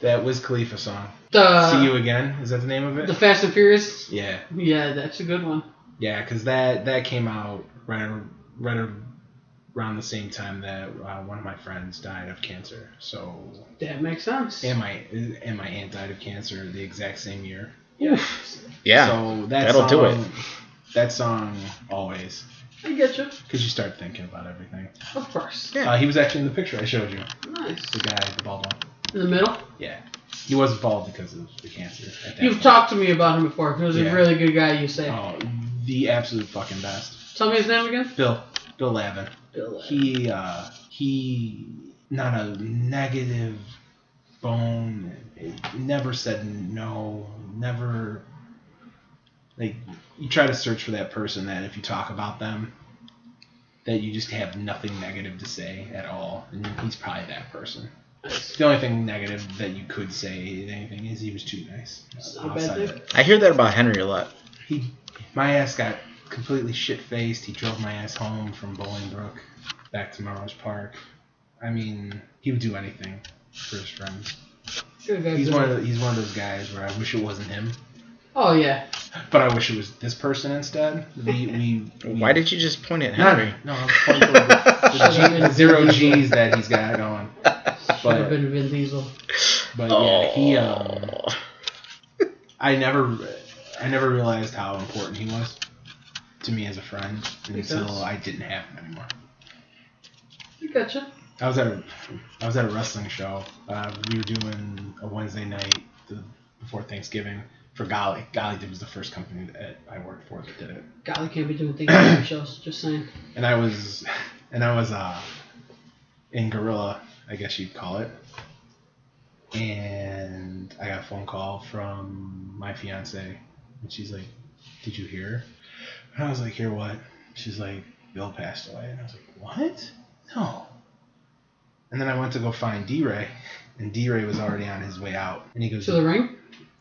Speaker 3: that Wiz Khalifa song.
Speaker 4: Uh,
Speaker 2: the,
Speaker 3: See you again. Is that the name of
Speaker 2: the
Speaker 3: it?
Speaker 2: Fast and Furious.
Speaker 3: Yeah,
Speaker 2: Yeah, that's a good one.
Speaker 3: yeah, because that that came out right ar- right ar- around the same time that uh, one of my friends died of cancer. So
Speaker 2: That makes sense.
Speaker 3: and my and my aunt died of cancer the exact same year.
Speaker 2: Oof.
Speaker 4: yeah.
Speaker 3: So that
Speaker 4: that'll do it.
Speaker 3: song- That song always,
Speaker 2: I get you.
Speaker 3: because you start thinking about everything.
Speaker 2: Of course.
Speaker 4: Yeah.
Speaker 3: Uh, he was actually in the picture I showed you.
Speaker 2: Nice.
Speaker 3: The guy, the bald one.
Speaker 2: In the middle.
Speaker 3: Yeah. He was bald because of the cancer. At that
Speaker 2: You've
Speaker 3: point.
Speaker 2: talked to me about him before. He was
Speaker 3: Yeah.
Speaker 2: a really good guy, you say.
Speaker 3: Oh, the absolute fucking best.
Speaker 2: Tell me his name again.
Speaker 3: Bill. Bill Lavin.
Speaker 2: Bill.
Speaker 3: He, uh, he, not a negative bone. Never said no. Never. Like, you try to search for that person that if you talk about them, that you just have nothing negative to say at all. And he's probably that person.
Speaker 2: Nice.
Speaker 3: The only thing negative that you could say anything is he was too nice.
Speaker 2: It's not a bad
Speaker 3: Outside
Speaker 2: thing.
Speaker 3: of that,
Speaker 4: I hear that about Henry a lot.
Speaker 3: he, my ass got completely shit faced. He drove my ass home from Bolingbrook back to Melrose Park. I mean, he would do anything for his friends.
Speaker 2: Good guy,
Speaker 3: He's
Speaker 2: good
Speaker 3: one
Speaker 2: guy.
Speaker 3: of the, he's one of those guys where I wish it wasn't him,
Speaker 2: Oh yeah.
Speaker 3: but I wish it was this person instead. We, we, we
Speaker 4: Why did you just point at
Speaker 3: not
Speaker 4: Henry?
Speaker 3: no I was pointing toward the, the, G, the zero G's that he's got going.
Speaker 2: Should have
Speaker 3: But
Speaker 2: been Vin Diesel.
Speaker 3: But yeah, he
Speaker 4: Oh.
Speaker 3: um, I never, I never realized how important he was to me as a friend until
Speaker 2: sense.
Speaker 3: I didn't have him anymore.
Speaker 2: I gotcha.
Speaker 3: I was at a, I was at a wrestling show. Uh, we were doing a Wednesday night the, before Thanksgiving for Golly. Golly did was the first company that I worked for that did it,
Speaker 2: Golly can't be doing things like shows. Just saying.
Speaker 3: and I was, and I was uh, in Gorilla, I guess you'd call it. And I got a phone call from my fiance, and she's like, "Did you hear?" And I was like, "Hear what?" She's like, "Bill passed away," and I was like, "What? No." And then I went to go find D-Ray, and D-Ray was already on his way out, and he goes
Speaker 2: To the ring.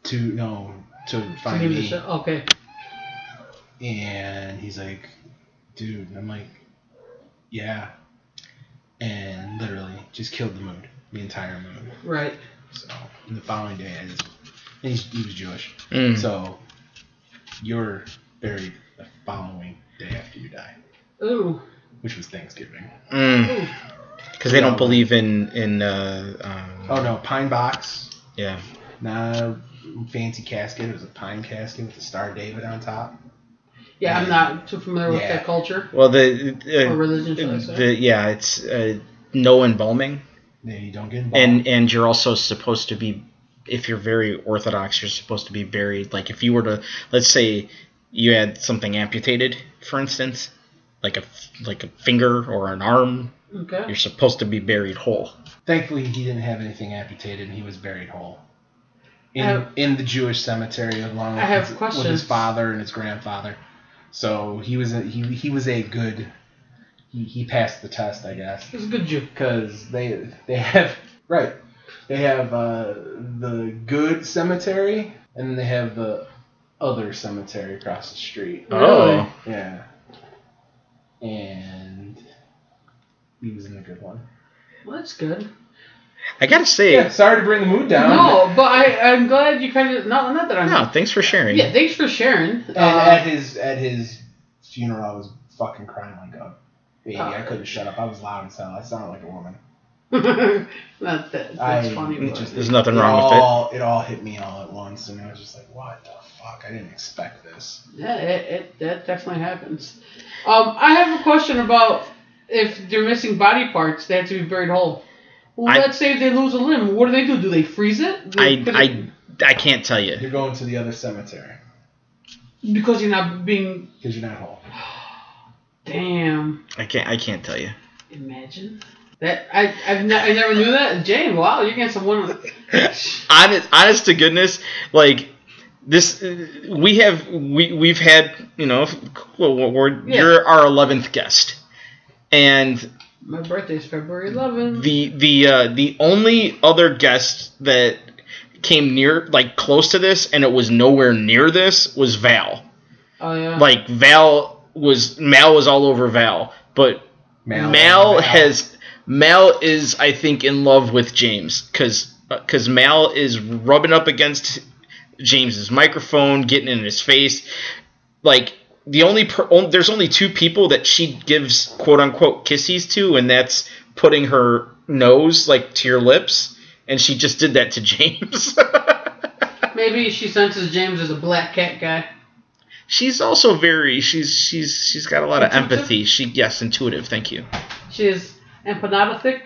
Speaker 3: to no to
Speaker 2: To
Speaker 3: find
Speaker 2: name the
Speaker 3: me,
Speaker 2: show. Okay.
Speaker 3: and he's like, "Dude," and I'm like, "Yeah," and literally just killed the mood, the entire mood.
Speaker 2: Right.
Speaker 3: So and the following day, I just and he's, he was Jewish,
Speaker 4: Mm.
Speaker 3: so you're buried the following day after you die,
Speaker 2: Ooh.
Speaker 3: which was Thanksgiving.
Speaker 4: Mm.
Speaker 2: Ooh.
Speaker 4: Because they don't believe in in uh, um,
Speaker 3: Oh no, pine box,
Speaker 4: yeah.
Speaker 3: not a fancy casket. It was a pine casket with the star David on top.
Speaker 2: Yeah, I'm not too familiar with
Speaker 3: Yeah.
Speaker 2: that culture
Speaker 4: Well, the uh,
Speaker 2: or religion. Should I say.
Speaker 4: the yeah, it's uh, no embalming,
Speaker 3: Now you don't get involved.
Speaker 4: and and you're also supposed to be, if you're very orthodox, you're supposed to be buried. Like if you were to, let's say, you had something amputated, for instance, like a f- like a finger or an arm,
Speaker 2: okay.
Speaker 4: you're supposed to be buried whole.
Speaker 3: Thankfully, he didn't have anything amputated, and he was buried whole. In,
Speaker 2: have-
Speaker 3: in the Jewish cemetery, along
Speaker 2: I have
Speaker 3: with, his, with
Speaker 2: questions.
Speaker 3: his father and his grandfather, so he was a, he he was a good he, he passed the test, I guess,
Speaker 2: It's a good Jew.
Speaker 3: because they they have right they have uh, the good cemetery and then they have the other cemetery across the street.
Speaker 2: Really?
Speaker 3: Yeah, and he was in the good one.
Speaker 2: Well, that's good.
Speaker 4: I gotta say,
Speaker 3: Yeah, sorry to bring the mood down.
Speaker 2: No, but I, I'm glad you kind of. Not, not that I'm.
Speaker 4: no, thanks for sharing.
Speaker 2: Yeah, thanks for sharing.
Speaker 3: And
Speaker 2: Uh,
Speaker 3: at his at his funeral, I was fucking crying like a baby.
Speaker 2: Uh.
Speaker 3: I couldn't shut up. I was loud as hell. I sounded like a woman.
Speaker 2: not that, that's
Speaker 3: I,
Speaker 2: funny.
Speaker 3: it
Speaker 2: But,
Speaker 3: just-
Speaker 4: There's nothing
Speaker 3: it
Speaker 4: wrong with it.
Speaker 3: all, with it. It all hit me all at once, and I was just like, "What the fuck? I didn't expect this."
Speaker 2: yeah, it, it, that definitely happens. Um, I have a question about if they're missing body parts, they have to be buried whole. Well,
Speaker 4: I-
Speaker 2: let's say they lose a limb. What do they do? Do they freeze it? Do they
Speaker 4: I
Speaker 2: put it-
Speaker 4: I I can't tell you.
Speaker 3: You're going to the other cemetery
Speaker 2: because you're not being.
Speaker 3: because you're not whole.
Speaker 2: Damn.
Speaker 4: I can't I can't tell you.
Speaker 2: Imagine. That I I've ne- I never knew that. Jane, wow, you're getting someone.
Speaker 4: honest, honest to goodness, like this, uh, we have we we've had you know, f- well, we're, we're-
Speaker 2: Yeah.
Speaker 4: you're our eleventh guest, and
Speaker 2: My birthday's February 11th.
Speaker 4: the the uh, the only other guest that came near like close to this and it was nowhere near this was Val.
Speaker 2: Oh yeah.
Speaker 4: Like Val was Mal was all over Val, but Mal, has Mal is I think in love with James because because Mal is rubbing up against James's microphone, getting in his face. Like the only per, on, there's only two people that she gives quote unquote kisses to, and that's putting her nose like to your lips, and she just did that to James.
Speaker 2: Maybe she senses James is a black cat guy.
Speaker 4: she's also very she's she's she's got a lot of
Speaker 2: Intuitive?
Speaker 4: empathy. She yes, intuitive. Thank you.
Speaker 2: She is empanada thick.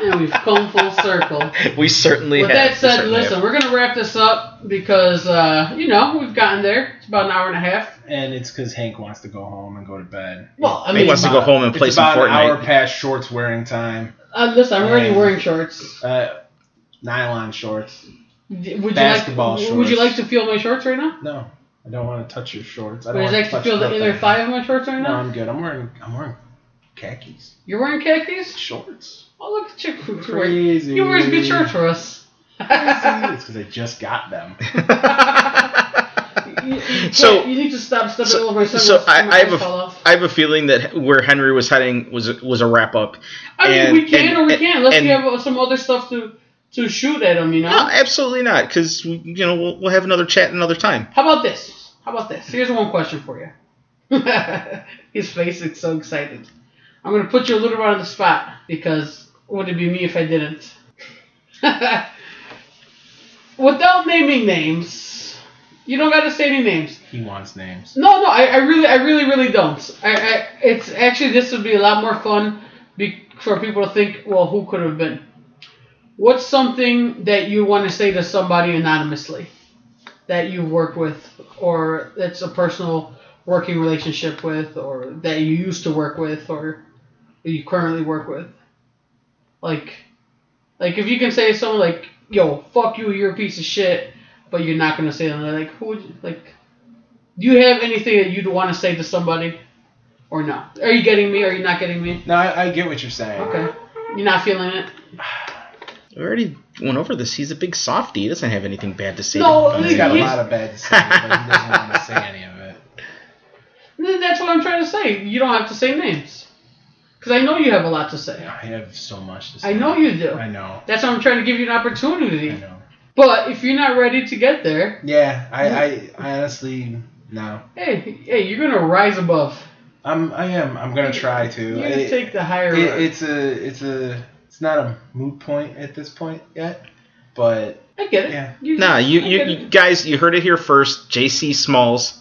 Speaker 2: and we've come full circle.
Speaker 4: We certainly
Speaker 2: With
Speaker 4: have.
Speaker 2: that
Speaker 4: We
Speaker 2: said,
Speaker 4: certainly have.
Speaker 2: listen, we're gonna wrap this up because uh, you know we've gotten there. It's about an hour and a half.
Speaker 3: and it's because Hank wants to go home and go to bed.
Speaker 2: Well, I
Speaker 4: He
Speaker 2: mean,
Speaker 4: wants to go
Speaker 2: about-
Speaker 4: home and play
Speaker 3: it's
Speaker 4: some
Speaker 3: about an hour
Speaker 4: Fortnite.
Speaker 3: past shorts wearing time.
Speaker 2: Uh, listen, I'm already
Speaker 3: Yeah.
Speaker 2: wearing shorts.
Speaker 3: Uh, nylon shorts.
Speaker 2: D- Would
Speaker 3: Basketball
Speaker 2: you like, Would you like
Speaker 3: shorts.
Speaker 2: to feel my shorts right now?
Speaker 3: No, I don't want to touch your shorts. I
Speaker 2: Would you
Speaker 3: don't want
Speaker 2: like
Speaker 3: to
Speaker 2: to
Speaker 3: touch
Speaker 2: feel the
Speaker 3: nothing.
Speaker 2: inner thigh of my shorts right
Speaker 3: No,
Speaker 2: now?
Speaker 3: I'm good. I'm wearing I'm wearing khakis
Speaker 2: You're wearing khakis?
Speaker 3: shorts.
Speaker 2: Oh, look at you.
Speaker 3: Crazy.
Speaker 2: You wear good shorts for us.
Speaker 3: Crazy. it's because I just got them.
Speaker 2: You- you
Speaker 4: So-
Speaker 2: can't- you need to stop stepping
Speaker 4: so-
Speaker 2: over my son.
Speaker 4: so I, I have a,
Speaker 2: fall off.
Speaker 4: I have a feeling that where Henry was heading was was a wrap up.
Speaker 2: I mean,
Speaker 4: and-
Speaker 2: we can
Speaker 4: and-
Speaker 2: or we can. Unless
Speaker 4: and-
Speaker 2: we have uh, some other stuff to to shoot at him, you know.
Speaker 4: No, Uh, absolutely not, because you know we'll, we'll have another chat another time.
Speaker 2: How about this? How about this? Here's one question for you. His face is so excited. I'm gonna put you a little bit on the spot because would it be me if I didn't? Without naming names, you don't gotta say any names.
Speaker 3: He wants names.
Speaker 2: No, no, I, I really, I really, really don't. I, I, it's actually this would be a lot more fun be, for people to think. Well, who could have been? What's something that you want to say to somebody anonymously that you work with, or that's a personal working relationship with, or that you used to work with, or that you currently work with? Like, like if you can say to someone like, "Yo, fuck you, you're a piece of shit," but you're not gonna say that. Like, who would you, like? Do you have anything that you'd want to say to somebody? Or no? Are you getting me? Are you not getting me?
Speaker 3: No, I, I get what you're saying.
Speaker 2: Okay. You're not feeling it?
Speaker 4: We already went over this. He's a big softie. He doesn't have anything bad to say.
Speaker 2: No,
Speaker 4: about
Speaker 2: I
Speaker 3: But
Speaker 2: mean,
Speaker 3: he's got a
Speaker 2: he's-
Speaker 3: lot of bad to say, but he doesn't want to say any of it.
Speaker 2: Th- That's what I'm trying to say. You don't have to say names. Because I know you have a lot to say.
Speaker 3: I have so much to say.
Speaker 2: I know you do.
Speaker 3: I know.
Speaker 2: That's why I'm trying to give you an
Speaker 3: I
Speaker 2: opportunity.
Speaker 3: know.
Speaker 2: But if you're not ready to get there,
Speaker 3: Yeah, I, I, I honestly no.
Speaker 2: hey, hey, you're going to rise above.
Speaker 3: I'm I am. I'm gonna try to.
Speaker 2: You're going to
Speaker 3: It-
Speaker 2: take the higher
Speaker 3: it,
Speaker 2: road.
Speaker 3: it's a it's a it's not a moot point at this point yet, but
Speaker 2: I get it.
Speaker 3: yeah.
Speaker 2: You-
Speaker 4: Nah, you,
Speaker 2: I
Speaker 4: you,
Speaker 2: get
Speaker 4: you
Speaker 2: it.
Speaker 4: guys, you heard it here first. J.C. Smalls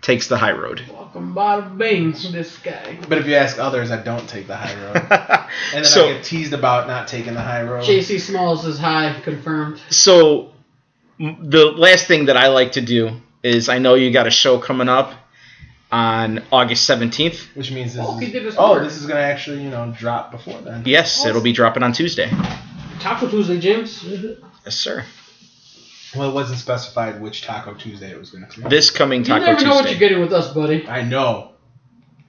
Speaker 4: takes the high road.
Speaker 2: Welcome, bada bing, this guy.
Speaker 3: but if you ask others, I don't take the high road, and then
Speaker 4: so,
Speaker 3: I get teased about not taking the high road.
Speaker 2: JC Smalls is high, confirmed.
Speaker 4: so m- the last thing that I like to do is I know you got a show coming up on August 17th.
Speaker 3: Which means this
Speaker 2: Oh, he did
Speaker 3: is
Speaker 2: his
Speaker 3: oh,
Speaker 2: work.
Speaker 3: this is gonna actually you know drop before then.
Speaker 4: Yes, it'll be dropping on Tuesday.
Speaker 2: Taco Tuesday, James.
Speaker 4: Yes, sir.
Speaker 3: Well, it wasn't specified which Taco Tuesday it was gonna come. out.
Speaker 4: This coming
Speaker 2: You
Speaker 4: Taco
Speaker 2: never
Speaker 4: Tuesday.
Speaker 2: know what you're getting with us, buddy.
Speaker 3: I know.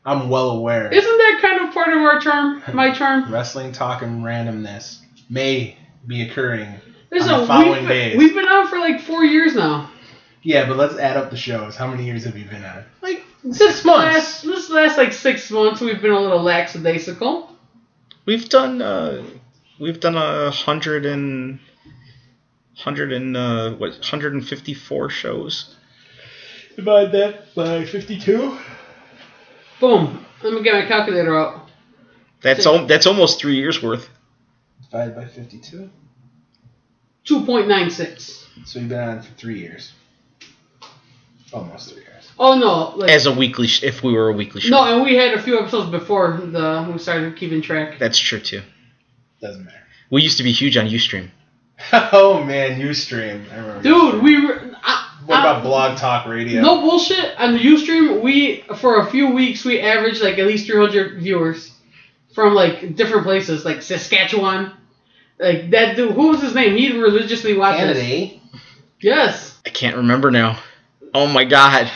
Speaker 3: I'm well aware.
Speaker 2: Isn't that kind of part of our charm? My charm?
Speaker 3: Wrestling talk and randomness may be occurring.
Speaker 2: Listen,
Speaker 3: On the following
Speaker 2: we've,
Speaker 3: days.
Speaker 2: we've been on for like four years now.
Speaker 3: Yeah, but let's add up the shows. How many years have you been on?
Speaker 2: Like
Speaker 3: Six
Speaker 2: last, this last like six months, we've been a little lackadaisical.
Speaker 4: We've done uh, we've done a hundred and hundred and uh, what hundred and fifty four shows.
Speaker 3: Divide that by 52.
Speaker 2: Boom. Let me get my calculator out.
Speaker 4: That's al- that's almost three years worth.
Speaker 3: Divided by 52.
Speaker 2: Two point nine six.
Speaker 3: So you've been on for three years. Almost three years.
Speaker 2: Oh no, like
Speaker 4: As a weekly, sh- if we were a weekly show,
Speaker 2: no, and we had a few episodes before the we started keeping track.
Speaker 4: that's true too.
Speaker 3: Doesn't matter.
Speaker 4: We used to be huge on UStream.
Speaker 3: oh man, Ustream. I remember.
Speaker 2: Dude, we were. I,
Speaker 3: What about
Speaker 2: I-
Speaker 3: Blog Talk Radio?
Speaker 2: Um, No bullshit. On the UStream, we for a few weeks we averaged like at least 300 viewers from like different places, like Saskatchewan. Like that dude, who was his name? He religiously watched. us. Yes.
Speaker 4: I can't remember now. Oh my god!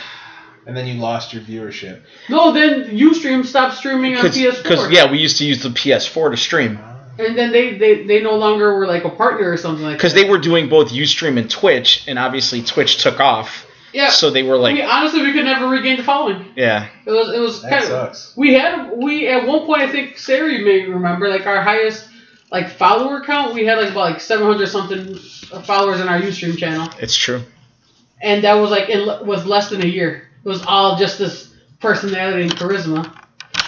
Speaker 3: And then you lost your viewership.
Speaker 2: No, then UStream stopped streaming on PS4.
Speaker 4: Because yeah, we used to use the PS4 to stream
Speaker 2: And then they, they they no longer were like a partner or something like.
Speaker 4: because
Speaker 2: that.
Speaker 4: they were doing both UStream and Twitch, and obviously Twitch took off.
Speaker 2: yeah.
Speaker 4: So they were
Speaker 2: we
Speaker 4: like,
Speaker 2: honestly we could never regain the following.
Speaker 4: yeah,
Speaker 2: It was it was
Speaker 3: That
Speaker 2: kind of
Speaker 3: sucks.
Speaker 2: We had we at one point I think Sari may remember like our highest like follower count we had like about like 700 something followers on our UStream channel
Speaker 4: it's true.
Speaker 2: and that was like it le- was less than a year it was all just this personality and charisma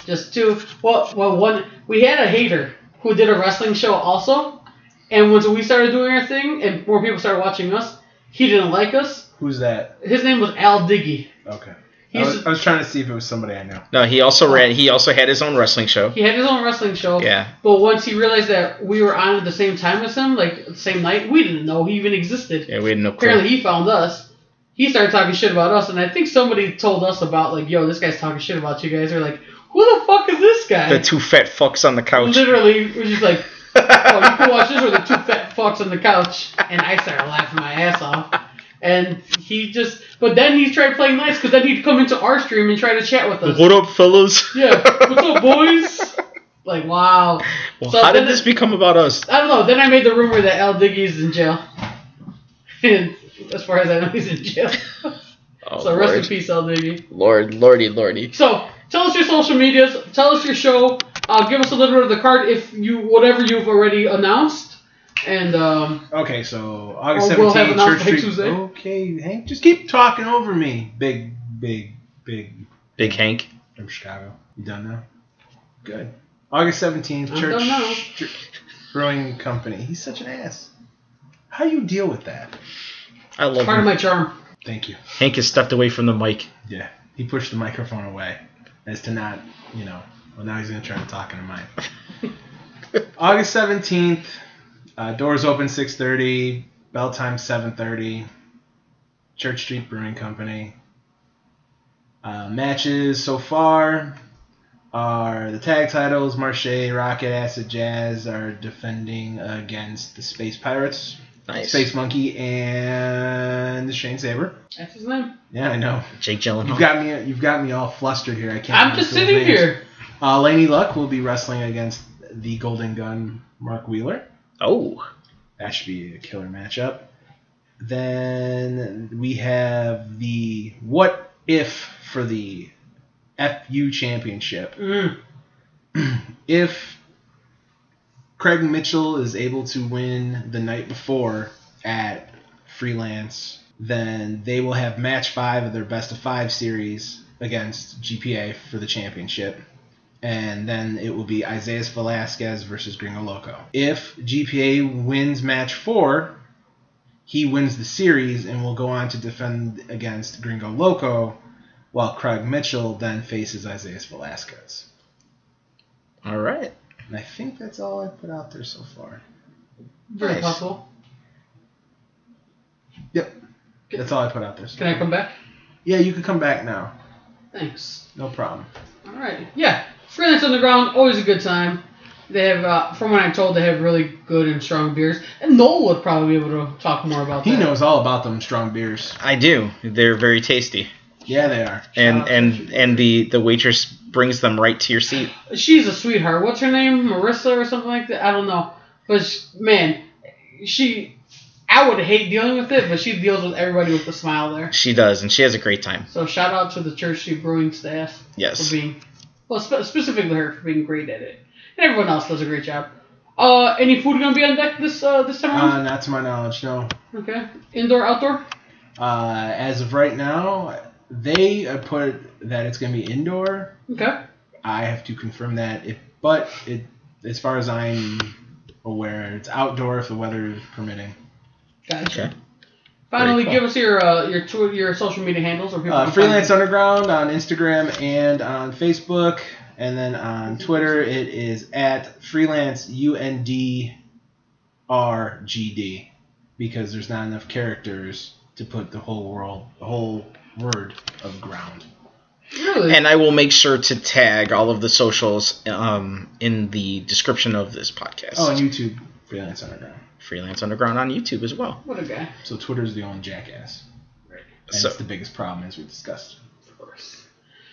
Speaker 2: just two well well one we had a hater who did a wrestling show also and once we started doing our thing and more people started watching us he didn't like us
Speaker 3: Who's that?
Speaker 2: his name was Al Diggy
Speaker 3: Okay. I
Speaker 2: He's-
Speaker 3: was, I was trying to see if it was somebody I know.
Speaker 4: No, he also ran. He also had his own wrestling show.
Speaker 2: Oh. he had his own wrestling show
Speaker 4: Yeah.
Speaker 2: But once he realized that we were on at the same time as him, like the same night, we didn't know he even existed.
Speaker 4: Yeah, we had no clue.
Speaker 2: Apparently, he found us. He started talking shit about us, and I think somebody told us about like, "Yo, this guy's talking shit about you guys." We're like, "Who the fuck is this guy?"
Speaker 4: The two fat fucks on the couch.
Speaker 2: Literally, we're just like, "Oh, you can watch this with the two fat fucks on the couch," and I started laughing my ass off. And he just, but then he tried playing nice because then he'd come into our stream and try to chat with us.
Speaker 4: What up, fellas?
Speaker 2: Yeah, what's up, boys? Like, wow.
Speaker 4: Well,
Speaker 2: So
Speaker 4: how
Speaker 2: then
Speaker 4: did this
Speaker 2: it-
Speaker 4: become about us?
Speaker 2: I don't know. Then I made the rumor that Al Diggy's in jail. And as far as I know, he's in jail.
Speaker 5: Oh,
Speaker 2: so rest
Speaker 5: Lord.
Speaker 2: in peace, El Diggy.
Speaker 5: Lord, lordy, lordy.
Speaker 2: So tell us your social medias. Tell us your show. Uh, give us a little bit of the card if you whatever you've already announced. And um,
Speaker 3: Okay, so August
Speaker 2: Oh, we'll have
Speaker 3: 17th,
Speaker 2: an
Speaker 3: Church
Speaker 2: Hank
Speaker 3: Street.
Speaker 2: Tuesday.
Speaker 3: Okay, Hank, just keep talking over me. Big, big, big
Speaker 4: Big Hank.
Speaker 3: from Chicago. You done now? Good. August 17th,
Speaker 2: I'm
Speaker 3: Church
Speaker 2: done now.
Speaker 3: Street Brewing Company. He's such an ass. How do you deal with that?
Speaker 4: I love
Speaker 2: part of
Speaker 4: him.
Speaker 2: my charm.
Speaker 3: Thank you.
Speaker 4: Hank has stepped away from the mic.
Speaker 3: Yeah, he pushed the microphone away as to not, you know. Well, now he's gonna try to talk into mine. August seventeenth, uh, doors open six thirty, bell time seven thirty. Church Street Brewing Company. Uh, matches so far are the tag titles Marche, Rocket, Acid Jazz are defending against the Space Pirates,
Speaker 4: Nice.
Speaker 3: Space Monkey, and the Shane Saber.
Speaker 2: That's his name.
Speaker 3: Yeah, I know.
Speaker 4: Jake Gyllenhaal.
Speaker 3: You've got me. You've got me all flustered here. I can't.
Speaker 2: I'm
Speaker 3: remember
Speaker 2: just
Speaker 3: people's
Speaker 2: sitting
Speaker 3: names.
Speaker 2: here.
Speaker 3: Uh, Laney Luck will be wrestling against the Golden Gun, Mark Wheeler.
Speaker 4: oh,
Speaker 3: That should be a killer matchup. Then we have the What If for the FU Championship.
Speaker 2: Mm.
Speaker 3: If Craig Mitchell is able to win the night before at Freelance, then they will have match five of their best of five series against GPA for the championship. And then it will be Isaias Velasquez versus Gringo Loco. If GPA wins match four, he wins the series and will go on to defend against Gringo Loco, while Craig Mitchell then faces Isaias Velasquez.
Speaker 4: all right.
Speaker 3: And I think that's all I put out there so far.
Speaker 2: Very
Speaker 3: Nice.
Speaker 2: possible.
Speaker 3: Yep. That's all I put out there. so
Speaker 2: Can I
Speaker 3: far.
Speaker 2: come back?
Speaker 3: Yeah, you can come back now.
Speaker 2: Thanks.
Speaker 3: No problem.
Speaker 2: All right. Yeah. Freelance Underground, always a good time. They have, uh, from what I'm told, they have really good and strong beers. And Noel would probably be able to talk more about
Speaker 3: He
Speaker 2: that.
Speaker 3: knows all about them strong beers.
Speaker 4: I do. They're very tasty,
Speaker 3: Yeah, they are.
Speaker 4: and and and the the waitress brings them right to your seat.
Speaker 2: She's a sweetheart. What's her name? Marissa or something like that? I don't know. But, sh man, she. I would hate dealing with it, but she deals with everybody with a smile there.
Speaker 4: She does, and she has a great time.
Speaker 2: So shout out to the Church Street Brewing staff
Speaker 4: Yes.
Speaker 2: for being, well, spe- specifically her for being great at it, and everyone else does a great job. Uh, any food gonna be on deck this uh this time
Speaker 3: Uh,
Speaker 2: around?
Speaker 3: not to my knowledge, no.
Speaker 2: okay, indoor, outdoor.
Speaker 3: Uh, as of right now, they uh, put that it's going to be indoor.
Speaker 2: Okay,
Speaker 3: I have to confirm that. If, but it, as far as I'm aware, it's outdoor if the weather is permitting.
Speaker 2: gotcha.
Speaker 4: Okay.
Speaker 2: Finally,
Speaker 4: cool.
Speaker 2: give us your uh your tw- your social media handles or people.
Speaker 3: Uh,
Speaker 2: can
Speaker 3: Freelance
Speaker 2: find
Speaker 3: Underground on Instagram and on Facebook, and then on Twitter it is at Freelance UNDRGD because there's not enough characters to put the whole world, the whole word of ground.
Speaker 2: you. Really?
Speaker 4: And I will make sure to tag all of the socials um, in the description of this podcast.
Speaker 3: Oh, and YouTube Freelance Underground.
Speaker 4: Freelance Underground on YouTube as well.
Speaker 2: what a guy.
Speaker 3: So Twitter's the only jackass, and
Speaker 4: So-
Speaker 3: it's the biggest problem as we discussed.
Speaker 2: Of course.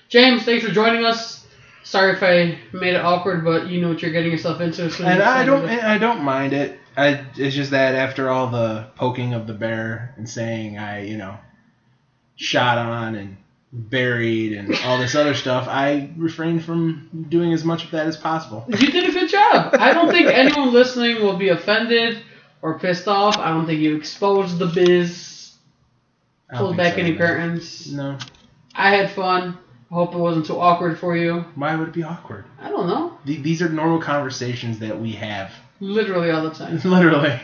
Speaker 2: James, thanks for joining us. Sorry if I made it awkward, but you know what you're getting yourself into. as soon
Speaker 3: And
Speaker 2: as you
Speaker 3: I
Speaker 2: sign
Speaker 3: don't,
Speaker 2: up.
Speaker 3: and I don't mind it. I, it's just that after all the poking of the bear and saying I, you know, shot on and buried and all this other stuff, I refrain from doing as much of that as possible.
Speaker 2: You did a good job. I don't think anyone listening will be offended or pissed off. I don't think you exposed the biz,
Speaker 3: I don't
Speaker 2: pulled
Speaker 3: think
Speaker 2: back
Speaker 3: so,
Speaker 2: any
Speaker 3: no.
Speaker 2: curtains.
Speaker 3: No.
Speaker 2: I had fun. I hope it wasn't too awkward for you.
Speaker 3: Why would it be awkward?
Speaker 2: I don't know.
Speaker 3: Th- These are normal conversations that we have.
Speaker 2: Literally all the time.
Speaker 3: Literally.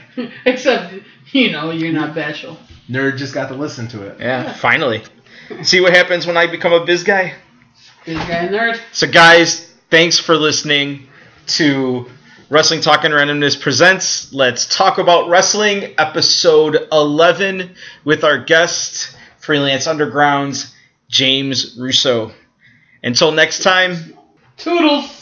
Speaker 2: Except, you know, you're not bashful.
Speaker 3: Nerd just got to listen to it.
Speaker 4: Yeah, finally. See what happens when I become a biz guy?
Speaker 2: This guy nerd.
Speaker 4: So, guys, thanks for listening to Wrestling Talk and Randomness Presents Let's Talk About Wrestling, episode 11, with our guest, Freelance Underground's James Russo. Until next time.
Speaker 2: Toodles.